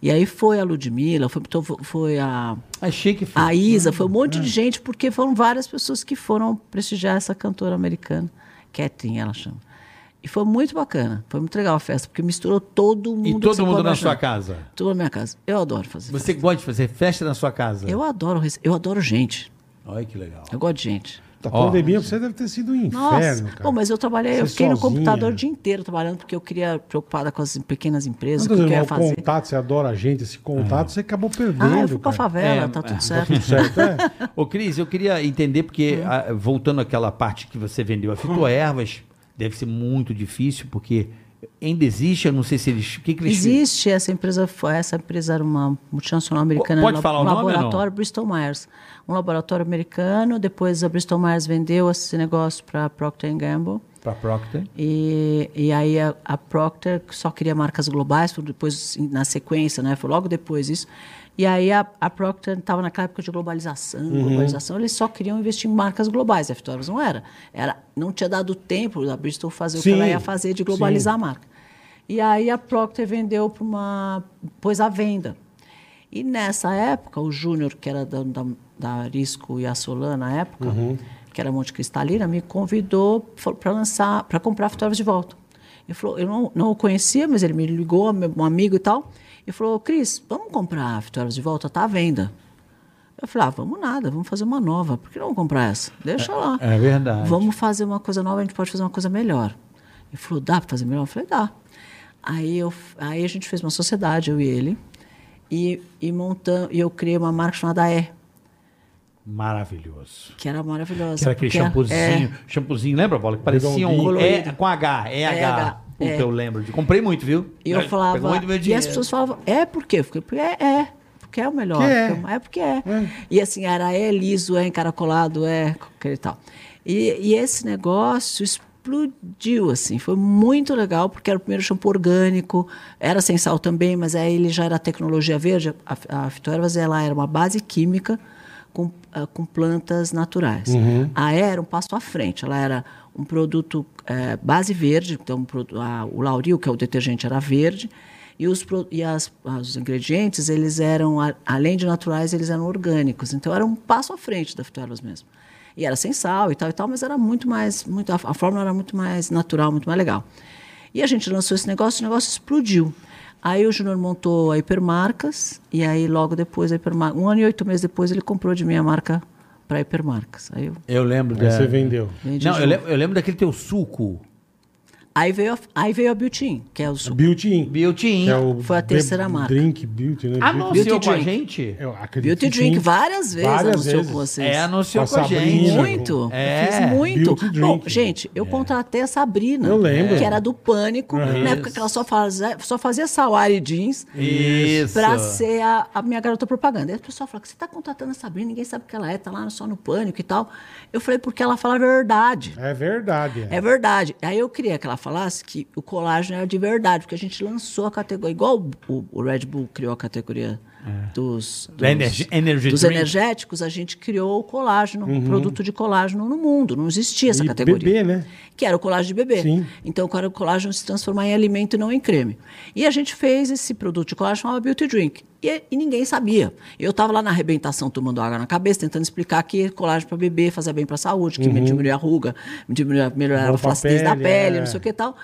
D: E aí foi a Ludmilla, foi então fo- foi a
C: Achei que foi.
D: a Isa, foi um monte
C: Ah.
D: de gente, porque foram várias pessoas que foram prestigiar essa cantora americana, Catherine, ela chama. E foi muito bacana, foi muito legal a festa, porque misturou todo mundo.
C: E
D: que você
C: todo mundo
D: pode
C: na
D: imaginar.
C: sua casa.
D: Tudo na minha casa. Eu adoro fazer.
C: Você
D: festa.
C: gosta de fazer festa na sua casa?
D: Eu adoro, rece- eu adoro gente.
C: Olha que legal.
D: Eu gosto de gente.
B: A
C: Ó.
B: pandemia pra você deve ter sido um
D: Nossa,
B: inferno, cara.
D: Bom, mas eu trabalhei, eu
B: Você
D: fiquei no
B: sozinha.
D: computador o dia inteiro trabalhando porque eu queria preocupada com as pequenas
B: Não
D: empresas,
B: tô
D: o que eu
B: dizendo,
D: ia
B: mas o
D: fazer.
B: contato, você adora a gente, esse contato, você acabou perdendo,
D: Ah, eu fui pra
B: cara.
D: favela,
C: É,
D: tá
C: é.
D: tudo certo.
B: Tudo certo, é?
C: Ô, Cris, eu queria entender, porque
D: Hum.
C: ah, voltando àquela parte que você vendeu a fitoervas, deve ser muito difícil, porque ainda existe, eu não sei se eles. O que, que eles
D: <laughs> Existe essa empresa, foi- essa empresa era uma multinacional americana,
C: Pode
D: lab-
C: falar o
D: um
C: nome ou não?
D: laboratório Bristol Myers, um laboratório americano. Depois a Bristol Myers vendeu esse negócio para Procter Gamble.
C: Para Procter.
D: E, e aí a, a Procter que só queria marcas globais, foi depois em- na sequência, né? Foi logo depois isso. E aí a, a Procter estava naquela época de globalização, globalização, eles só queriam investir em marcas globais, a Fitórias não era. era. Não tinha dado tempo da Bristol fazer o
B: Sim,
D: que ela ia fazer de globalizar
B: sim.
D: a marca. E aí a Procter vendeu para uma. pôs à venda. E nessa época, o Júnior, que era da, da, da Arisco e a Solana na época,
B: Uhum.
D: que era Monte Cristalina, me convidou para lançar, para comprar fotógrafos de volta. Ele falou, eu não, não o conhecia, mas ele me ligou, meu um amigo e tal, e falou, Cris, vamos comprar fotógrafos de volta, tá à venda. Eu falei, ah, vamos nada, vamos fazer uma nova. Por que não comprar essa? Deixa lá.
C: é verdade.
D: Vamos fazer uma coisa nova, a gente pode fazer uma coisa melhor. Ele falou, dá para fazer melhor? Eu falei, dá. Aí, eu, aí a gente fez uma sociedade, eu e ele, e, e, montam, e eu criei uma marca chamada E,
C: Maravilhoso.
D: que era maravilhosa.
C: Que era aquele
D: porque- é,
C: shampoozinho. Shampoozinho, lembra, Bola? Que parecia um
B: Redondinho.
C: é, com H. É H.
D: H,
C: Puta,
D: é.
C: eu lembro. de- Comprei muito, viu?
D: E eu
C: Pegou
D: falava.
C: muito meu
D: e
C: dinheiro.
D: as pessoas falavam, é por quê? Eu fiquei, porque é, é. Porque é o melhor.
B: Que é.
D: porque é. porque é. E assim, era é liso, é encaracolado, é aquele tal. E, e esse negócio explodiu, assim. Foi muito legal, porque era o primeiro shampoo orgânico, era sem sal também, mas aí ele já era tecnologia verde. A, a Fitoervas, ela era uma base química com, ah, com plantas naturais. A E era um passo à frente. Ela era um produto eh, base verde, então um produ- a- o lauril, que é o detergente, era verde, e os, pro- e as- as- os ingredientes, eles eram, a- além de naturais, eles eram orgânicos. Então, era um passo à frente da Fitoervas mesmo. E era sem sal e tal e tal, mas era muito mais, muito, a, a fórmula era muito mais natural, muito mais legal. E a gente lançou esse negócio, o negócio explodiu. Aí o Júnior montou a Hipermarcas, e aí logo depois, a Hipermar... um ano e oito meses depois, ele comprou de mim a marca para Hipermarcas. Aí, eu
C: Eu lembro
B: Aí você é
D: É.
C: da...
B: vendeu.
D: vendi
C: Não, eu
D: junto.
C: lembro, eu lembro daquele teu suco.
D: aí, veio a, aí veio a Beauty, que é o suco.
B: Built-in.
C: Beauty.
B: que é o
D: Foi a
B: be-
D: terceira marca.
B: Drink Built, né?
C: Ah,
B: Built-
C: não, anunciou
D: Beauty
C: com a
D: Drink.
C: gente?
D: É
B: Eu acredito
D: Beauty
B: que
D: Drink
B: sim.
D: várias vezes
B: Várias
D: anunciou
B: vezes.
D: com vocês.
C: É, anunciou
B: Com
C: com,
B: a
C: a gente.
B: Sabrina.
D: Muito,
C: É.
D: fiz muito.
B: Beauty drink. então. É.
D: Bom, gente, eu contratei a Sabrina,
B: Eu lembro.
D: que era do Pânico, na época
C: Isso.
D: que ela só fazia, só fazia salari e jeans.
C: Isso.
D: Pra ser a, a minha garota propaganda. Aí o pessoal fala que você tá contratando a Sabrina, ninguém sabe o que ela é, tá lá só no pânico e tal. Eu falei, porque ela fala a verdade.
B: É verdade. É.
D: É verdade. Aí eu queria que ela falasse que o colágeno era de verdade, porque a gente lançou a categoria. Igual o, o Red Bull criou a categoria dos, dos,
C: Da energi- energy
D: dos
C: drink.
D: energéticos, a gente criou o colágeno, um produto de colágeno no mundo. Não existia essa
B: E
D: categoria.
B: bebê, né?
D: Que era o colágeno de bebê.
B: Sim.
D: Então, o cara- o colágeno se transformar em alimento e não em creme. E a gente fez esse produto de colágeno chamado Beauty Drink. E, e ninguém sabia. Eu estava lá na arrebentação, tomando água na cabeça, tentando explicar que colágeno para bebê fazia bem para a saúde, que diminuía a ruga, diminuía, melhorava
B: Bom
D: a
B: pra
D: flacidez da
B: pele,
D: pele,
B: é.
D: não sei o que e tal.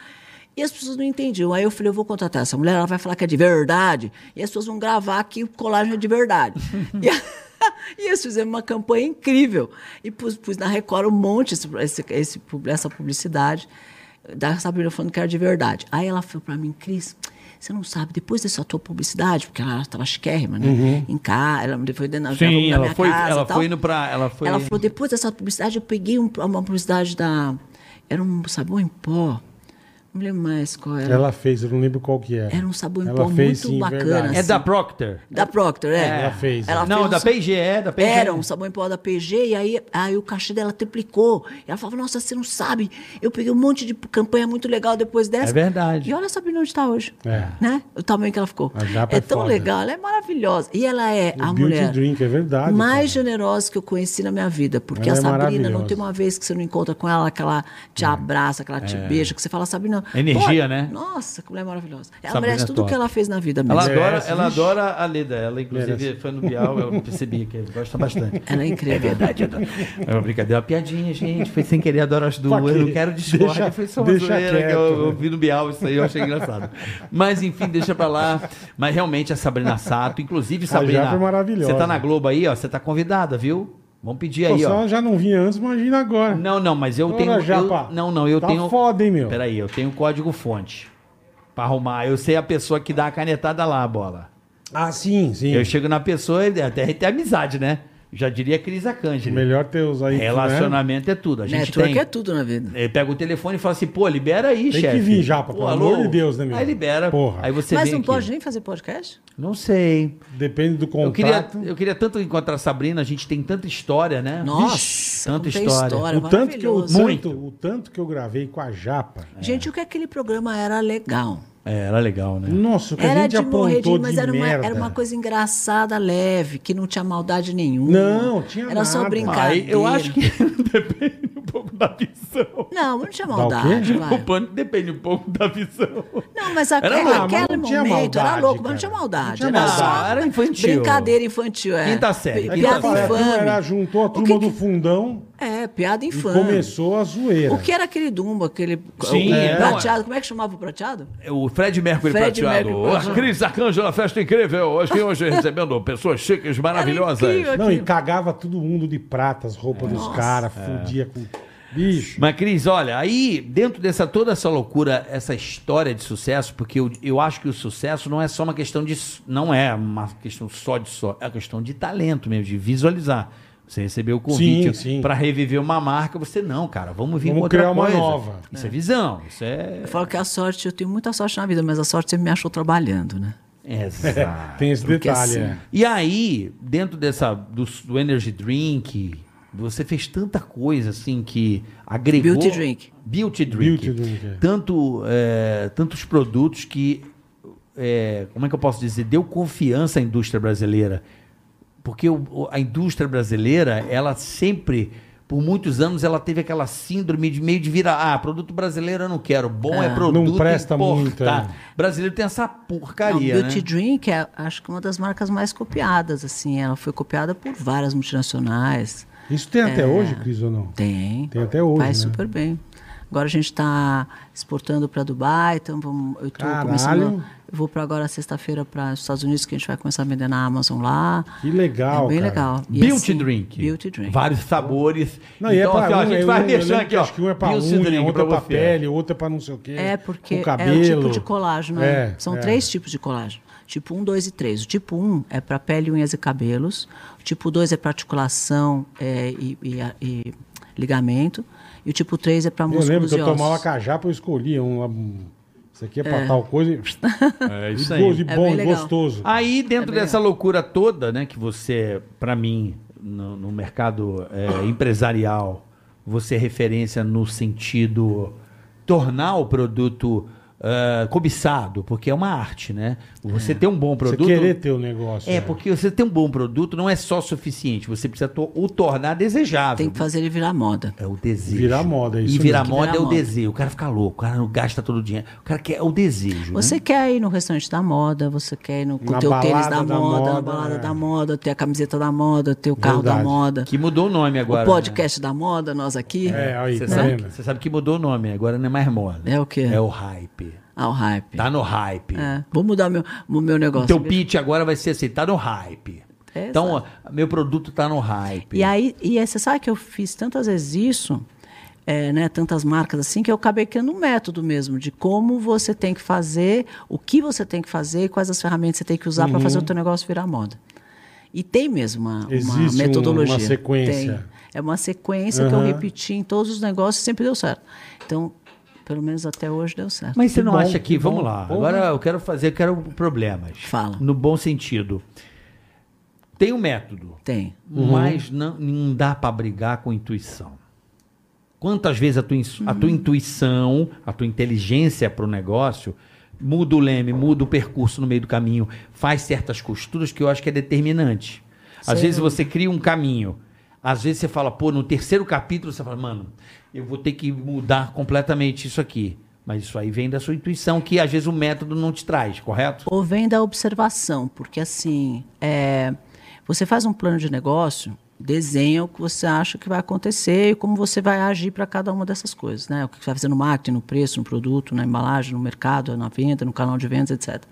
D: E as pessoas não entendiam. Aí eu falei, eu vou contratar essa mulher, ela vai falar que é de verdade. E as pessoas vão gravar que o colágeno é
C: <laughs>
D: de verdade. e, <laughs> e eles fizeram uma campanha incrível. E pus, pus na Record um monte esse, esse- esse- essa publicidade da Sabrina falando que era de verdade. Aí ela falou pra mim, Cris, você não sabe, depois dessa tua publicidade, porque ela estava chiquérrima, né? Em casa, ela me foi dentro da
C: Uhum. Sim,
D: na minha
C: ela foi-
D: casa e
C: ela
D: tal.
C: foi indo pra- ela foi-
D: Ela falou, depois dessa publicidade, eu peguei um- uma publicidade da... Era um sabão em pó. Não me lembro mais qual era.
B: Ela fez, eu não lembro qual que era.
D: Era um sabão em
B: Ela
D: pó
B: fez,
D: muito
B: sim,
D: bacana,
B: verdade.
C: É da Procter.
D: Da Procter, é.
B: Ela fez, é.
C: não,
D: assim, fez
C: da
D: um-
C: PGE, da PGE.
D: era um sabão em pó da PG, e aí, aí o cachê dela triplicou. E ela falava, nossa, você não sabe, eu peguei um monte de campanha muito legal depois dessa.
C: É verdade.
D: E olha a Sabrina onde está hoje,
B: É.
D: né? O tamanho que ela ficou.
B: A japa
D: É
B: é
D: tão
B: foda.
D: legal, ela é maravilhosa. E ela é
B: O
D: a
B: Beauty
D: mulher
B: Drink, é verdade,
D: mais
B: cara.
D: generosa que eu conheci na minha vida. Porque
B: Ela é
D: a Sabrina, não
B: maravilhosa.
D: tem uma vez que você não encontra com ela, que ela te abraça, que ela te beija, que você fala, Sabrina...
C: Energia,
D: pô,
C: né?
D: Nossa, que mulher maravilhosa. Ela
C: Sabrina
D: merece tudo
C: top.
D: o que ela fez na vida mesmo.
C: Ela
B: Merece,
C: adora, ela
B: vixe.
C: adora a Leda. Ela, inclusive,
B: Merece.
C: foi no Bial, eu percebi que gosta
D: <laughs>
C: bastante.
D: Ela é incrível.
C: É verdade, eu adoro. É uma brincadeira, é uma piadinha, gente. Foi sem querer, adoro as duas.
B: Faquinha.
C: Eu não quero discórdia,
B: Deixa-
C: foi só uma
B: deixa
C: zoeira que
B: quieto,
C: eu, eu
B: né?
C: vi no Bial isso aí, eu achei engraçado. Mas enfim, deixa pra lá. Mas realmente a Sabrina Sato, inclusive Sabrina.
B: Java é maravilhosa.
C: Você tá na Globo aí, ó, você tá convidada, viu? Vamos pedir
B: Pô,
C: aí,
B: se
C: ó.
B: ela já não vinha antes, imagina agora.
C: Não, não, mas eu
B: Ô,
C: tenho.
B: Japa,
C: eu- não, não, eu
B: tá
C: tenho.
B: foda, hein, meu?
C: Peraí, eu tenho código fonte. Pra arrumar. Eu sei a pessoa que dá a canetada lá, bola.
B: Ah, sim, sim.
C: Eu chego na pessoa e até tem amizade, né? Já diria Cris Acângeli.
B: Melhor ter os aí. né?
C: Relacionamento é tudo. A gente
D: Network
C: tem.
D: é tudo na vida.
C: Ele pega o telefone e fala assim, pô, libera aí,
B: Tem
C: chefe.
B: que vir, Japa,
C: Pô,
B: pelo
C: alô?
B: amor de Deus, né, meu?
C: Aí libera.
B: Porra.
C: Aí você
D: Mas
C: vem
D: não
C: aqui.
D: pode nem fazer podcast?
C: Não sei.
B: Depende do
C: Eu queria,
B: contrato.
C: eu queria tanto encontrar a Sabrina, a gente tem tanta história, né?
D: Nossa,
C: Vixe, tanta
D: não tem
C: história.
D: história.
B: O tanto, que eu, o,
D: Maravilhoso.
B: tanto, o tanto que eu gravei com a Japa.
D: Gente, o que aquele programa era legal.
C: É, era legal, né?
B: Nossa, o que a
D: Era
B: gente
D: de morrer de
B: aprontou
D: rir,
B: de,
D: mas era uma,
B: merda.
D: era uma coisa engraçada, leve, que não tinha maldade nenhuma.
B: Não, tinha
D: Era só
B: nada.
D: brincadeira.
E: <laughs>
C: Aí eu acho que depende um pouco da visão.
D: Não, não tinha
B: o
D: maldade,
B: quê?
E: O
D: vai.
E: pânico depende um pouco da visão.
D: Não, mas aquele,
E: louco.
B: Ah, mas
D: aquele
B: não tinha
D: momento era
B: maldade,
D: louco, mas
B: cara.
D: não tinha
B: Não
D: maldade.
B: tinha
D: era
B: maldade.
D: só
C: Era infantil.
D: Brincadeira infantil, é.
C: Quinta série,
D: Pi-
C: quinta
D: Piada
C: série.
B: Aquilo Era,
D: infame.
B: juntou a
D: que
B: turma
D: que-
B: do fundão
D: É, piada
B: e
D: infame.
B: começou a zoeira.
D: O que era aquele Dumbo, aquele
E: Sim,
D: o
E: é.
D: prateado? Como é que chamava o prateado?
C: O Fred Mercury
D: Fred
C: prateado.
D: Mercury é. prateado.
C: Ô, Cris Arcanjo na festa incrível. Hoje, que hoje é recebendo pessoas chiques,
D: Era
C: maravilhosas.
D: incrível
B: Não,
D: é aquilo.
B: e cagava todo mundo de prata, as roupas dos caras,
C: É.
B: fudia com. Bicho.
C: Mas, Cris, olha, aí, dentro dessa toda essa loucura, essa história de sucesso, porque eu, eu acho que o sucesso não é só uma questão de. su- Não é uma questão só de só. É uma questão de talento mesmo, de visualizar. Você recebeu o
B: sim.
C: convite para reviver uma marca, você não, cara, vamos vir
B: Vamos
C: com outra
B: criar uma
C: coisa.
B: nova.
C: Isso é. visão, isso é.
D: Eu falo que a sorte, eu tenho muita sorte na vida, mas a sorte sempre me achou trabalhando, né?
C: Exato.
B: <laughs> É, Tem esse
D: porque
B: detalhe,
D: assim-
B: é.
C: E aí, dentro dessa do, do energy drink, você fez tanta coisa assim que agregou
D: Beauty drink.
C: beauty drink,
B: Beauty drink, é.
C: tanto é, tantos produtos que é, como é que eu posso dizer deu confiança à indústria brasileira, porque o- o- a indústria brasileira ela sempre por muitos anos ela teve aquela síndrome de meio de virar, ah, produto brasileiro eu não quero, bom é, produto
B: Não presta muito,
C: importado.
B: é.
C: Brasileiro tem essa
D: Não,
C: porcaria,
D: Beauty
C: né?
D: Drink é, acho que uma das marcas mais copiadas, assim. Ela foi copiada por várias multinacionais.
B: Isso tem até hoje, Cris, ou não?
D: é. Tem.
B: Tem até hoje,
D: Faz
B: né?
D: super bem. Agora a gente está exportando para Dubai, então vamos, eu estou
B: Caralho.
D: começando. Eu vou para agora sexta-feira para os Estados Unidos, que a gente vai começar a vender na Amazon lá.
B: Que legal,
D: É bem
B: cara.
D: legal. E
C: Beauty
D: assim,
C: drink.
D: Beauty Drink.
C: Vários sabores. assim,
B: Não, e é pra
C: Então, ó,
B: unha, é unha, eu lembro que
C: ó,
B: Acho que um é pra
C: Beauty
B: unha,
C: drink
B: outra é pra
C: você.
B: pele, outra é pra não sei o quê.
D: É, porque
B: o
D: é o
B: cabelo.
D: tipo de colágeno. né?
B: É,
D: São
B: é.
D: três tipos de colágeno. Tipo 1, 2 e 3. O tipo 1 é para pele, unhas e cabelos. O tipo 2 é para articulação é, e, e a- e ligamento. E o tipo 3 é para
B: Eu
D: músculos
B: lembro que
D: e
B: eu tomava
D: ossos.
B: cajapa, eu escolhia um lá. um, Isso aqui é pra tal coisa. e-
C: <laughs> É
B: e
C: isso
B: gosto de
C: aí. Ah,
D: É
B: bom,
D: bem
B: e
D: legal.
B: gostoso.
C: Aí, dentro
D: É
C: dessa loucura toda, né, que você, pra mim, no, no mercado é, empresarial, você é referência no sentido tornar o produto é, cobiçado, porque é uma arte, né? Você
D: É.
C: ter um bom
B: Você
C: produto.
B: querer ter o negócio.
C: É,
B: né?
C: porque você ter um bom produto não é só suficiente, você precisa to- o tornar desejável.
D: Tem que fazer ele virar moda.
C: É o desejo.
B: Virar moda, é isso
C: E virar
B: mesmo.
C: moda
D: Virar
C: é o
D: moda.
C: desejo. O cara fica louco, o cara não gasta todo o dinheiro. O cara quer é o desejo.
D: Você
C: né?
D: quer ir no restaurante da moda, você quer ir no, com
B: Na
D: o teu tênis
B: balada
D: da,
B: da
D: moda,
B: moda,
D: na balada
B: é.
D: da moda, ter a camiseta da moda, ter o carro
B: Verdade.
D: da moda,
C: Que mudou o nome agora.
D: o podcast da moda, nós aqui.
B: É,
C: né?
B: aí,
C: Você
B: tá
C: sabe,
B: vendo?
C: você sabe que mudou o nome, agora não é mais moda.
D: É o quê?
C: É o hype.
D: Ah, o hype.
C: Tá no hype.
D: É. Vou mudar meu, o meu negócio.
C: Teu pitch agora vai ser assim, tá no hype.
D: É,
C: então, ó, meu produto tá no hype.
D: E aí, e aí, você sabe que eu fiz tantas vezes isso, é, né, tantas marcas assim, que eu acabei criando um método mesmo de como você tem que fazer, o que você tem que fazer, e quais as ferramentas você tem que usar para fazer o teu negócio virar moda. E tem mesmo uma, uma
B: Uhum. Existe um-
D: metodologia.
B: uma sequência.
D: Tem. É uma sequência que eu
B: Aham.
D: repeti em todos os negócios e sempre deu certo. Então, pelo menos até hoje deu certo.
C: Mas você não
B: bom,
C: acha que.
B: que
C: vamos
B: bom.
C: lá.
B: Porra.
C: Agora eu quero fazer, eu quero problemas.
D: Fala.
C: No bom sentido. Tem um método.
D: Tem.
C: Mas não, não dá pra brigar com intuição. Quantas vezes a tua, ins- a tua intuição, a tua inteligência pro negócio muda o leme, muda o percurso no meio do caminho, faz certas costuras que eu acho que é determinante. Às vezes você cria um caminho, às vezes você fala, pô, no terceiro capítulo você fala, mano, eu vou ter que mudar completamente isso aqui. Mas isso aí vem da sua intuição, que às vezes o método não te traz, correto?
D: Ou vem da observação, porque assim, é, você faz um plano de negócio, desenha o que você acha que vai acontecer e como você vai agir para cada uma dessas coisas, né? O que você vai fazer no marketing, no preço, no produto, na embalagem, no mercado, na venda, no canal de vendas, etc.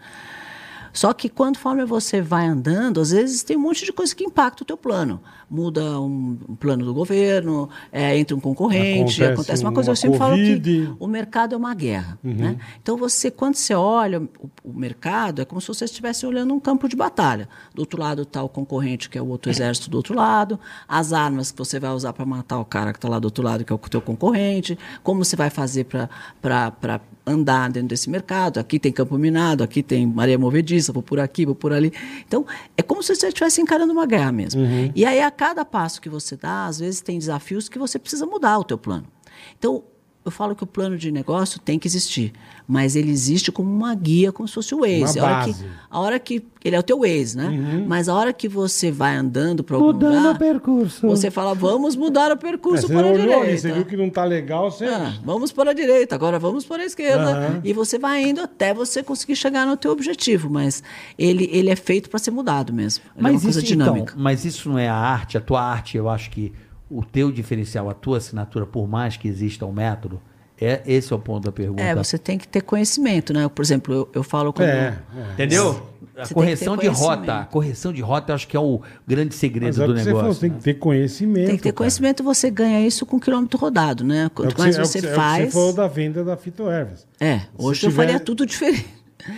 D: Só que conforme você vai andando, às vezes tem um monte de coisa que impacta o teu plano. Muda um, um plano do governo, é, entra um concorrente,
B: Acontece
D: acontece, uma coisa.
B: uma
D: eu sempre
B: Covid.
D: falo que o mercado é uma guerra. Né? Então, você, quando você olha o, o mercado, é como se você estivesse olhando um campo de batalha. Do outro lado está o concorrente, que é o outro exército do outro lado, as armas que você vai usar para matar o cara que está lá do outro lado, que é o teu concorrente, como você vai fazer para andar dentro desse mercado. Aqui tem campo minado, aqui tem Maria Movediça, vou por aqui, vou por ali. Então, é como se você estivesse encarando uma guerra mesmo. E aí, a cada passo que você dá, às vezes tem desafios que você precisa mudar o teu plano. Então, Eu falo que o plano de negócio tem que existir, mas ele existe como uma guia, como se fosse o Waze.
B: Uma
D: a, hora
B: base. Uhum.
D: que, a hora que. Ele é o teu Waze, né? Mas a hora que você vai andando para algum
E: Mudando
D: lugar,
E: o percurso.
D: Você fala, vamos mudar o
B: É,
D: percurso
B: você
D: para a
B: olhou
D: direita.
B: ali, você viu que não tá legal, você.
D: Ah, vamos para a direita, agora vamos para a esquerda.
B: Aham.
D: E você vai indo até você conseguir chegar no teu objetivo, mas ele, ele é feito para ser mudado mesmo. Ele é uma coisa dinâmica.
C: Então, mas isso não é a arte, a tua arte, eu acho que o teu diferencial, a tua assinatura, por mais que exista um método, é, esse é o ponto da pergunta.
D: é, você tem que ter conhecimento, né? Por exemplo, eu, eu falo como...
B: É, é.
C: Entendeu?
D: tem
C: A
D: que
C: correção
D: ter
C: de
D: conhecimento.
C: rota. A correção de rota eu acho que é o grande segredo
B: Mas é o
C: do
B: que você falou,
C: negócio. né?
B: você tem que ter conhecimento.
D: Tem que ter
B: cara.
D: conhecimento, você ganha isso com quilômetro rodado, né?
B: É o
D: Quanto
B: que
D: mais
B: é o
D: você
B: que é o que
D: faz...
B: Você falou da venda da fitoervas.
D: É, hoje eu
B: tiver-
D: faria tudo diferente.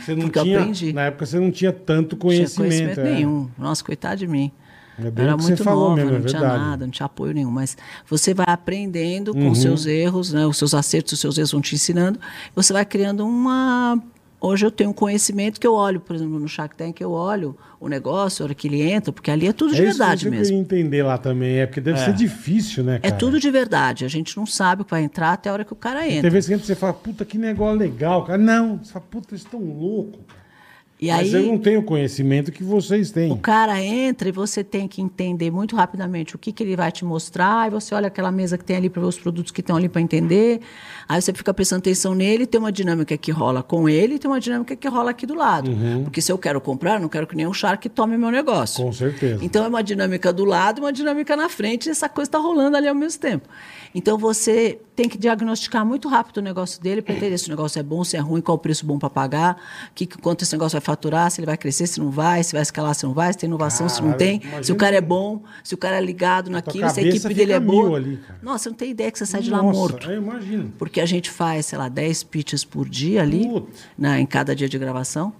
B: Você não
D: porque
B: tinha,
D: eu aprendi.
B: Na época você não tinha tanto
D: Não tinha
B: conhecimento.
D: conhecimento
B: é.
D: nenhum. Nossa, coitado de mim.
B: É bem
D: Era
B: o que
D: muito
B: você falou
D: nova,
B: mesmo, é
D: não tinha
B: verdade. Uhum.
D: nada, não tinha apoio nenhum. Mas você vai aprendendo com os seus erros, né? os seus acertos, os seus erros vão te ensinando. Você vai criando uma. Hoje eu tenho um conhecimento que eu olho, por exemplo, no Shark Tank, eu olho o negócio, a hora que ele entra, porque ali é tudo de
B: É isso
D: verdade
B: que eu
D: mesmo.
B: queria entender lá também. É porque deve ser difícil, né,
D: É
B: cara?
D: tudo de verdade. A gente não sabe o que vai entrar até a hora que o cara
B: Tem
D: entra.
B: vezes que você fala, puta, que negócio legal, cara. Não, você fala, puta, eles estão loucos.
D: E
B: Mas
D: aí
B: eu não tenho o conhecimento que vocês têm.
D: O cara entra e você tem que entender muito rapidamente o que, que ele vai te mostrar, e você olha aquela mesa que tem ali para ver os produtos que estão ali para entender. Aí você fica prestando atenção nele, tem uma dinâmica que rola com ele, e tem uma dinâmica que rola aqui do lado. Porque se eu quero comprar, eu não quero que nenhum shark tome meu negócio.
B: Uhum. Com certeza.
D: Então é uma dinâmica do lado, uma dinâmica na frente, e essa coisa está rolando ali ao mesmo tempo. Então você tem que diagnosticar muito rápido o negócio dele para entender se o negócio é bom, se é ruim, qual o preço bom para pagar, que, que- quanto esse negócio vai faturar, se ele vai crescer, se não vai, se vai escalar, se não vai, se tem inovação, se não
B: Caralho,
D: tem, se
B: imagina
D: o cara é
B: que-
D: bom, se o cara é ligado naquilo, se a
B: cabeça
D: equipe dele
B: fica
D: é
B: mil
D: boa.
B: ali, cara.
D: Nossa, não tem ideia que você sai de lá
B: Nossa, é
D: morto.
B: Eu imagino.
D: Porque a gente faz, sei lá, 10 pitches por dia ali,
B: Putz.
D: na, em cada dia de gravação.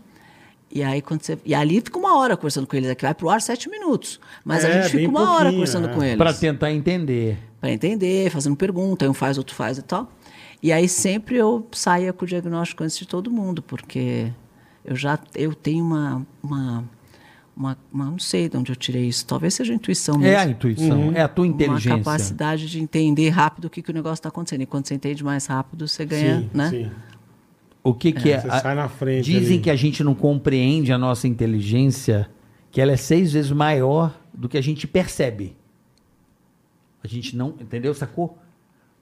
D: E aí quando você, e ali fica uma hora conversando com eles, aqui vai pro ar sete minutos, mas
B: É,
D: a gente
B: bem
D: fica uma hora
B: pouquinho,
D: conversando
B: é.
D: com eles
C: Pra tentar entender.
D: para entender, fazendo pergunta, um faz, outro faz e tal. E aí sempre eu saía com o diagnóstico antes de todo mundo, porque eu já eu tenho uma uma, uma, uma- não sei de onde eu tirei isso, talvez seja intuição mesmo.
C: É a intuição, é a tua inteligência.
D: Uma capacidade de entender rápido o que, que o negócio está acontecendo. E quando você entende mais rápido, você ganha,
B: sim,
D: né?
B: sim.
C: O que, que é?
B: Você
C: a-
B: sai na frente
C: Dizem
B: ali.
C: que a gente não compreende a nossa inteligência, que ela é seis vezes maior do que a gente percebe. A gente não. Entendeu? Sacou?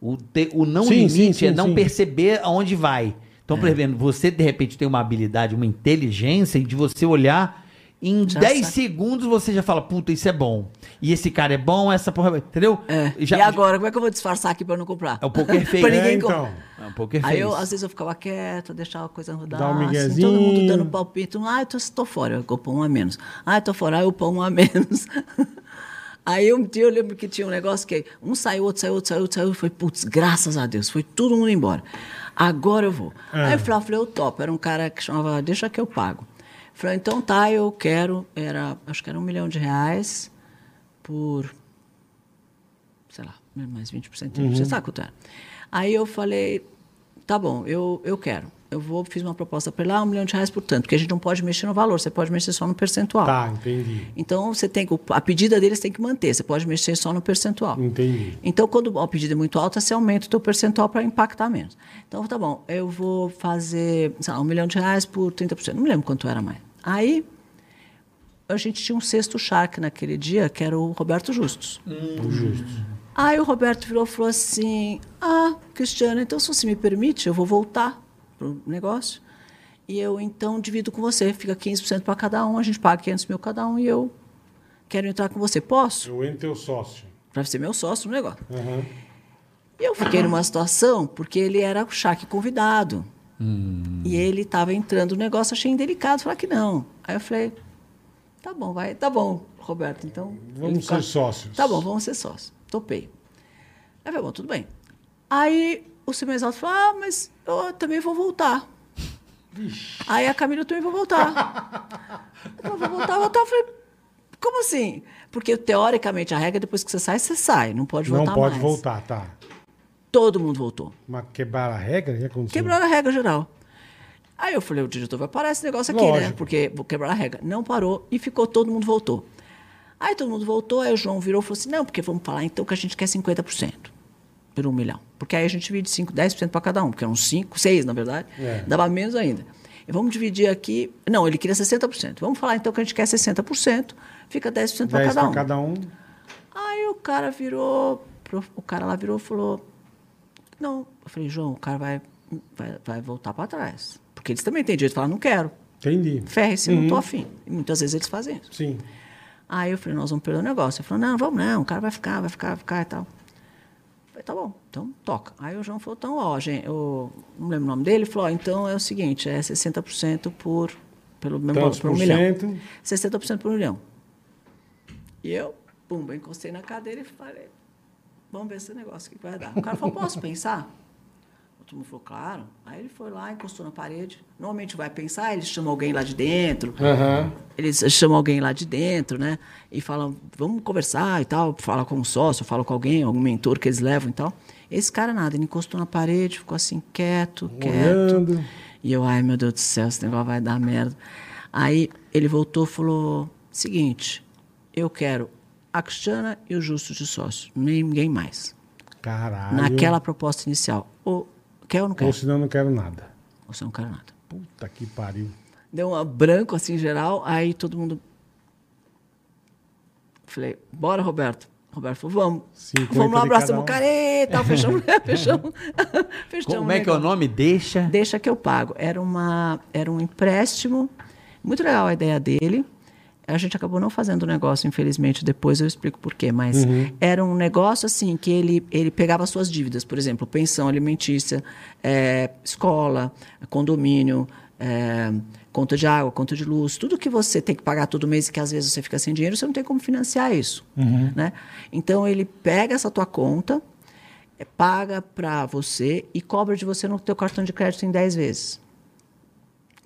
C: O, te- o não
B: Sim,
C: limite
B: sim, sim,
C: é não
B: sim. É.
C: perceber aonde vai. Então, por exemplo, você de repente tem uma habilidade, uma inteligência de você olhar. Em
D: Já
C: 10
D: sabe.
C: segundos você já fala, puta, isso é bom. E esse cara é bom, essa porra. é- Entendeu?
D: É.
C: Já-
D: e agora, como é que eu vou disfarçar aqui para não comprar?
C: É o
D: <laughs>
C: poker face.
D: Pra ninguém
B: É,
D: comprar.
B: então.
C: É um poker face.
D: Aí eu, às vezes eu ficava quieta, deixava a coisa rodar.
B: Dá um
D: assim, todo
B: miguezinho.
D: mundo dando palpite. Um, Ah, eu tô, tô fora, eu pão um a menos. Ah, eu tô fora, eu pão um a menos. <laughs> Aí um dia eu lembro que tinha um negócio que um saiu, outro saiu, outro saiu, outro saiu. Foi, putz, graças a Deus, foi todo mundo embora. Agora eu vou.
B: Ah.
D: Aí eu falei, eu falei, eu topo. Era um cara que chamava Deixa que eu pago. Falei, então tá, eu quero. Era, acho que era um milhão de reais por sei lá, é mais 20%. Você sabe quanto era. é tá? Aí eu falei, tá bom, eu, eu quero. Eu vou, fiz uma proposta para ele lá, um milhão de reais por tanto, porque a gente não pode mexer no valor, você pode mexer só no percentual.
B: Tá, entendi.
D: Então, você tem que, a pedida deles tem que manter, você pode mexer só no percentual.
B: Entendi.
D: Então, quando a pedida é muito alta, você aumenta o teu percentual para impactar menos. Então, tá bom, eu vou fazer, sei lá, um milhão de reais por 30%, não me lembro quanto era mais. Aí, a gente tinha um sexto shark naquele dia, que era o Roberto Justus.
B: Por justos.
D: Aí o Roberto virou e falou assim: Ah, Cristiano, então se você me permite, eu vou voltar para o negócio. E eu então divido com você, fica 15% para cada um, a gente paga 500 mil cada um e eu quero entrar com você. Posso?
B: Eu entro teu sócio.
D: Para ser meu sócio no negócio.
B: Aham.
D: E eu fiquei numa situação, porque ele era o Shaq convidado. E ele estava entrando no negócio, achei indelicado falar que não. Aí eu falei: Tá bom, vai, tá bom, Roberto, então.
B: Vamos
D: ele
B: ser
D: tá-
B: sócios.
D: Tá bom, vamos ser sócios. Topei. Aí eu falei, bom, tudo bem. Aí o Cimesalto falou, ah, mas eu também vou voltar. Aí a Camila, eu também vou voltar.
B: <laughs>
D: eu falei, vou voltar, vou voltar. Eu falei, como assim? Porque teoricamente a regra, depois que você sai, você sai. Não pode
B: Não
D: voltar
B: pode
D: mais.
B: voltar, tá.
D: Todo mundo voltou.
B: Mas quebraram a regra? né? O que aconteceu?
D: Quebraram a regra geral. Aí eu falei, o diretor vai parar esse negócio aqui, né?
B: Lógico.
D: Porque vou quebrar a regra. Não parou e ficou, todo mundo voltou. Aí todo mundo voltou, aí o João virou e falou assim, não, porque vamos falar então que a gente quer 50% por um milhão. Porque aí a gente divide 5, 10% para cada um, porque eram 5, 6 na verdade,
B: É.
D: dava menos ainda. E vamos dividir aqui. Não, ele queria 60%. Vamos falar então que a gente quer 60%, fica 10% para
B: 10
D: cada
B: para
D: um.
B: cada um.
D: Aí o cara virou, pro- o cara lá virou e falou: Não. Eu falei, João, o cara vai, vai, vai voltar para trás. Porque eles também têm direito de falar: Não quero.
B: Entendi.
D: Ferre-se, não estou afim. E muitas vezes eles fazem isso.
B: Sim.
D: Aí eu falei, nós vamos perder o negócio. Ele falou, não, vamos não, o cara vai ficar, vai ficar, vai ficar e tal. Eu falei, tá bom, então toca. Aí o João falou, então, ó, gente, eu não lembro o nome dele, ele falou, ó, então é o seguinte, é 60% por, pelo mesmo,
B: Tantos
D: por
B: por
D: um milhão.
B: cento.
D: 60% por um milhão. E eu, pumba, encostei na cadeira e falei, vamos ver esse negócio, o que que vai dar? O cara falou, posso pensar? Todo mundo falou, claro. Aí ele foi lá, encostou na parede. Normalmente vai pensar, ele chama alguém lá de dentro,
B: Aham.
D: eles chamam alguém lá de dentro, né? E falam, vamos conversar e tal. Fala com um sócio, fala com alguém, algum mentor que eles levam e tal. Esse cara nada, ele encostou na parede, ficou assim, quieto,
B: Olhando.
D: quieto. E eu, ai meu Deus do céu, esse negócio vai dar merda. Aí ele voltou e falou: seguinte, eu quero a Cristiana e o Justo de sócio, ninguém mais.
B: Caralho.
D: Naquela proposta inicial. Ou quer ou não quer?
B: Ou senão eu não quero nada.
D: Ou você não quer nada.
B: Puta que pariu.
D: Deu um branco assim geral, aí todo mundo. Falei, bora, Roberto. Roberto falou, vamos.
B: 50
D: Vamos lá,
B: de cada
D: abraçamos
B: um.
D: o cara e
B: <laughs>
D: tal, fechamos, <laughs> fechamos, fechamos.
C: Como é que é
D: negócio.
C: o nome? Deixa.
D: Deixa que eu pago. Era, uma, era um empréstimo. Muito legal a ideia dele. A gente acabou não fazendo o negócio, infelizmente. Depois eu explico por quê. Mas era um negócio assim que ele, ele pegava suas dívidas, por exemplo, pensão alimentícia, eh, escola, condomínio, eh, conta de água, conta de luz, tudo que você tem que pagar todo mês e que às vezes você fica sem dinheiro, você não tem como financiar isso. Né? Então ele pega essa tua conta, é, paga para você e cobra de você no teu cartão de crédito em 10 vezes.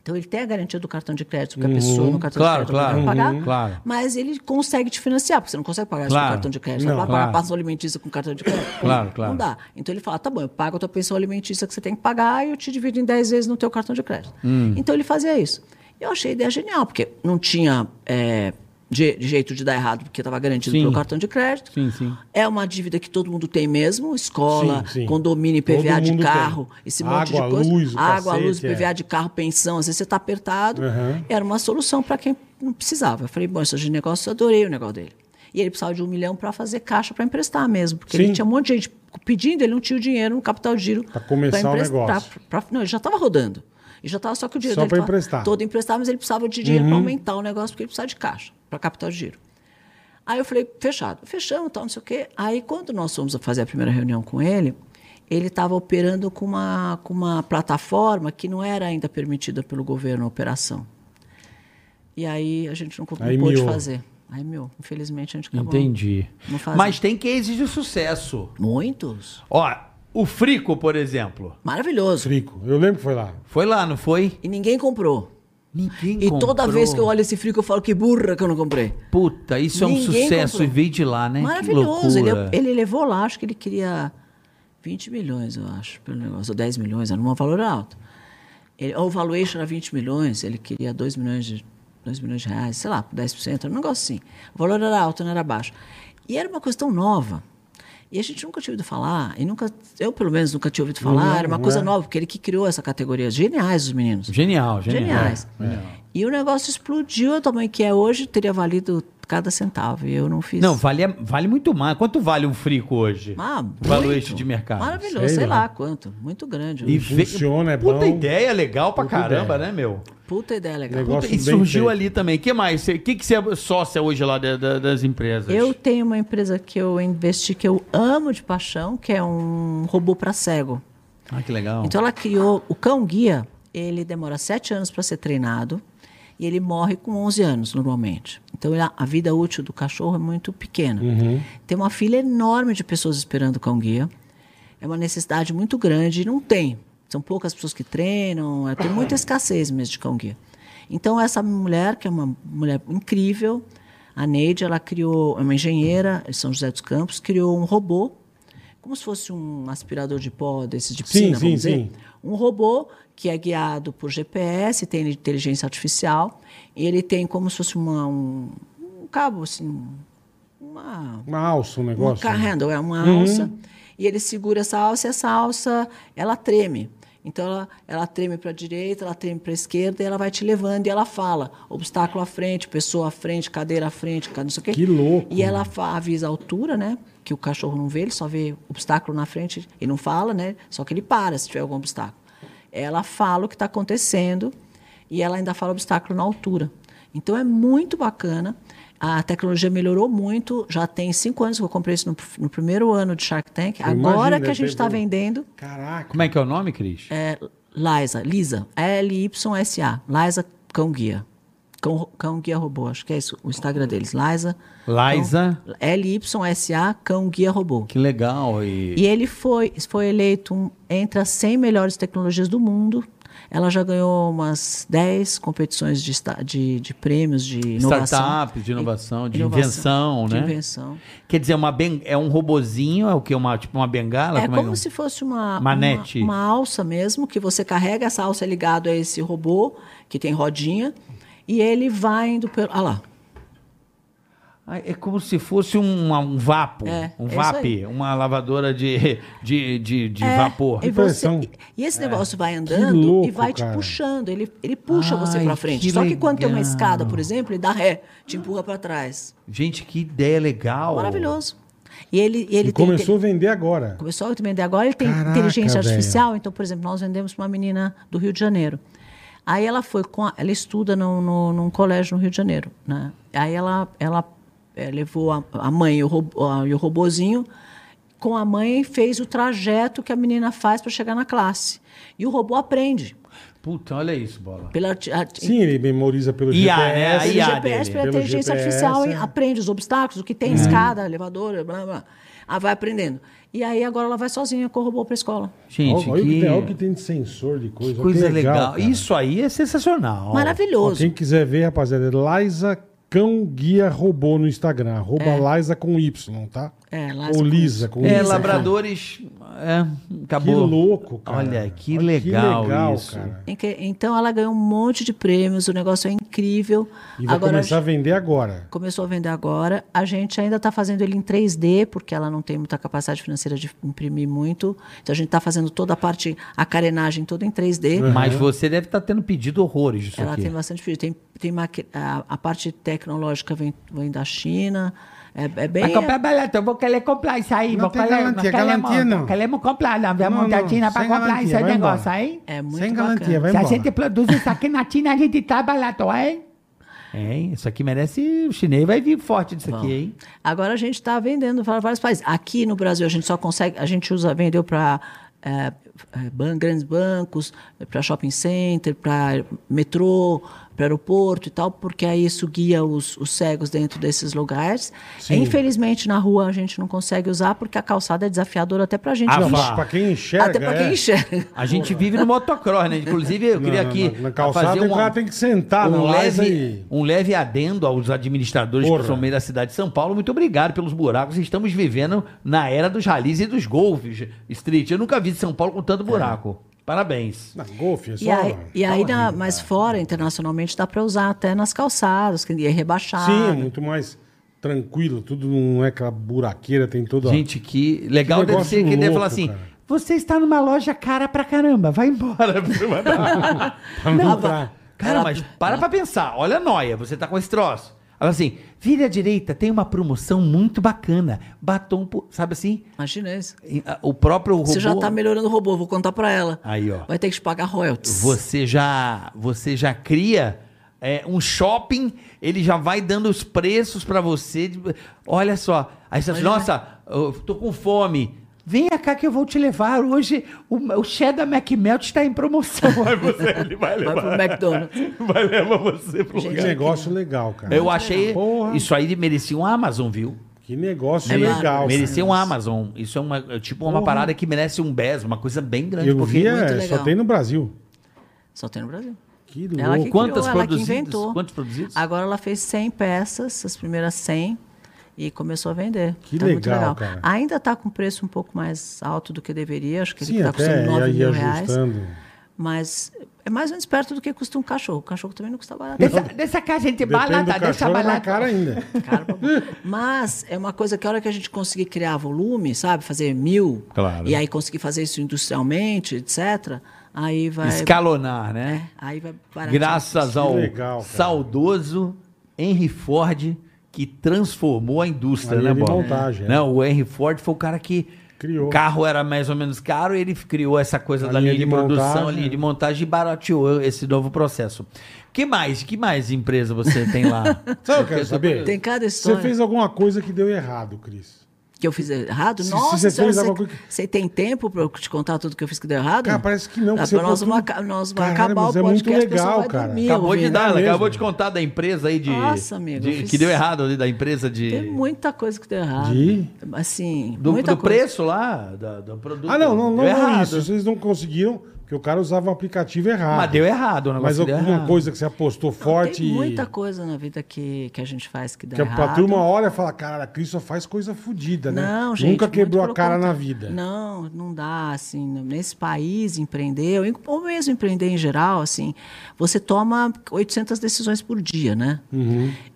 D: Então ele tem a garantia do cartão de crédito que a pessoa no cartão
C: Uhum. Claro,
D: de crédito
C: claro,
D: não vai
C: uhum,
D: pagar,
C: claro.
D: mas ele consegue te financiar, porque você não consegue pagar isso
C: Claro,
D: com cartão de crédito,
C: não,
D: não, vai pagar
C: claro.
D: passão alimentícia com cartão de crédito.
C: <coughs> Claro,
D: não,
C: claro.
D: Não dá. Então ele fala, tá bom, eu pago a tua pensão alimentícia que você tem que pagar e eu te divido em 10 vezes no teu cartão de crédito.
C: Hum.
D: Então ele fazia isso. Eu achei a ideia genial, porque não tinha é, je- jeito de dar errado, porque estava garantido
C: Sim.
D: pelo cartão de crédito.
C: Sim, sim.
D: É uma dívida que todo mundo tem mesmo, escola,
B: Sim, sim.
D: condomínio,
B: Todo
D: IPVA de
B: mundo
D: carro,
B: tem.
D: esse monte
B: Água,
D: de coisa.
B: luz, o
D: Água,
B: cacete,
D: luz,
B: é.
D: IPVA de carro, pensão, às vezes você está apertado.
B: Aham.
D: Era uma solução para quem não precisava. Eu falei, bom, isso de negócio, eu adorei o negócio dele. E ele precisava de um milhão para fazer caixa para emprestar mesmo, porque
B: Sim.
D: ele tinha um monte de gente pedindo, ele não tinha o dinheiro no capital de giro.
B: Pra começar
D: pra
B: o
D: emprestar,
B: negócio.
D: pra- pra- não, ele já estava rodando. E já estava só que o dinheiro
B: Só
D: dele
B: pra
D: tava
B: emprestar. Uhum.
D: Todo emprestado, mas ele precisava de dinheiro para aumentar o negócio, porque ele precisava de caixa para capital de giro. Aí eu falei, fechado. Fechamos, tal, não sei o quê. Aí, quando nós fomos fazer a primeira reunião com ele, ele estava operando com uma, com uma plataforma que não era ainda permitida pelo governo a operação. E aí a gente não, co- não
B: Aí
D: pôde
B: miou.
D: fazer. Aí, meu, infelizmente a gente acabou.
C: Entendi.
D: Não fazem.
C: Mas tem cases de sucesso.
D: Muitos.
C: Ó, o Frico, por exemplo.
D: Maravilhoso.
B: Frico. Eu lembro que foi lá.
C: Foi lá, não foi?
D: E ninguém comprou.
C: Ninguém
D: E toda
C: comprou.
D: vez que eu olho esse frico, eu falo que burra que eu não comprei.
C: Puta, isso é um
D: Ninguém
C: sucesso
D: comprou.
C: e veio de lá, né? Que
D: Maravilhoso. Ele, é um
C: loucura.
D: ele levou lá, acho que ele queria 20 milhões, eu acho, pelo negócio, ou 10 milhões, era um valor alto. Ele, ou o valuation era 20 milhões, ele queria 2 milhões de, 2 milhões de reais, sei lá, 10%, era um negócio assim. O valor era alto, não era baixo. E era uma coisa tão nova. E a gente nunca tinha ouvido falar, e nunca, eu pelo menos nunca tinha ouvido falar,
B: Não,
D: era uma
B: não
D: coisa
B: é.
D: nova, porque ele que criou essa categoria. Geniais os meninos.
C: Genial, genial.
D: Geniais. E o negócio explodiu, o tamanho que é hoje teria valido cada centavo, e eu não fiz.
C: Não, vale, vale muito mais. Quanto vale um Frico hoje?
D: Ah, muito.
C: Valuation de mercado.
D: Maravilhoso,
B: Sei
D: sei,
B: lá.
D: lá quanto. Muito grande.
C: E
D: Puta
C: ve-
B: Funciona, é
C: Puta
B: bom.
C: ideia legal pra
B: Puta
C: caramba,
B: ideia.
C: né, meu?
D: Puta ideia legal.
B: Negócio-
C: Puta,
B: bem
C: e surgiu
B: feito.
C: ali também. O que mais? O que, que você é sócia hoje lá da- da- das empresas?
D: Eu tenho uma empresa que eu investi que eu amo de paixão, que é um robô para cego.
C: Ah, que legal.
D: Então ela criou o cão guia. Ele demora sete anos para ser treinado e ele morre com 11 anos normalmente. Então ele- a vida útil do cachorro é muito pequena. Tem uma fila enorme de pessoas esperando o cão guia. É uma necessidade muito grande e não tem. São poucas pessoas que treinam. é, Tem muita escassez mesmo de cão guia. Então essa mulher que é uma mulher incrível, a Neide, ela criou é uma engenheira de São José dos Campos, criou um robô como se fosse um aspirador de pó desses de
B: Sim,
D: piscina,
B: sim,
D: vamos dizer.
B: sim.
D: Um robô que é guiado por GPS, tem inteligência artificial, e ele tem como se fosse uma, um, um cabo, assim, uma,
B: Uma alça, um
D: uma
B: negócio. Uhum.
D: car handle, é uma alça, e ele segura essa alça e essa alça ela treme. Então ela, ela treme para a direita, ela treme para a esquerda e ela vai te levando e ela fala: obstáculo à frente, pessoa à frente, cadeira à frente, ca- não sei o quê.
B: Que louco.
D: E ela fa- avisa a altura, né? Que o cachorro não vê, ele só vê obstáculo na frente e não fala, né? Só que ele para se tiver algum obstáculo. Ela fala o que está acontecendo e ela ainda fala obstáculo na altura. Então é muito bacana. A tecnologia melhorou muito. Já tem cinco anos que eu comprei isso no, pr- no primeiro ano de Shark Tank.
B: Eu
D: Agora
B: imagino,
D: que a
B: deve
D: gente
B: ter
D: está
B: evoluído.
D: vendendo,
B: Caraca.
C: Como é que é o nome, Cris?
D: é Liza, Lisa, L-Y-S-A, Liza Cão Guia. Cão, cão Guia Robô, acho que é isso, o Instagram deles, Liza.
C: Liza.
D: Cão- L-Y-S-A, Cão Guia Robô.
C: Que legal. E...
D: E ele foi, foi eleito um, entre as 100 melhores tecnologias do mundo. Ela já ganhou umas 10 competições de, esta- de, de prêmios, de inovação.
C: Startup, de inovação, de invenção,
D: de
C: né?
D: invenção.
C: Quer dizer, uma ben- é um robozinho, é o quê? Uma, tipo uma bengala?
D: É
C: Como
D: como,
C: que-
D: se fosse uma,
C: Manete.
D: uma uma alça mesmo que você carrega essa alça é ligado a esse robô que tem rodinha e ele vai indo pelo, ah lá,
C: Ah, É como se fosse um, um vapo,
D: É,
C: um
D: é isso
C: VAP,
D: aí.
C: uma lavadora de, de, de, de
D: É,
C: vapor. É.
D: E, você,
B: Impressão.
D: e- e esse negócio vai andando
B: louco,
D: e vai te
B: cara.
D: puxando. Ele, ele puxa você
C: Ai,
D: pra frente.
C: que
D: Só que quando tem uma
C: legal.
D: escada, por exemplo, ele dá ré, te empurra pra trás.
C: Gente, que ideia legal.
D: Maravilhoso. E ele, e ele
B: E
D: tem-
B: começou a vender agora.
D: Começou a vender agora, ele tem
B: Caraca,
D: inteligência
B: velho.
D: artificial. Então, por exemplo, nós vendemos para uma menina do Rio de Janeiro. Aí ela foi com a- ela estuda no, no- num colégio no Rio de Janeiro, né? Aí ela ela eh, levou a, a mãe e o, robô, a- e o robozinho com a mãe fez o trajeto que a menina faz para chegar na classe. E o robô aprende
C: Puta, olha isso, bola.
D: pela arti- arti-
B: Sim, ele memoriza pelo
C: IA, né?
B: GPS.
C: A
D: pelo
C: IA
D: GPS,
C: dele.
D: pela
B: Pelo GPS,
D: inteligência artificial, hein?
B: é. Uhum.
D: aprende os obstáculos, o que tem escada, elevador, blá blá. Ah, vai aprendendo. E aí agora ela vai sozinha com o robô para escola.
C: Gente,
B: Olha, olha o que
C: que,
B: tem, olha o que tem de sensor de coisa. olha que
C: coisa legal.
B: cara.
C: isso aí é sensacional.
B: Ó,
D: Maravilhoso.
B: quem quiser ver, rapaziada, é Liza Cão Guia Robô no Instagram. Arroba Liza com Y, tá?
D: É, Liza
B: Ou
D: com
B: Lisa com
C: É,
B: Y.
C: labradores. É,
B: Que
C: acabou.
B: louco, cara.
C: Olha, que
B: Olha
C: legal, isso.
B: cara.
D: Em que- Então ela ganhou um monte de prêmios, o negócio é incrível.
B: E vai
D: agora
B: começar a
D: a gente
B: vender agora.
D: começou a vender agora. A gente ainda está fazendo ele em 3D, porque ela não tem muita capacidade financeira de imprimir muito. Então a gente está fazendo toda a parte, a carenagem toda em 3D.
B: Uhum.
C: Mas você deve estar tendo pedido horrores disso
D: Ela
C: aqui.
D: tem bastante filho. Tem, tem maqui- a, a parte tecnológica vem, vem da China. É, é bem.
F: Vai comprar barato, eu vou querer comprar isso aí.
B: Não
F: vou
B: tem
F: querer,
B: garantia, garantia
F: queremos,
B: não.
F: queremos comprar, não. Vamos
B: Não,
F: da
B: não,
F: China para
B: sem
F: comprar
B: garantia,
F: esse
B: vai
F: negócio
B: embora.
F: aí.
D: É muito
B: Sem
D: bacana.
B: garantia, vai
F: Se a
B: embora.
F: gente produz isso aqui na China, a gente tá barato, hein?
C: Hein? É, Isso aqui merece. O chinês vai vir forte disso aqui, hein?
D: Agora a gente está vendendo para vários países. Aqui no Brasil a gente só consegue, a gente usa, vendeu para é, é, ban- grandes bancos, para shopping center, para metrô, para aeroporto e tal, porque aí isso guia os, os cegos dentro desses lugares.
B: Sim.
D: Infelizmente na rua a gente não consegue usar porque a calçada é desafiadora até para a gente.
C: Ah,
B: Não,
C: vá.
B: mas pra quem enxerga.
D: até para quem
B: é. <laughs>
D: enxerga.
C: A gente vive no motocross, né? Inclusive, eu queria
B: Não,
C: aqui
B: não, na calçada
C: fazer
B: o cara tem que sentar
C: um
B: na lasa
C: leve,
B: e-
C: um leve adendo aos administradores
B: Porra.
C: que são meio da cidade de São Paulo. Muito obrigado pelos buracos. Estamos vivendo na era dos ralis e dos golfes, Street. Eu nunca vi São Paulo com
B: É.
C: tanto buraco. Parabéns.
B: Na golfe, é só.
D: E aí, e aí
B: só
D: na-
B: horrível,
D: mas
B: cara.
D: fora, internacionalmente, dá para usar até nas calçadas, que é rebaixado.
B: Sim, é muito mais tranquilo. Tudo não é aquela buraqueira, tem toda.
C: Gente, que legal
B: Que
C: deve
B: negócio
C: ser que deve
B: louco,
C: falar assim.
B: cara.
C: Você está numa loja cara pra caramba, vai
B: <laughs>
C: embora.
B: pra não entrar.
C: Cara,
D: Ela-
C: mas para pra pensar. Olha a noia, você tá com esse troço. Ela assim, vira à direita, tem uma promoção muito bacana. Batom, por- sabe assim?
D: Imagina isso.
C: E, a- O próprio robô.
D: Você já tá melhorando o robô, vou contar pra ela.
C: Aí, ó.
D: Vai ter que te pagar royalties.
C: Você já, você já cria é, um shopping, ele já vai dando os preços pra você. de- Olha só. Aí você fala, assim, nossa, eu tô com fome.
F: Vem cá que eu vou te levar. Hoje o, o cheddar McMelt
C: tá
F: está em
D: <laughs>
F: promoção.
E: Vai você, ele vai
D: Vai
E: levar.
D: pro
C: <laughs>
D: McDonald's.
E: Vai levar você pro
D: Gente,
B: Que
E: lugar.
B: negócio legal,
F: Tá
B: cara.
C: Eu achei.
B: Porra.
C: Isso aí merecia um Amazon, viu?
B: Que negócio
D: É
B: legal.
D: maravilhoso.
B: cara.
C: Merecia um Amazon. Isso é uma, é tipo uma parada que merece um BES, uma coisa bem grande.
B: Eu
C: um porque
B: vi,
D: muito
B: é, só
D: legal.
B: tem no Brasil.
D: Só tem no Brasil.
B: Que louco.
D: Ela que
C: Quantas
D: criou, ela que
C: produzidas?
D: inventou.
C: Quantos produzidos?
D: Agora ela fez 100 peças, as primeiras 100, e começou a vender.
B: Que
D: Tá muito
B: legal,
D: legal.
B: cara.
D: Ainda tá com preço um pouco mais alto do que deveria, acho que
B: Sim,
D: ele tá
B: até
D: custando 9
B: ia
D: mil reais.
B: ajustando.
D: Mas É mais ou menos perto do que custa um cachorro. O cachorro também não custa barato. né? É
F: Dessa, dessa casa, gente,
B: Depende
F: balada, deixa
B: do cachorro na
F: balada.
B: cara
D: <laughs>
B: ainda.
D: Caro pra burro. Mas é uma coisa que a hora que a gente conseguir criar volume, sabe? Fazer mil.
C: Claro.
D: E aí conseguir fazer isso industrialmente, etc. Aí vai. é,
C: Escalonar, né?
D: Aí vai baratear.
C: Graças ao
B: legal, cara.
C: saudoso Henry Ford, que transformou a indústria,
B: Aí
C: né,
B: ele
C: Bob?
B: montagem, é.
C: Não, o Henry Ford foi o cara que.
B: Criou.
C: O carro era mais ou menos caro, ele criou essa coisa
B: A
C: da
B: linha
C: linha de,
B: de
C: produção,
B: montagem.
C: linha de montagem e barateou esse novo processo. Que mais? Que mais empresa você tem lá?
B: <laughs> Sabe o que eu quero saber?
D: Tem cada
B: Você
D: história
B: fez alguma coisa que deu errado, Cris.
D: que eu fiz errado.
B: Se- se
D: Nossa,
B: você
D: você,
B: fez
D: você,
B: alguma coisa
D: você tem tempo para eu te contar tudo que eu fiz que deu errado?
B: Cara, parece que não, que
D: Ah,
B: você
D: nós,
B: falou
D: vamos
B: tudo.
D: aca- nós vamos
B: Caralho,
D: acabar o
B: mas é muito
D: podcast, o pessoal
B: legal,
D: vai
B: cara.
D: dormir né?
C: Acabou de
D: ouvindo.
C: dar,
B: É
C: acabou
B: mesmo?
C: de contar da empresa aí de.
D: Nossa, amigo,
C: de-
D: eu fiz-
C: Que deu errado ali, da empresa de.
D: Tem muita coisa que deu errado.
B: De?
D: Assim,
C: Do,
D: muita
C: do
D: coisa.
C: preço lá, da- do produto.
B: Ah, não, não, não,
C: Deu
B: não
C: errado.
B: isso. Vocês não conseguiram, porque o cara usava o aplicativo errado.
C: Mas deu errado o
B: Mas
C: negócio. deu
B: alguma
C: errado.
B: coisa que você apostou forte
D: Tem muita
B: e...
D: coisa na vida que, que a gente faz que dá
B: Que
D: errado.
B: a turma olha e fala, cara, a Cris só faz coisa fodida, né?
D: Não, gente.
B: Nunca
D: muito
B: quebrou a
D: pelo
B: cara na
D: contrário.
B: vida.
D: Não, não dá, assim, nesse país, empreender, ou em- ou mesmo empreender em geral, assim, você toma 800 decisões por dia, né?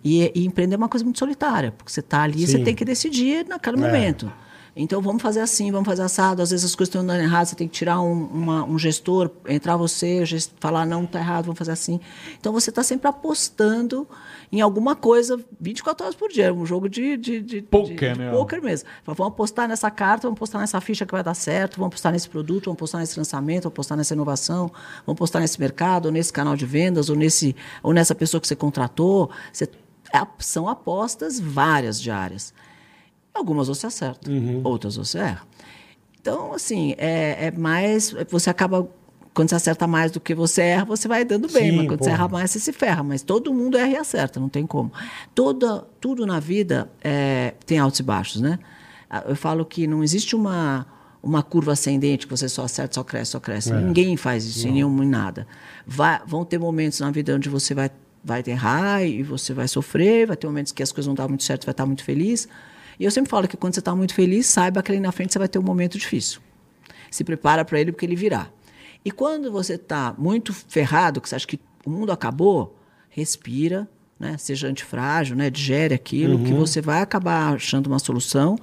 D: E, e empreender é uma coisa muito solitária, porque você está ali, você
B: Uhum. Sim.
D: tem que decidir naquele
E: É.
D: momento. Então, vamos fazer assim, vamos fazer assado. Às vezes as coisas estão andando errado, você tem que tirar um, uma- um gestor, entrar você, gest- falar, não, está errado, vamos fazer assim. Então, você está sempre apostando em alguma coisa 24 horas por dia. É um jogo de, de, de,
E: Poker,
D: de,
E: né?
D: de poker mesmo. Fala, vamos apostar nessa carta, vamos apostar nessa ficha que vai dar certo, vamos apostar nesse produto, vamos apostar nesse lançamento, vamos apostar nessa inovação, vamos apostar nesse mercado, ou nesse canal de vendas, ou, nesse, ou nessa pessoa que você contratou. Você- é- são apostas várias diárias. Algumas você acerta,
B: Uhum.
D: outras você erra. Então, assim, é, é mais. Você acaba. Quando você acerta mais do que você erra, você vai dando bem.
B: Sim,
D: mas quando você
B: porra.
D: erra mais, você se ferra. Mas todo mundo erra e acerta, não tem como. Toda, tudo na vida é, tem altos e baixos, né? Ah, Eu falo que não existe uma, uma curva ascendente que você só acerta, só cresce, só
B: É.
D: cresce. Ninguém faz isso em nenhum em nada. Vai- vão ter momentos na vida onde você vai, vai errar e você vai sofrer, vai ter momentos que as coisas não dão muito certo, vai estar muito feliz. E eu sempre falo que quando você está muito feliz, saiba que ali na frente você vai ter um momento difícil. Se prepara para ele porque ele virá. E quando você está muito ferrado, que você acha que o mundo acabou, respira, né? seja antifrágil, né? digere aquilo,
B: Uhum.
D: que você vai acabar achando uma solução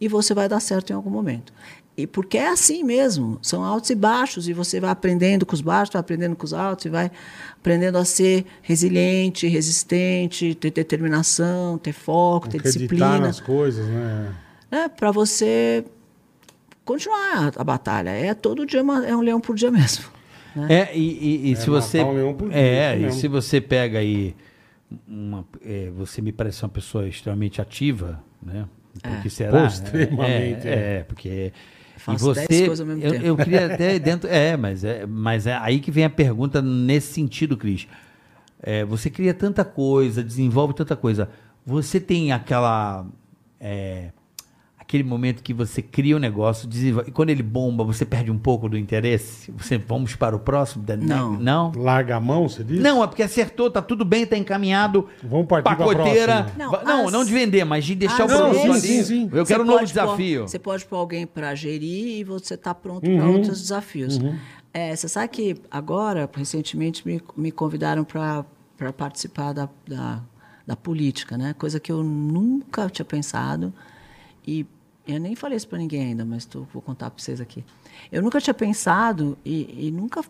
D: e você vai dar certo em algum momento. E porque é assim mesmo, são altos e baixos, e você vai aprendendo com os baixos, vai aprendendo com os altos, e vai aprendendo a ser resiliente, resistente, ter determinação, ter foco, ter
B: Acreditar
D: disciplina
B: nas coisas, né?
D: né, para você continuar a, a batalha. É todo dia uma- é um leão por dia mesmo. né?
C: É, e, e- e se
B: matar
C: você.
B: um leão por dia,
C: é,
B: isso
C: e
B: mesmo.
C: se você pega aí. Uma, é, você me parece uma pessoa extremamente ativa, né? Porque será?
B: Pô,
C: né?
B: extremamente,
C: É,
B: é.
C: é, porque. e
D: É. Faço
C: você.
D: dez coisas ao mesmo
C: eu,
D: tempo.
C: eu queria até dentro. É, mas é, mas é aí que vem a pergunta nesse sentido, Cris. É, você cria tanta coisa, desenvolve tanta coisa. Você tem aquela. é, aquele momento que você cria um negócio, desenvolve, e quando ele bomba, você perde um pouco do interesse? Você vamos para o próximo?
D: Não.
C: Não?
B: Larga a mão, você diz?
C: Não, é porque acertou, tá tudo bem, tá encaminhado.
B: Vamos partir pra
C: Pacoteira.
B: próxima.
C: Não,
D: Não,
C: não,
D: as- Ah,
C: de vender, mas de deixar o
D: às
C: produto
B: vezes-
C: ali.
B: Sim, sim, sim.
C: Eu quero um
D: Você
C: novo
D: pode pôr-
C: desafio. Uhum.
D: você pode pôr alguém para gerir e você está pronto para outros desafios. É, você sabe que agora, recentemente, me, me convidaram para participar da, da, da política, né? Coisa que eu nunca tinha pensado. E eu nem falei isso para ninguém ainda, mas tô, vou contar para vocês aqui. Eu nunca tinha pensado e, e nunca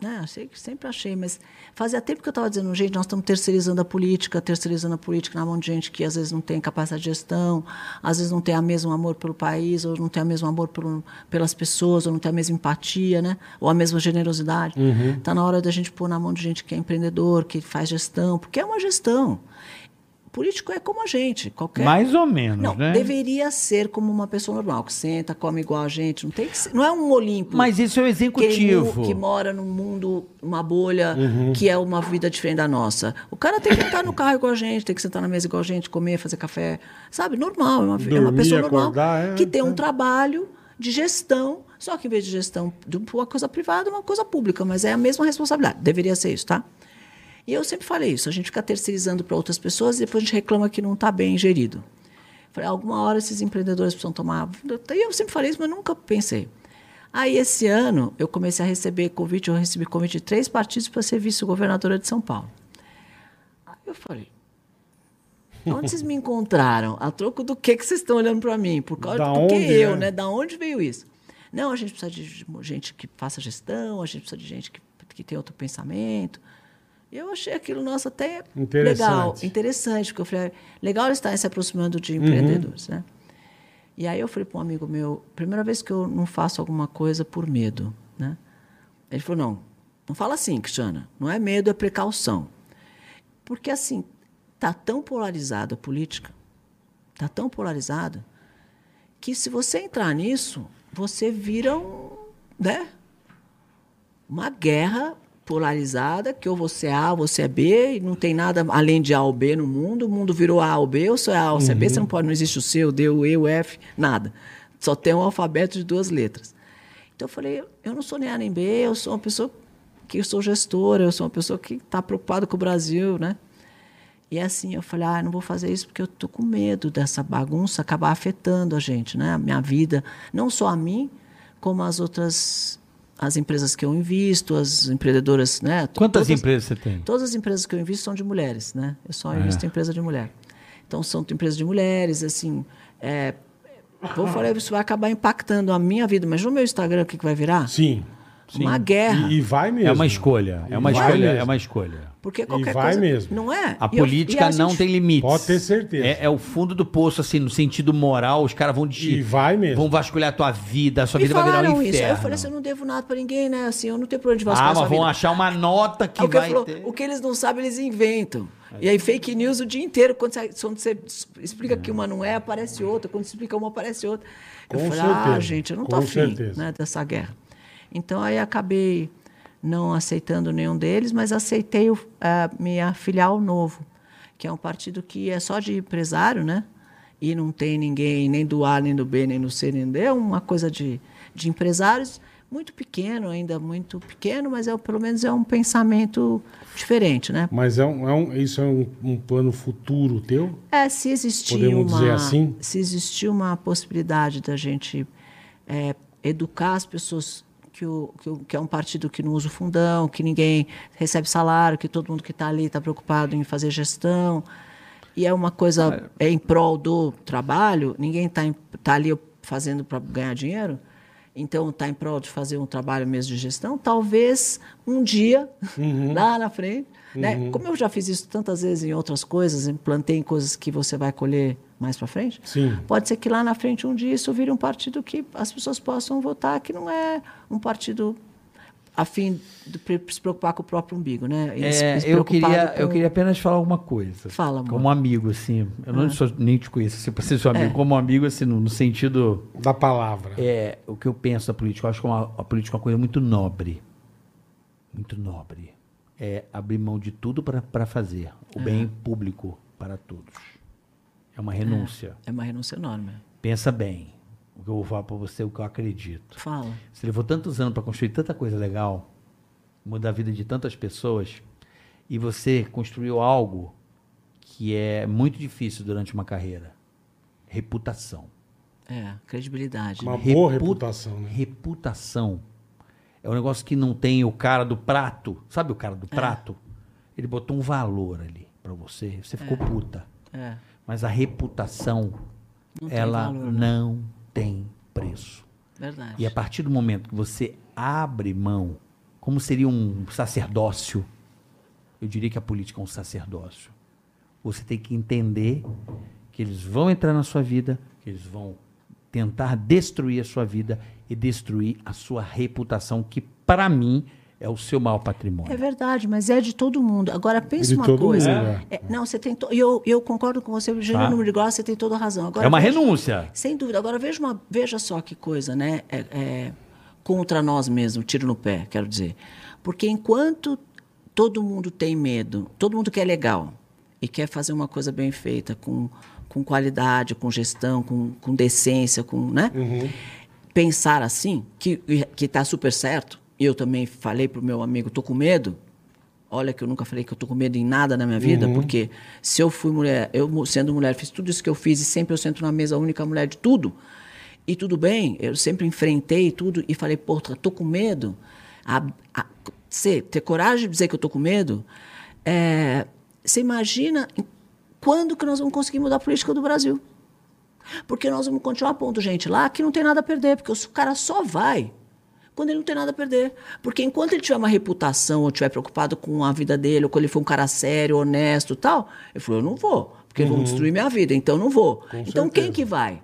D: né? Achei que sempre achei, mas fazia tempo que eu estava dizendo, gente, nós estamos terceirizando a política, terceirizando a política na mão de gente que às vezes não tem capacidade de gestão, às vezes não tem o mesmo amor pelo país, ou não tem o mesmo amor pelo, pelas pessoas, ou não tem a mesma empatia, né? Ou a mesma generosidade.
C: Uhum.
D: Está na hora da gente pôr na mão de gente que é empreendedor, que faz gestão, porque é uma gestão. Político é como a gente, qualquer
C: Mais ou menos,
D: não,
C: né?
D: deveria ser como uma pessoa normal, que senta, come igual a gente, não tem que ser, não é um Olimpo
C: Mas isso é o
D: aquele mu-
C: executivo.
D: que mora num mundo, uma bolha, que é uma vida diferente da nossa. O cara tem que entrar no carro igual a gente, tem que sentar na mesa igual a gente, comer, fazer café. Sabe? Normal. É uma, é uma
B: Dormir,
D: pessoa normal
B: acordar, é,
D: que tem
B: é.
D: um trabalho de gestão. Só que em vez de gestão de uma coisa privada, é uma coisa pública, mas é a mesma responsabilidade. Deveria ser isso, tá? E eu sempre falei isso. A gente fica terceirizando para outras pessoas e depois a gente reclama que não está bem gerido. Falei, alguma hora esses empreendedores precisam tomar. E eu sempre falei isso, mas nunca pensei. Aí, esse ano, eu comecei a receber convite, eu recebi convite de três partidos para ser vice-governadora de São Paulo. Aí eu falei, onde vocês me encontraram? A troco do que que vocês estão olhando para mim? Por causa
B: Da
D: do que
B: onde,
D: eu,
B: né?
D: né? Da onde veio isso? Não, a gente precisa de gente que faça gestão, a gente precisa de gente que, que tem outro pensamento. E eu achei aquilo, nossa, até
B: Interessante.
D: legal, interessante, porque eu falei, "Ah, legal eles estarem se aproximando de empreendedores, né? E aí eu falei para um amigo meu, primeira vez que eu não faço alguma coisa por medo, né? Ele falou, não, não fala assim, Cristiana, não é medo, é precaução. Porque assim, tá tão polarizada a política, tá tão polarizada, que se você entrar nisso, você vira um, né? uma guerra polarizada, que ou você é A, ou você é B, e não tem nada além de A ou B no mundo, o mundo virou A ou B, ou você é A ou você é B, você não pode, não existe o C, o D, o E, o F, nada. Só tem um alfabeto de duas letras. Então eu falei, eu não sou nem A nem B, eu sou uma pessoa que eu sou gestora, eu sou uma pessoa que está preocupada com o Brasil, né? E assim, eu falei, ah, eu não vou fazer isso porque eu tô com medo dessa bagunça acabar afetando a gente, né? A minha vida, não só a mim, como as outras, as empresas que eu invisto, as empreendedoras, né? To-
C: Quantas
D: todas-
C: empresas você tem?
D: Todas as empresas que eu invisto são de mulheres, né? Eu
B: É.
D: só invisto em empresa de mulher. Então, são empresas de mulheres, assim... é, vou falar, isso vai acabar impactando a minha vida, mas no meu Instagram, o que, que vai virar?
B: Sim.
D: Uma guerra.
B: E, e vai mesmo.
C: É uma escolha. É uma
B: Vai
C: escolha.
B: mesmo.
C: É uma escolha.
D: Porque qualquer
B: vai
D: coisa...
B: mesmo.
D: Não é?
C: A
D: E eu- e
C: política
D: a
C: não
D: gente-
C: tem limites.
B: Pode ter certeza.
C: É, é o fundo do poço, assim, no sentido moral, os caras vão te.
B: E vai mesmo.
C: Vão vasculhar a tua vida, a sua
D: Me
C: vida vai virar um
D: falaram isso. Aí
C: inferno.
D: Eu falei assim, eu não devo nada pra ninguém, né? Assim, eu não tenho problema de
C: ah,
D: vasculhar
C: mas
D: sua
C: vão
D: vida.
C: achar uma nota
D: Aí
C: que
D: o cara
C: vai
D: falou,
C: ter.
D: o que eles não sabem, eles inventam. E aí fake news o dia inteiro. Quando você, quando você explica que uma não é, aparece outra. Quando explica uma, aparece outra. Eu
B: Com
D: falei,
B: certeza,
D: ah, gente, eu não tô
B: com
D: afim
B: certeza.
D: né, dessa guerra. Então, aí acabei não aceitando nenhum deles, mas aceitei o, a minha filial novo, que é um partido que é só de empresário, né? E não tem ninguém, nem do A, nem do B, nem do C, nem do D. É uma coisa de, de empresários muito pequeno ainda, muito pequeno, mas é, pelo menos é um pensamento diferente, né?
B: Mas é um, é um- isso é um, um plano futuro teu?
D: É, se existir
B: Podemos
D: uma,
B: dizer assim?
D: se existir uma possibilidade da gente é, educar as pessoas que, o, que, o- que é um partido que não usa o fundão, que ninguém recebe salário, que todo mundo que está ali está preocupado em fazer gestão e é uma coisa é em prol do trabalho, ninguém está tá ali fazendo para ganhar dinheiro. Então, está em prol de fazer um trabalho mesmo de gestão, talvez um dia, <laughs> lá na frente, né? Como eu já fiz isso tantas vezes em outras coisas, em- plantei em coisas que você vai colher mais para frente,
B: Sim.
D: pode ser que lá na frente, um dia, isso vire um partido que as pessoas possam votar, que não é um partido a fim de pre- se preocupar com o próprio umbigo, né? E se-
C: É,
D: se
C: eu,
D: preocupado
C: queria, eu
D: com-
C: queria apenas falar alguma coisa.
D: Fala, amor. Ah. É.
C: Como amigo, assim. Eu não sou, nem te conheço, assim, preciso ser seu amigo. Como amigo, assim, no, no sentido.
B: Da palavra.
C: É, o que eu penso da política. Eu acho que uma- a política é uma coisa muito nobre. Muito nobre. É abrir mão de tudo para fazer. O bem público para todos. É uma renúncia.
D: É uma renúncia enorme.
C: Pensa bem. O que eu vou falar para você, é o que eu acredito.
D: Fala.
C: Você levou tantos anos para construir tanta coisa legal, mudar a vida de tantas pessoas, e você construiu algo que é muito difícil durante uma carreira. Reputação.
D: É, credibilidade.
B: Uma
D: né?
B: boa
C: Repu-
B: reputação, né?
C: Reputação. É um negócio que não tem o cara do prato. Sabe o cara do
D: É.
C: prato? Ele botou um valor ali para você, você ficou puta.
D: É.
C: Mas a reputação,
D: Não tem
C: ela
D: valor, né?
C: não tem preço.
D: Verdade.
C: E a partir do momento que você abre mão, como seria um sacerdócio? Eu diria que a política é um sacerdócio. Você tem que entender que eles vão entrar na sua vida, que eles vão tentar destruir a sua vida e destruir a sua reputação, que para mim é o seu maior
D: É
C: patrimônio.
D: verdade, mas é de todo mundo. Agora pensa
B: De
D: uma
B: todo
D: coisa.
B: mundo, é.
D: É, não, você tem. to- E eu, eu concordo com você, Gênero número de Grau, você tem toda a razão. Agora,
C: É uma
D: veja-
C: renúncia.
D: Sem dúvida. Agora veja, uma, veja só que coisa, né? É, é, contra nós mesmos, tiro no pé, quero dizer. Porque enquanto todo mundo tem medo, todo mundo quer legal e quer fazer uma coisa bem feita, com, com qualidade, com gestão, com, com decência, com, né? Pensar assim, que que está super certo. e Eu também falei para o meu amigo, tô com medo. Olha que eu nunca falei que eu tô com medo em nada na minha vida, porque se eu fui mulher, eu mu- sendo mulher, fiz tudo isso que eu fiz e sempre eu sento na mesa a única mulher de tudo. E tudo bem, eu sempre enfrentei tudo e falei, porra, tô com medo. A- a- Você ter coragem de dizer que eu tô com medo, é, você imagina em- quando que nós vamos conseguir mudar a política do Brasil? Porque nós vamos continuar pondo gente lá que não tem nada a perder, porque o cara só vai quando ele não tem nada a perder. Porque enquanto ele tiver uma reputação, ou estiver preocupado com a vida dele, ou quando ele for um cara sério, honesto e tal, ele falou, eu não vou, porque vão
C: Uhum.
D: destruir minha vida, então eu não vou. então quem
B: certeza.
D: que vai?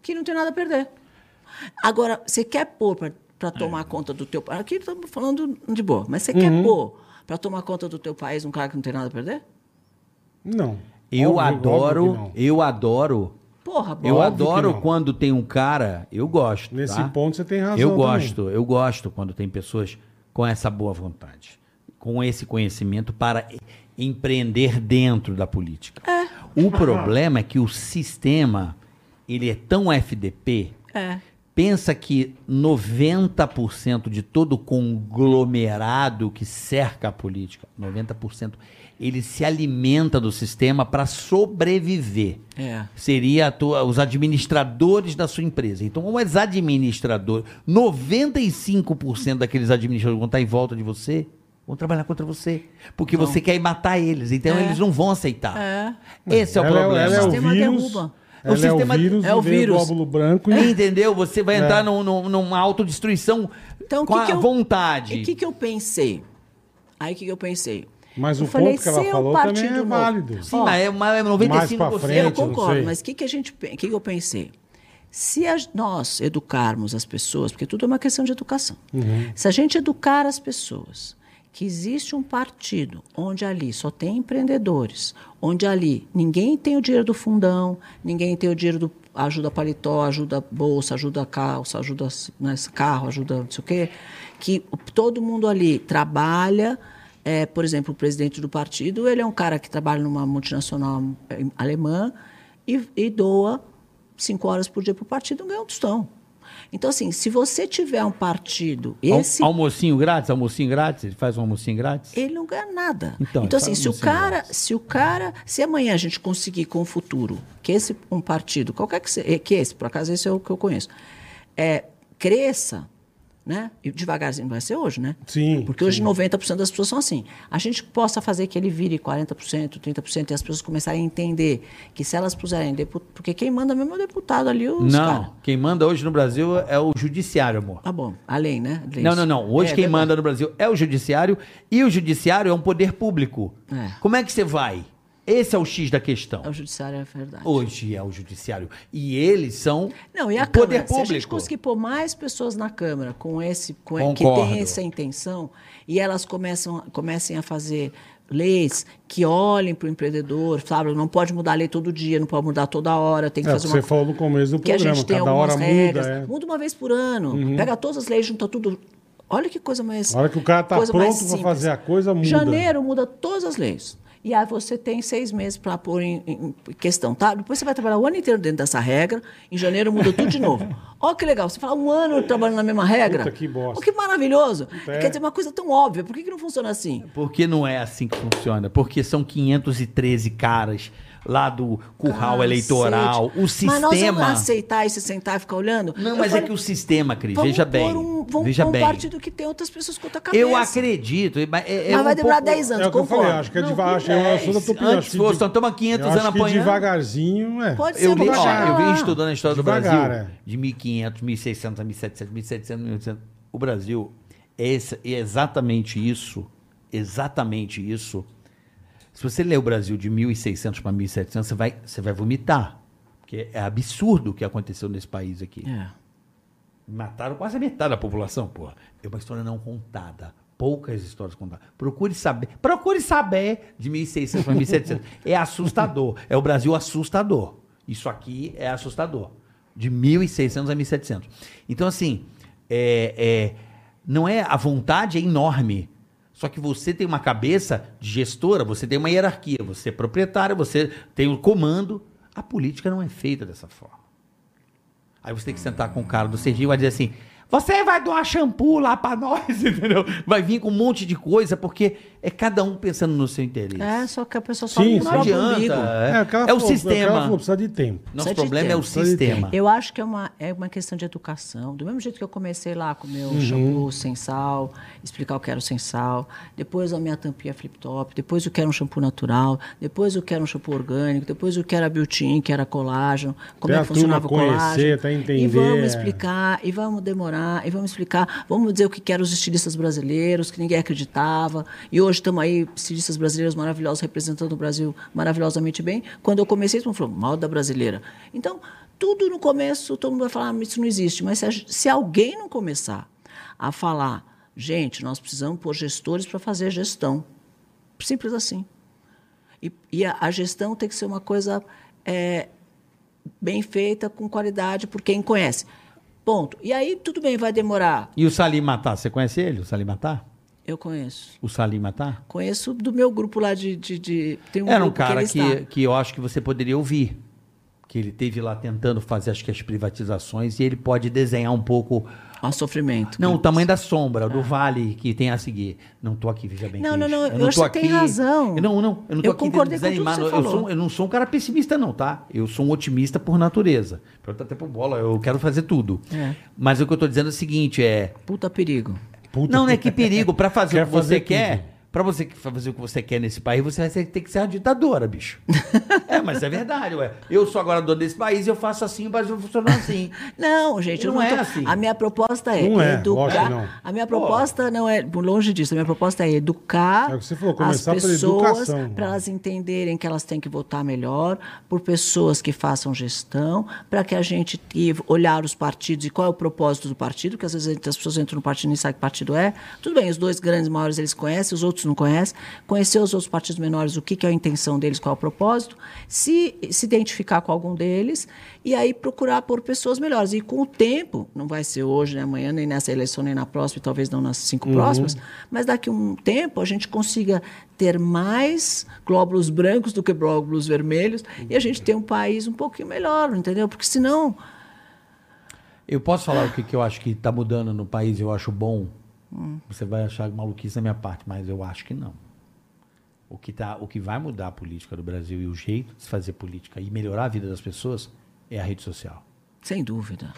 D: Que não tem nada a perder. Agora, você quer pôr para
C: É.
D: tomar conta do teu país, aqui estamos falando de boa, mas você
C: Uhum.
D: quer pôr para tomar conta do teu país um cara que não tem nada a perder?
B: Não.
C: Eu
B: Óbvio-
C: adoro,
B: óbvio que
C: eu adoro
D: Porra,
C: Eu
D: bola.
B: Óbvio que
C: adoro
B: não.
C: quando tem um cara, eu gosto.
B: Nesse
C: tá?
B: ponto você tem razão
C: Eu
B: também.
C: gosto, eu gosto quando tem pessoas com essa boa vontade, com esse conhecimento para e- empreender dentro da política. O problema é que o sistema, ele é tão FDP,
D: É.
C: pensa que 90% de todo o conglomerado que cerca a política, 90%, ele se alimenta do sistema para sobreviver
D: É.
C: seria a tua- os administradores da sua empresa. Então, os administradores, 95% daqueles administradores vão estar em volta de você, vão trabalhar contra você, porque você quer ir matar eles. Então,
D: É. um
C: eles não vão aceitar. Esse é o
B: Ela
C: problema.
B: Ela é
D: O
B: o
D: sistema
B: vírus.
D: derruba.
B: Ela
C: O sistema-
B: é o vírus,
D: é o
B: e veio
D: vírus.
B: glóbulo branco e
C: Entendeu? Você
B: É.
C: vai entrar num- num- numa autodestruição
D: Então, o
C: com
D: que
C: a
D: que eu-
C: vontade.
D: E o que, que eu pensei? Aí o que, que eu pensei?
B: Mas
D: Eu
B: o
D: falei,
B: ponto que ela
D: se eu
B: falou
D: partir
B: também
D: do
B: é
D: novo.
B: válido.
C: Sim, mas é uma, é 95%.
B: Mais pra frente.
D: Eu
B: não sei.
D: concordo, mas o que, que a gente pen- que, que eu pensei? Se a- nós educarmos as pessoas, porque tudo é uma questão de educação. Se a gente educar as pessoas que existe um partido onde ali só tem empreendedores, onde ali ninguém tem o dinheiro do fundão, ninguém tem o dinheiro do ajuda paletó, ajuda bolsa, ajuda calça, ajuda né, carro, ajuda não sei o quê, que o- todo mundo ali trabalha é, por exemplo, o presidente do partido, ele é um cara que trabalha numa multinacional eh, alemã e, e doa cinco horas por dia para o partido e ganha um tostão. Então, assim, se você tiver um partido,
C: Al-
D: esse
C: Almocinho grátis, almocinho grátis, ele faz um almocinho grátis.
D: ele não ganha nada.
C: Então,
D: Então,
C: fala
D: assim, se o
C: nisso,
D: cara,
C: Eduardo.
D: se o cara, se amanhã a gente conseguir com o futuro que esse um partido, qualquer que seja, que esse, por acaso esse é o que eu conheço, é, cresça, né? E devagarzinho vai ser hoje, né?
B: Sim,
D: Porque hoje 90% das pessoas são assim. A gente possa fazer que ele vire 40%, 30% e as pessoas começarem a entender que se elas puserem deputado, porque quem manda mesmo é o deputado ali os
C: não,
D: cara.
C: quem manda hoje no Brasil é o judiciário, amor.
D: Tá bom, além, né? Além
C: Não,
D: disso.
C: não, não. Hoje
D: É,
C: quem
D: verdade.
C: manda no Brasil é o judiciário e o judiciário é um poder público.
D: É.
C: Como é que você vai? Esse é o X da questão.
D: É o judiciário, é verdade.
C: Hoje é o judiciário e eles são
D: Não, e a
C: o poder
D: Câmara, se a gente
C: público.
D: conseguir pôr mais pessoas na Câmara com esse, com que
C: Concordo.
D: tem essa intenção, e elas começam, comecem a fazer leis que olhem para o empreendedor, sabe? Não pode mudar a lei todo dia, não pode mudar toda hora, tem que
B: É o que
D: fazer uma
B: você falou no começo do
D: que a
B: programa.
D: gente tem
B: Cada
D: algumas
B: hora muda.
D: regras.
B: é. Uhum.
D: uma vez por ano. Pega todas as leis, junta tudo. Olha que coisa mais.
B: A hora que o cara tá
D: coisa mais
B: pronto pra
D: simples.
B: fazer a coisa, muda.
D: Janeiro muda todas as leis. E aí você tem seis meses para pôr em, em- em questão, tá? Depois você vai trabalhar o ano inteiro dentro dessa regra. Em janeiro muda tudo de
B: <laughs>
D: novo. Olha que legal. Você fala um ano trabalhando na mesma regra.
B: Puta, que bosta.
D: Ó, que maravilhoso.
B: É.
D: Quer dizer, uma coisa tão óbvia. Por que, que não funciona assim?
C: Porque não é assim que funciona. Porque são 513 caras lá do curral
B: Ah,
D: Ah, Cacete.
C: eleitoral. O
D: Mas nós
C: sistema.
D: vamos lá aceitar e se sentar e ficar olhando?
C: Não,
D: Eu
C: mas é
D: falo,
C: que o sistema, Cris,
D: vamos
C: veja
D: pôr
C: bem.
D: Um, vamos
C: veja
D: pôr um
C: bem.
D: partido que tem outras pessoas com outra cabeça.
C: Eu acredito. Mas, é- é
D: Mas vai
C: um
D: demorar
C: pouco-
D: 10 anos,
B: É o que eu falei,
D: concordo.
B: acho que é
C: Não,
B: devagar. acho que Eu sou da tua opinião,
C: Antes
B: acho
C: fosse,
B: que de-
C: nós estamos há 500
B: eu
C: anos
B: acho que
C: apanhando.
B: devagarzinho, é.
D: Pode ser
C: Eu li,
D: vou
C: ó,
D: chegar
C: eu vim
D: lá.
C: estudando a história do
B: Devagar,
C: Brasil
B: é.
C: de 1500, 1600, 1700, 1700, 1800. O Brasil é, esse- é exatamente isso, exatamente isso. Se você ler o Brasil de 1600 para 1700, você vai, você vai vomitar. Porque é absurdo o que aconteceu nesse país aqui.
D: É.
C: Mataram quase a metade da população, porra. É uma história não contada. Poucas histórias contadas. Procure saber. Procure saber de 1600 para 1700. É assustador. É o Brasil assustador. Isso aqui é assustador. De 1600 a 1700. Então, assim, é, é, não é. A vontade é enorme. Só que você tem uma cabeça de gestora, você tem uma hierarquia, você é proprietário, você tem o comando. A política não é feita dessa forma. Aí você tem que sentar com o cara do Serginho e vai dizer assim: <laughs> você vai doar shampoo lá pra nós, entendeu? Vai vir com um monte de coisa, porque é É cada um pensando no seu interesse.
D: É, só que a pessoa só
B: Sim,
D: no
B: sim.
C: Não
D: próprio
C: adianta.
D: umbigo.
C: É,
B: É, aquela
C: é o
B: falou- Aquela
C: sistema.
B: falou, precisa de tempo.
C: Nosso
D: Só de
C: problema é o
D: tempo,
B: só de
C: sistema.
D: Eu acho que é uma, é uma questão de educação. Do mesmo jeito que eu comecei lá com o meu
C: Uhum.
D: shampoo sem sal, explicar o que era o sem sal, depois a minha tampinha flip-top, depois o que era um shampoo natural, depois o que era um shampoo orgânico, depois o que era biotin, que era colágeno, como
B: Até
D: é
B: a
D: que funcionava o
B: turma
D: colágeno.
B: conhecer, tá até
D: E
B: entender.
D: vamos explicar, e vamos demorar, e vamos explicar, vamos dizer o que que eram os estilistas brasileiros, que ninguém acreditava, e hoje estamos aí, estilistas brasileiros maravilhosos, representando o Brasil maravilhosamente bem. Quando eu comecei, todo mundo falou, moda brasileira. Então, tudo no começo, todo mundo vai falar, "Ah, isso não existe, mas se, a- se alguém não começar a falar, gente, nós precisamos pôr gestores para fazer gestão, simples assim. E, e a, a gestão tem que ser uma coisa é, bem feita, com qualidade, por quem conhece. Ponto. E aí, tudo bem, vai demorar.
C: E o Salim Matar, você conhece ele, o Salim Matar?
D: Eu conheço.
C: O Salim Matar?
D: Conheço do meu grupo lá de. de, de- tem um
C: Era um
D: grupo
C: cara
D: ele
C: que,
D: está.
C: que eu acho que você poderia ouvir. Que ele teve lá tentando fazer acho que as privatizações e ele pode desenhar um pouco.
D: Ó, sofrimento.
C: Não, o tamanho da sombra, do vale que tem a seguir. Não tô aqui, veja bem.
D: Ah. Não,
C: Cris.
D: não, não, eu
C: tô
D: acho que você tem razão.
C: Eu não, não, eu não tô
D: Eu
C: aqui
D: concordei com tudo que
C: desanimado.
D: você
C: eu,
D: falou.
C: sou, eu não sou um cara pessimista, não, tá? Eu sou um otimista por natureza. Pergunta até pro bola, eu quero fazer tudo.
D: É.
C: Mas o que eu tô dizendo é o seguinte: é.
D: Puta perigo.
B: Puta
C: Não, não é
B: que-
D: <laughs>
C: que perigo. Pra fazer
B: Quer
C: o que você
B: fazer tudo.
C: quer, pra você que- fazer o que você quer nesse país, você vai ser- ter que ser uma ditadora,
D: <laughs>
C: bicho. é, mas é verdade, ué. Eu sou agora dono desse país, eu faço assim, o Brasil funciona assim.
D: Não, gente, eu
C: Não
D: não,
C: é
D: tô-
C: assim.
D: A minha proposta é
B: Não é, lógico
D: educar.
B: que não.
D: A minha proposta não é longe disso. A minha proposta é educar
B: É o que você falou,
D: as
B: começar pela
D: pessoas
B: educação.
D: para elas entenderem que elas têm que votar melhor, por pessoas que façam gestão, para que a gente e olhar os partidos e qual é o propósito do partido, porque às vezes as pessoas entram no partido e nem sabem que partido é. Tudo bem, os dois grandes maiores eles conhecem, os outros não conhecem. Conhecer os outros partidos menores, o que, que é a intenção deles, qual é o propósito, se, se identificar com algum deles e aí procurar por pessoas melhores. E com o tempo, não vai ser hoje, nem amanhã, nem nessa eleição, nem na próxima, e talvez não nas
C: Uhum.
D: cinco próximas, mas daqui a um tempo a gente consiga ter mais glóbulos brancos do que glóbulos vermelhos e a gente ter um país um pouquinho melhor, entendeu? Porque senão.
C: Eu posso falar o que, que eu acho que tá mudando no país, eu acho bom. Você vai achar maluquice da minha parte, mas eu acho que não. O que, tá, o que vai mudar a política do Brasil e o jeito de se fazer política e melhorar a vida das pessoas é a rede social.
D: Sem dúvida.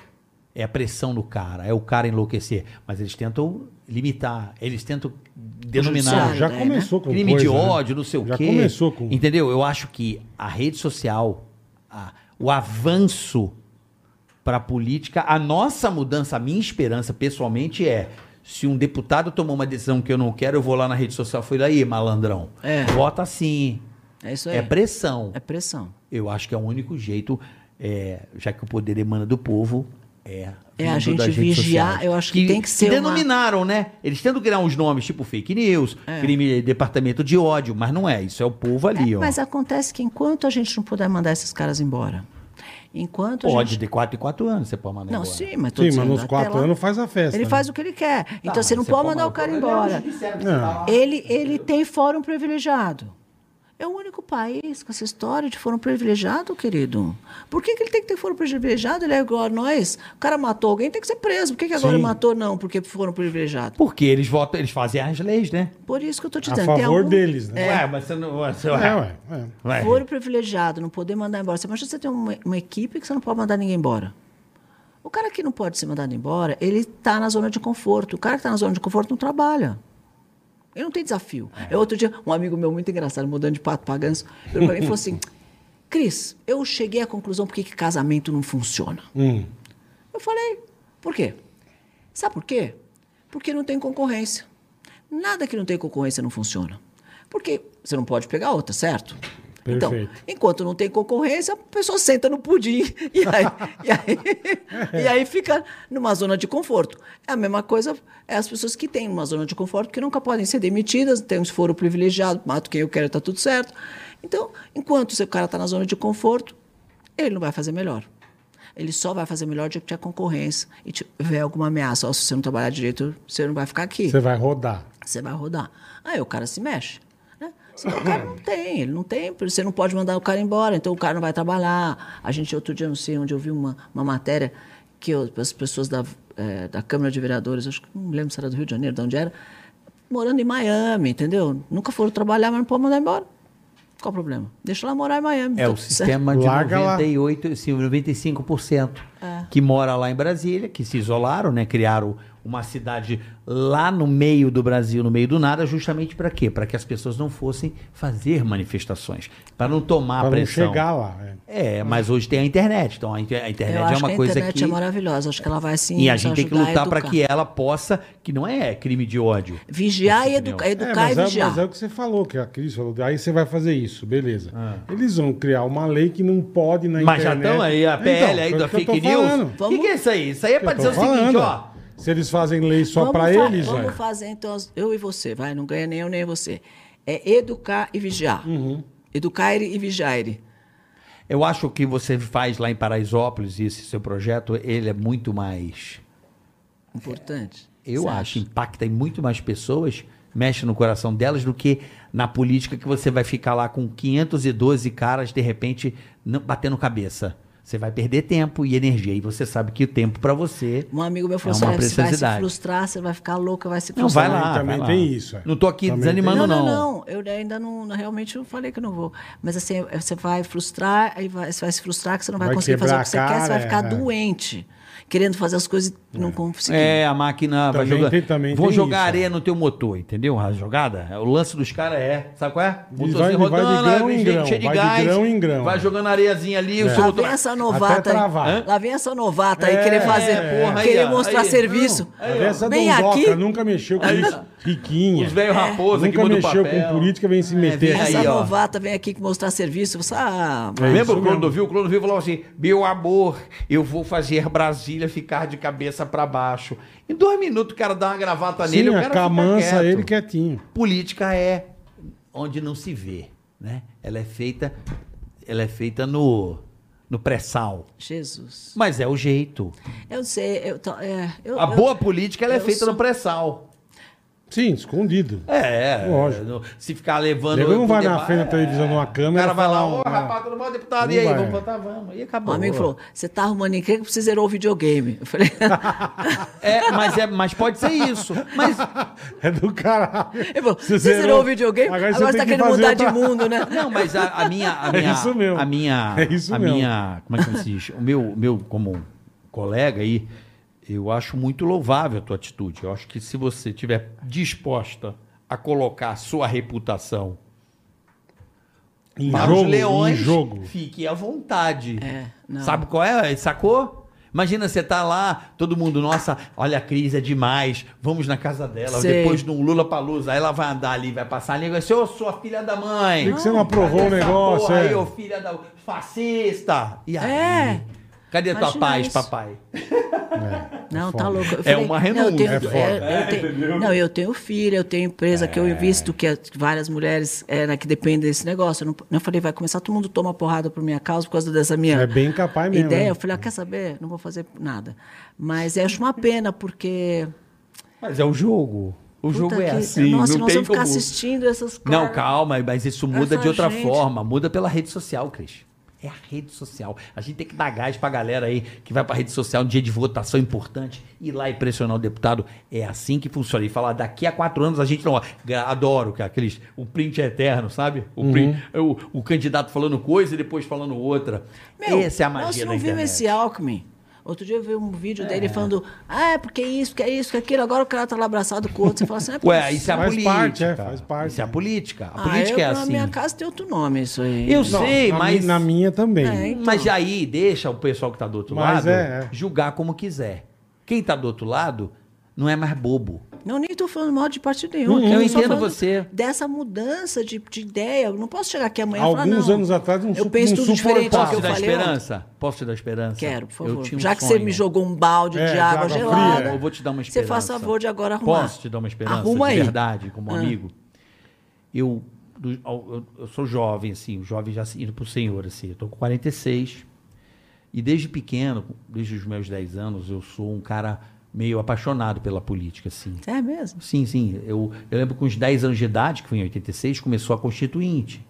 C: É a pressão do cara, é o cara enlouquecer. Mas eles tentam limitar, eles tentam denominar.
D: judiciário,
B: Já
D: né?
B: começou com
C: crime de
B: coisa, né?
C: ódio, não sei o
B: Já
C: quê. Então,
B: começou com...
C: Entendeu? Eu acho que a rede social, a- o avanço para a política, a nossa mudança, a minha esperança pessoalmente é. Se um deputado tomou uma decisão que eu não quero, eu vou lá na rede social e fui lá, aí, malandrão.
D: É.
C: Vota sim.
D: É isso aí.
C: É pressão.
D: É pressão.
C: Eu acho que é o único jeito, é, já que o poder emana do povo, é.
D: É a
C: vindo
D: gente
C: das redes
D: vigiar,
C: sociais.
D: eu acho que tem que ser uma-
C: denominaram, né? Eles tentam criar uns nomes, tipo fake news, crime, departamento de ódio, mas não é. Isso é o povo ali,
D: É,
C: ó.
D: mas acontece que enquanto a gente não puder mandar esses caras embora, enquanto a
C: Pode,
D: gente...
C: de 4 em 4 anos você pode mandar
D: Não,
C: embora. Tá,
D: sim, mas tô
B: Sim, mas
D: dizendo,
B: nos
D: até
B: quatro
D: lá,
B: anos faz a festa.
D: Ele
B: né?
D: faz o que ele quer. Então você não pode mandar o cara embora.
C: embora.
D: Ele, ele tem fórum privilegiado. É o único país com essa história de fórum privilegiado, querido. Por que, que ele tem que ter fórum privilegiado? Ele é igual a nós. O cara matou alguém, tem que ser preso. Por que, que agora
B: Sim.
D: ele matou? Não, porque foram privilegiados.
C: Porque eles votam, eles fazem as leis, né?
D: Por isso que eu estou te
B: A
D: dizendo. tem
B: favor
D: algum-
B: deles, né?
C: Ué, mas você não. Você,
B: É, ué. é.
C: ué.
D: Foro privilegiado, não poder mandar embora. Você imagina você tem uma, uma equipe que você não pode mandar ninguém embora. O cara que não pode ser mandado embora, ele está na zona de conforto. O cara que está na zona de conforto não trabalha. Ele não tem desafio. É. Outro dia, um amigo meu muito engraçado, mudando de pato para ganso, virou para mim e falou assim, Cris, eu cheguei à conclusão por que que casamento não funciona. Eu falei, por quê? Sabe por quê? Porque não tem concorrência. Nada que não tem concorrência não funciona. Porque você não pode pegar outra, certo? Então,
B: Perfeito.
D: enquanto não tem concorrência, a pessoa senta no pudim <laughs> e aí, e aí- e aí fica numa zona de conforto. É a mesma coisa é as pessoas que têm uma zona de conforto, que nunca podem ser demitidas, tem um foro privilegiado, mato quem eu quero, está tudo certo. Então, enquanto o seu cara está na zona de conforto, ele não vai fazer melhor. Ele só vai fazer melhor de que tiver concorrência e tiver alguma ameaça. Ó, se você não trabalhar direito, você não vai ficar aqui.
B: Você vai rodar.
D: Você vai rodar. Aí o cara se mexe. Né? Senão o cara não tem, ele não tem, você não pode mandar o cara embora, então o cara não vai trabalhar. A gente, outro dia, não sei onde eu vi uma, uma matéria é, que eu- as pessoas da, eh, da Câmara de Vereadores, acho que não lembro se era do Rio de Janeiro, de onde era, morando em Miami, entendeu? Nunca foram trabalhar, mas não pode mandar embora. Qual o problema? Deixa lá morar em Miami.
C: É
D: tá
C: o
B: <laughs>
D: tudo
C: sistema de
B: Larga lá. É.
C: 98, sim, 95% que mora lá em Brasília, que se isolaram, né? Criaram uma cidade lá no meio do Brasil, no meio do nada, justamente para quê? Para que as pessoas não fossem fazer manifestações, para não tomar
B: Pra não
C: pressão.
B: chegar lá. é.
C: É, mas hoje tem a internet, então a, inter- a
D: certo.
C: internet
D: Eu
C: é
D: acho
C: uma
D: que a
C: coisa
D: internet
C: que
D: é maravilhosa. Acho que ela vai sim.
C: e a
D: nos
C: gente tem que
D: ajudar a
C: lutar para
D: educar.
C: que é. ela possa, que não é crime de ódio.
D: Vigiar e
C: Essa opinião.
D: educar,
B: É,
D: educar e
B: mas, é,
D: vigiar.
B: mas é o que você falou, que a Cris falou. Aí você vai fazer isso, beleza. Eles vão criar uma lei que não pode na
C: Mas já
B: internet.
C: estão aí a PL
B: Então,
C: aí
B: foi
C: da
B: o que eu tô
C: fake news.
B: falando.
C: O que, que é isso aí? Isso aí é para
B: Eu
C: dizer o
B: tô
C: seguinte,
B: falando.
C: ó.
B: Se eles fazem lei só
D: Vamos
B: pra
D: fa-
B: eles,
D: Vamos
B: velho.
D: fazer então, as- eu e você, vai, não ganha nem eu nem você. É educar e vigiar.
C: Uhum.
D: Educar ele e vigiar ele.
C: Eu acho que você faz lá em Paraisópolis, esse seu projeto, ele é muito mais.
D: Importante.
C: É, Eu
D: Você
C: acho,
D: acha?
C: impacta em muito mais pessoas, mexe no coração delas do que na política que você vai ficar lá com 512 caras de repente não- batendo cabeça. Você vai perder tempo e energia. E você sabe que o tempo pra você.
D: Um amigo meu falou
C: É uma
D: assim: "Ah, você vai se
C: preciosidade.
D: frustrar, você vai ficar louca, vai se
C: Não,
D: frustrar.
C: vai lá.
B: Também
C: vai lá.
B: tem isso, é.
C: Não tô aqui
B: Também
C: desanimando,
D: não, não, Eu ainda não, não- realmente eu falei que não vou. Mas assim, você vai frustrar, aí vai, você vai se frustrar que você não vai,
B: Vai
D: conseguir fazer
B: quebrar
D: o que você
B: a
D: quer, você
B: cara,
D: vai ficar
B: é.
D: doente, querendo fazer as coisas e não conseguir.
C: É, a máquina vai
B: Também
C: jogar.
B: tem- também
C: Vou
B: tem
C: jogar
B: isso,
C: areia no teu motor, entendeu? A jogada. O lance dos caras é. Sabe qual é?
B: Ele vai- ele vai de grão em grão, vai de grão em grão. É.
C: Vai jogando areiazinha ali, o seu
D: Lá
C: motor.
D: vem essa novata
B: travar.
D: aí. Lá vem essa novata aí,
B: É,
D: querer fazer,
B: é,
C: porra,
D: querer
C: aí, ó,
D: mostrar
C: aí.
D: serviço.
B: A dessa
D: Vem
B: dondoca
D: aqui.
B: nunca mexeu com isso. Riquinha.
C: Os velhos raposa que
B: Nunca
C: mandam
B: mexeu
C: papel. É,
B: com política, vem se meter
C: vem
B: aqui.
D: Essa
C: aí, ó.
D: novata vem aqui mostrar serviço. Você, ah,
B: É
C: Lembra
B: isso
C: o Clodovil? O Clodovil falou assim: Meu amor, eu vou fazer Brasília ficar de cabeça pra baixo. Em dois minutos o cara dá uma gravata nele,
B: Sim,
C: o cara
B: a
C: fica
B: camança
C: quieto.
B: ele quietinho.
C: política é onde não se vê, né? Ela é feita, ela é feita no no pré-sal,
D: Jesus.
C: mas é o jeito.
D: Eu não sei, eu, tô- é, eu-
C: A
D: eu-
C: boa política ela é
D: eu
C: feita
D: sou-
C: no pré-sal.
B: Sim, escondido. <laughs>
C: É, é.
B: Lógico.
C: no- Se ficar levando.
B: Nego não
C: pro
B: vai na
C: debate,
B: frente da televisão numa
C: O
B: câmera.
C: cara vai lá,
B: fala,
C: ô
B: "Ah,
C: rapaz, tudo bom, deputado? E
B: Não
C: aí,
B: vai.
C: vamos votar, vamos. E acabou.
D: Um amigo falou: você tá arrumando emprego porque você zerou o videogame. Eu falei, <laughs>
C: É, mas, é, mas pode ser isso. Mas
B: É do caralho.
D: Ele falou, você zerou o videogame, agora,
B: tem
D: você tá
B: que
D: querendo
B: fazer
D: mudar
B: outra-
D: de mundo, né?
B: <laughs>
C: Não, mas a, a minha. A
B: É
C: minha
B: isso mesmo.
C: A minha.
B: É isso
C: a
B: mesmo.
C: minha. Como é que se diz? O meu, o meu, como colega aí, eu acho muito louvável a tua atitude. Eu acho que se você estiver disposta a colocar a sua reputação
B: Em
C: para
B: jogo,
C: Tá, os leões,
B: Em jogo.
C: fique à vontade.
D: É, não.
C: Sabe qual é? Sacou? Imagina você tá lá, todo mundo, nossa, olha a Cris é demais, vamos na casa dela,
D: Sei.
C: depois de um Lula palusa, aí ela vai andar ali, vai passar a língua, seu, sua filha da mãe.
B: Por que que você não aprovou o
C: Essa
B: negócio?
C: porra
B: é?
C: aí, ô filha da fascista. E aí?
D: É.
C: Cadê a tua
D: Imagina
C: paz,
D: isso.
C: papai?
B: né?
D: Não,
B: foda.
D: tá louco. Eu
C: É uma renúncia.
D: Não, eu tenho,
B: É foda.
D: é, eu tenho- não, eu tenho filho, eu tenho empresa que eu invisto, que as- várias mulheres é, né, que dependem desse negócio. Eu, não, eu falei, vai começar todo mundo toma porrada por minha causa, por causa dessa minha
B: É bem capaz mesmo,
D: ideia.
B: né?
D: Eu falei, ah, quer saber? Não vou fazer nada. Mas eu acho uma pena, porque...
C: Mas é o jogo. O
D: puta
C: jogo é
D: que-
C: assim,
D: Nossa,
C: não
D: nós
C: tem
D: vamos
C: como.
D: ficar assistindo essas coisas.
C: Não, calma, mas isso muda
D: Essa
C: de outra
D: gente.
C: forma, muda pela rede social, Cris. É a rede social. A gente tem que dar gás pra galera aí que vai pra rede social no dia de votação importante, ir lá e pressionar o deputado. É assim que funciona. E falar, daqui a quatro anos a gente não. Gra- Adoro, cara, Cris. O print é eterno, sabe? O,
B: Uhum.
C: print- o, o candidato falando coisa e depois falando outra.
D: Meu,
C: Essa é a
D: nós
C: magia da
D: não vimos
C: internet.
D: esse Alckmin. Outro dia eu vi um vídeo dele falando, ah, é porque isso, porque é isso, porque aquilo. Agora o cara tá lá abraçado com o outro. Você fala assim, é
C: Ué, isso é a
B: Faz
C: política.
B: parte, é, faz parte.
C: Isso é a política. A
D: Ah,
C: política
D: eu,
C: é
D: Na
C: assim.
D: minha casa tem outro nome isso aí.
C: Eu
B: Não,
C: sei,
B: na
C: mas.
B: mi- Na minha também.
D: É, então.
C: Mas aí deixa o pessoal que está do outro
B: Mas
C: lado
B: é, é.
C: julgar como quiser. Quem está do outro lado não é mais bobo.
D: Não, nem estou falando mal de partido nenhum. aqui,
C: Uhum, eu
D: tô
C: entendo
D: falando
C: você.
D: Dessa mudança de, de ideia. Eu não posso chegar aqui amanhã e falar,
B: Alguns
D: não.
B: anos atrás, um
D: Eu
B: su-
D: penso
B: um
D: tudo diferente do
B: suportável.
C: Posso
D: que
C: te
D: eu
C: dar
D: falei ontem.
C: esperança? Posso te dar esperança?
D: Quero, por
C: Eu
D: favor.
C: tinha um
D: Já que você
C: sonho.
D: me jogou um balde
B: É,
D: de água
B: água fria,
D: gelada.
B: é.
C: Eu vou te dar né? uma
D: Você
C: esperança.
D: faz favor de agora arrumar.
C: Posso te dar uma esperança
D: Arruma
C: de
D: aí.
C: verdade, como
D: Ah.
C: amigo? Eu, do- ao- eu, eu sou jovem, assim, jovem já indo pro senhor, assim. Eu tô com 46. E desde pequeno, desde os meus 10 anos, eu sou um cara meio apaixonado pela política, assim.
D: É mesmo?
C: Sim, sim. Eu, eu lembro que com uns 10 anos de idade, que foi em 86, começou a Constituinte.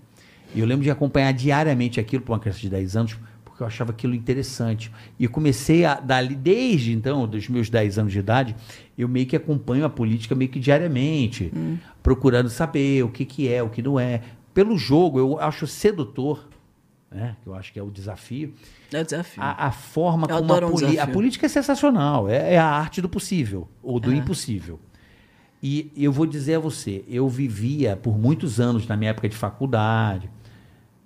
C: E eu lembro de acompanhar diariamente aquilo para uma criança de 10 anos, por porque eu achava aquilo interessante. E eu comecei a, dali, desde então, dos meus 10 anos de idade, eu meio que acompanho a política meio que diariamente, procurando saber o que, que é, o que não é. Pelo jogo, eu acho sedutor, né? que eu acho que é o desafio,
D: É o desafio.
C: a, a forma
D: Eu
C: como a,
D: adoro um
C: poli-
D: desafio.
C: a política é sensacional. É, é a arte do possível ou
D: É.
C: do impossível. E eu vou dizer a você, eu vivia por muitos anos na minha época de faculdade,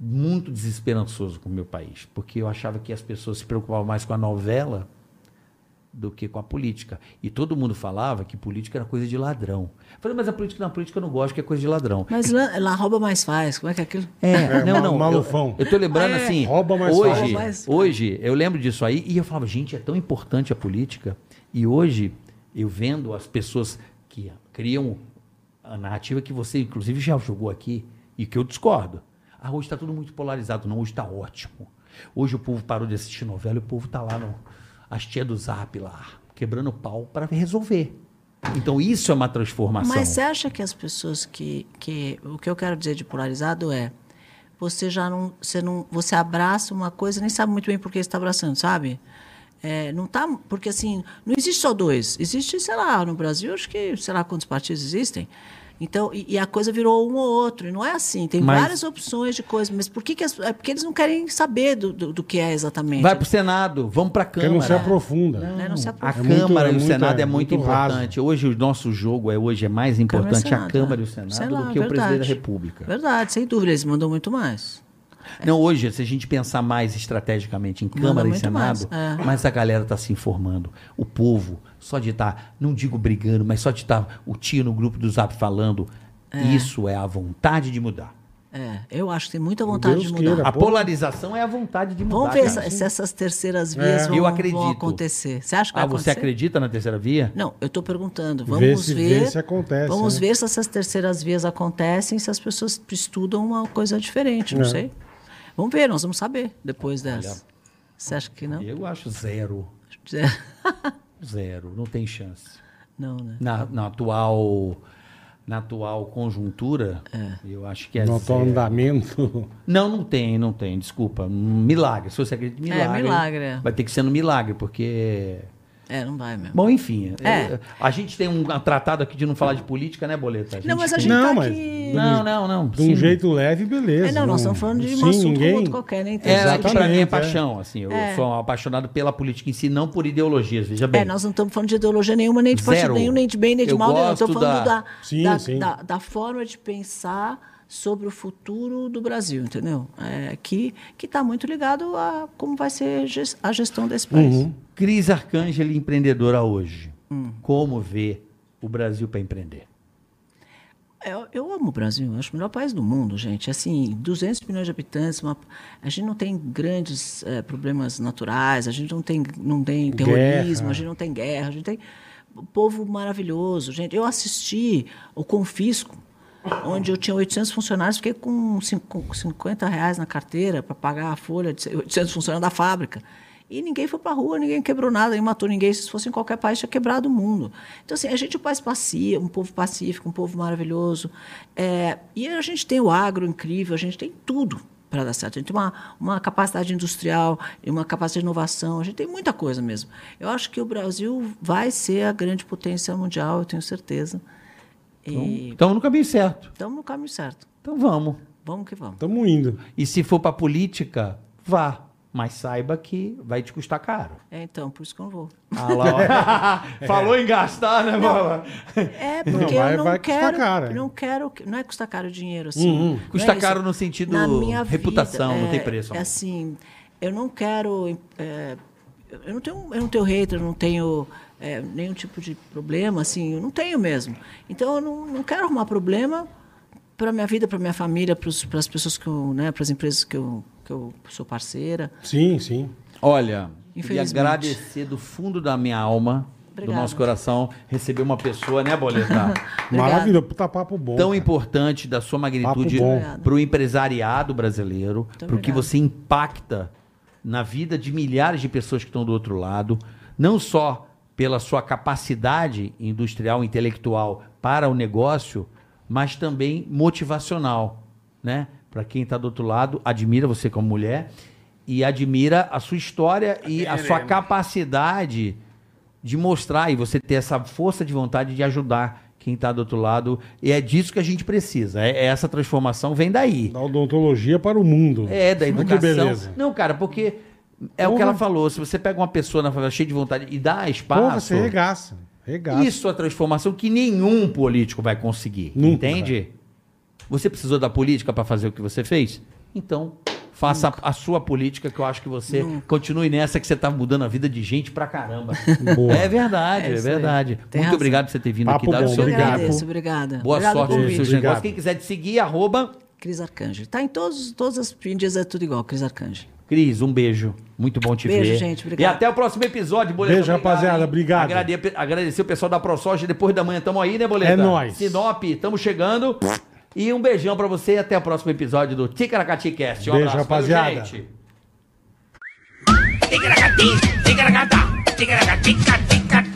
C: muito desesperançoso com o meu país, porque eu achava que as pessoas se preocupavam mais com a novela do que com a política. E todo mundo falava que política era coisa de ladrão. Eu falei, mas a política não, a política eu não gosto, que é coisa de ladrão.
D: Mas lá, lá rouba mais faz. Como é que é aquilo?
C: É, não,
B: ma-
C: não. eu-
B: malufão.
C: Eu, tô lembrando assim.
B: Rouba mais
C: hoje,
B: fácil.
D: É. Rouba mais-
C: hoje, eu lembro disso aí e eu falava, gente, é tão importante a política. E hoje, eu vendo as pessoas que criam a narrativa que você, inclusive, já jogou aqui e que eu discordo. Ah, hoje está tudo muito polarizado. Não, hoje está ótimo. Hoje o povo parou de assistir novela e o povo tá lá no. As tia do zap lá, quebrando pau para resolver. Então isso é uma transformação.
D: Mas você acha que as pessoas que, que. O que eu quero dizer de polarizado é. Você já não. Você, não, você abraça uma coisa e nem sabe muito bem por que você está abraçando, sabe? É, não tá. Porque assim. Não existe só dois. Existe, sei lá, no Brasil, acho que sei lá quantos partidos existem. Então, e, e a coisa virou um ou outro, e não é assim. Tem
C: Mas-
D: várias opções de coisas, mas por que, que as- é porque eles não querem saber do, do, do que é exatamente.
C: Vai pro Senado, vamos pra
B: Porque
C: Câmara.
B: não se aprofunda.
D: né? Não se aprofunda.
C: Hum, A
B: É muito-
C: Câmara
B: é
C: e o
B: muito-
C: Senado é
B: é
C: muito,
B: muito raso.
C: importante. Hoje o nosso jogo é hoje é mais importante a
D: Senado,
C: Câmara e o
D: é.
C: Senado
D: Sei lá,
C: do que o
D: verdade.
C: presidente da República.
D: Verdade, sem dúvida, eles mandam muito mais.
C: Não, hoje, se a gente pensar mais estrategicamente em
D: Manda
C: Câmara e
D: muito
C: Senado,
D: mais, é.
C: mas a galera está se informando. O povo, só de estar, não digo brigando, mas só de estar o tio no grupo do Zap falando, isso é a vontade de mudar.
D: É, eu acho que tem muita vontade
B: Deus
D: de mudar.
B: queira. Ah,
C: A
B: bom.
C: polarização é a vontade de mudar.
D: Vamos ver
C: cara.
D: se, se essas terceiras vias
B: É.
D: vão,
C: Eu
D: vão
C: acredito.
D: acontecer. Você acha que vai
C: Ah, você
D: acontecer?
C: acredita na terceira via?
D: Não, eu estou perguntando. Vamos
B: Vê se-
D: ver.
B: vê se acontece,
D: vamos
B: né?
D: ver se essas terceiras vias acontecem, se as pessoas estudam uma coisa diferente, não
B: É.
D: sei. Vamos ver, nós vamos saber depois dessa. Você acha que não?
C: Eu acho zero. Zero. Não tem chance.
D: <laughs> Não, né?
C: na, na atual na atual conjuntura, eu acho que é
B: No
C: zero.
B: teu
D: <laughs>
B: andamento.
C: Não, não tem, não tem, desculpa. Um Milagre, se você acredita em
D: É,
C: milagre.
D: milagre, é.
C: Vai ter que ser no milagre, porque.
D: É, não vai mesmo.
C: Bom, enfim.
D: É.
C: eu- a gente tem um tratado aqui de não falar de política, né, Boleta?
D: não, mas a gente
B: Não,
D: tá
B: mas-
D: aqui.
C: Não, não, não.
B: De um
C: sim.
B: jeito leve, beleza.
D: É, não, nós estamos falando de um
B: sim,
D: assunto
B: ninguém...
D: como outro qualquer, né? Então,
C: É, que pra mim
B: Exatamente,
C: é
B: é.
C: paixão, assim. Eu
D: É.
C: sou um apaixonado pela política em si, não por ideologias, veja bem.
D: É, nós não estamos falando de ideologia nenhuma, nem de
C: Zero.
D: partido nenhum, nem de bem, nem de
C: Eu
D: mal. Nós
C: gosto
D: estamos falando
C: da-
D: da...
B: Sim,
D: da,
B: sim.
D: da- da forma de pensar sobre o futuro do Brasil, entendeu? É, que está muito ligado a como vai ser ges- a gestão desse
B: Uhum.
D: país.
C: Cris Arcângeli, empreendedora hoje.
D: Hum.
C: Como vê o Brasil para empreender?
D: É, Eu, eu amo o Brasil, eu acho o melhor país do mundo, gente. Assim, 200 milhões de habitantes, uma- a gente não tem grandes eh, problemas naturais, a gente não tem, não tem terrorismo,
B: Guerra.
D: a gente não tem guerra, a gente tem um povo maravilhoso, gente. Eu assisti o Confisco, onde eu tinha 800 funcionários, fiquei com cin- com 50 reais na carteira para pagar a folha de 800 funcionários da fábrica. E ninguém foi para rua, ninguém quebrou nada, ninguém matou ninguém. Se fosse em qualquer país, tinha quebrado o mundo. Então, assim, a gente é um país pacífico, um povo pacífico, um povo maravilhoso. É, e a gente tem o agro incrível, a gente tem tudo para dar certo. A gente tem uma, uma capacidade industrial, e uma capacidade de inovação, a gente tem muita coisa mesmo. Eu acho que o Brasil vai ser a grande potência mundial, eu tenho certeza.
C: Então,
D: E
C: Estamos no caminho certo.
D: estamos no caminho certo.
C: Então vamos.
D: Vamos que vamos.
B: Estamos indo.
C: E se for pra política, vá. Mas saiba que vai te custar caro.
D: É, então, por isso que eu não vou.
C: Ah, lá, ó. <laughs> Falou em gastar, né, Bola?
D: É, porque
B: vai-
D: eu não
B: vai custar
D: quero.
B: caro, é. Uhum.
D: Não quero. que- Não é custar caro o dinheiro, assim. Não é
C: Custa
D: isso.
C: caro no sentido
D: Na minha
C: reputação,
D: vida,
C: não tem
D: é,
C: preço,
D: É
C: amor.
D: assim, eu não quero. é, eu não tenho, eu não tenho hater, eu não tenho é, nenhum tipo de problema, assim, eu não tenho mesmo. Então eu não, não quero arrumar problema para minha vida, para minha família, para as pessoas que eu, né, para as empresas que eu, que eu sou parceira.
B: Sim, sim.
C: Olha, queria
D: Infelizmente.
C: agradecer do fundo da minha alma, do
D: Obrigada.
C: nosso coração, receber uma pessoa, né,
D: <laughs>
C: Boleta?
D: Obrigada.
B: Maravilhoso. Puta papo bom.
C: Tão
B: cara.
C: importante da sua magnitude
B: bom.
C: para o empresariado brasileiro,
D: Muito
C: para o que
D: obrigada.
C: você impacta na vida de milhares de pessoas que estão do outro lado, não só pela sua capacidade industrial, intelectual para o negócio, mas tá também motivacional, né? Para quem está do outro lado, admira você como mulher e admira a sua história e a sua capacidade de mostrar e você ter essa força de vontade de ajudar quem está do outro lado. E é disso que a gente precisa. É- é essa transformação vem daí.
B: Da odontologia para o mundo.
C: É, da
B: Olha
C: educação.
B: Que beleza.
C: Não, cara, porque é o
B: Porra.
C: que ela falou. Se você pega uma pessoa na favela cheia de vontade e dá
B: Porra,
C: espaço,
B: você é regaça. Regaça.
C: isso é a transformação que nenhum político vai conseguir.
B: Nunca.
C: Entende? Você precisou da política para fazer o que você fez? Então, faça a, a sua política, que eu acho que você continue nessa, que você tá mudando a vida de gente pra caramba.
B: <laughs> Boa.
C: É verdade,
D: É
C: é,
D: isso aí.
C: verdade.
D: Tem
C: Muito
D: razão.
C: obrigado por você ter vindo
B: Papo
C: aqui dar o
B: bom,
C: seu
D: Eu
B: obrigado.
C: tempo.
D: agradeço, obrigada.
C: Boa
D: Obrigada
C: sorte
D: pelo
C: nos
D: convite.
C: seus
B: Obrigado.
C: negócios. Quem quiser te seguir, arroba
D: Cris Arcanjo. Tá em todos, todas as pindias, é tudo igual, Cris Arcanjo.
C: Cris, um beijo. Muito bom te ver.
D: Beijo, gente. Obrigado.
C: E até o próximo episódio, Boleta.
B: Beijo, rapaziada.
C: hein?
B: Obrigado.
C: Agrade- agradecer o pessoal da ProSoja. Depois da manhã tamo aí, né, Boleta?
B: É nóis.
C: Sinop, tamo chegando. E um beijão pra você e até o próximo episódio do Ticaracati Cast. Um
B: Beijo,
C: abraço, valeu,
B: rapaziada.
C: gente.
A: Ticaracati, ticaracata, ticaracati, ticaracata.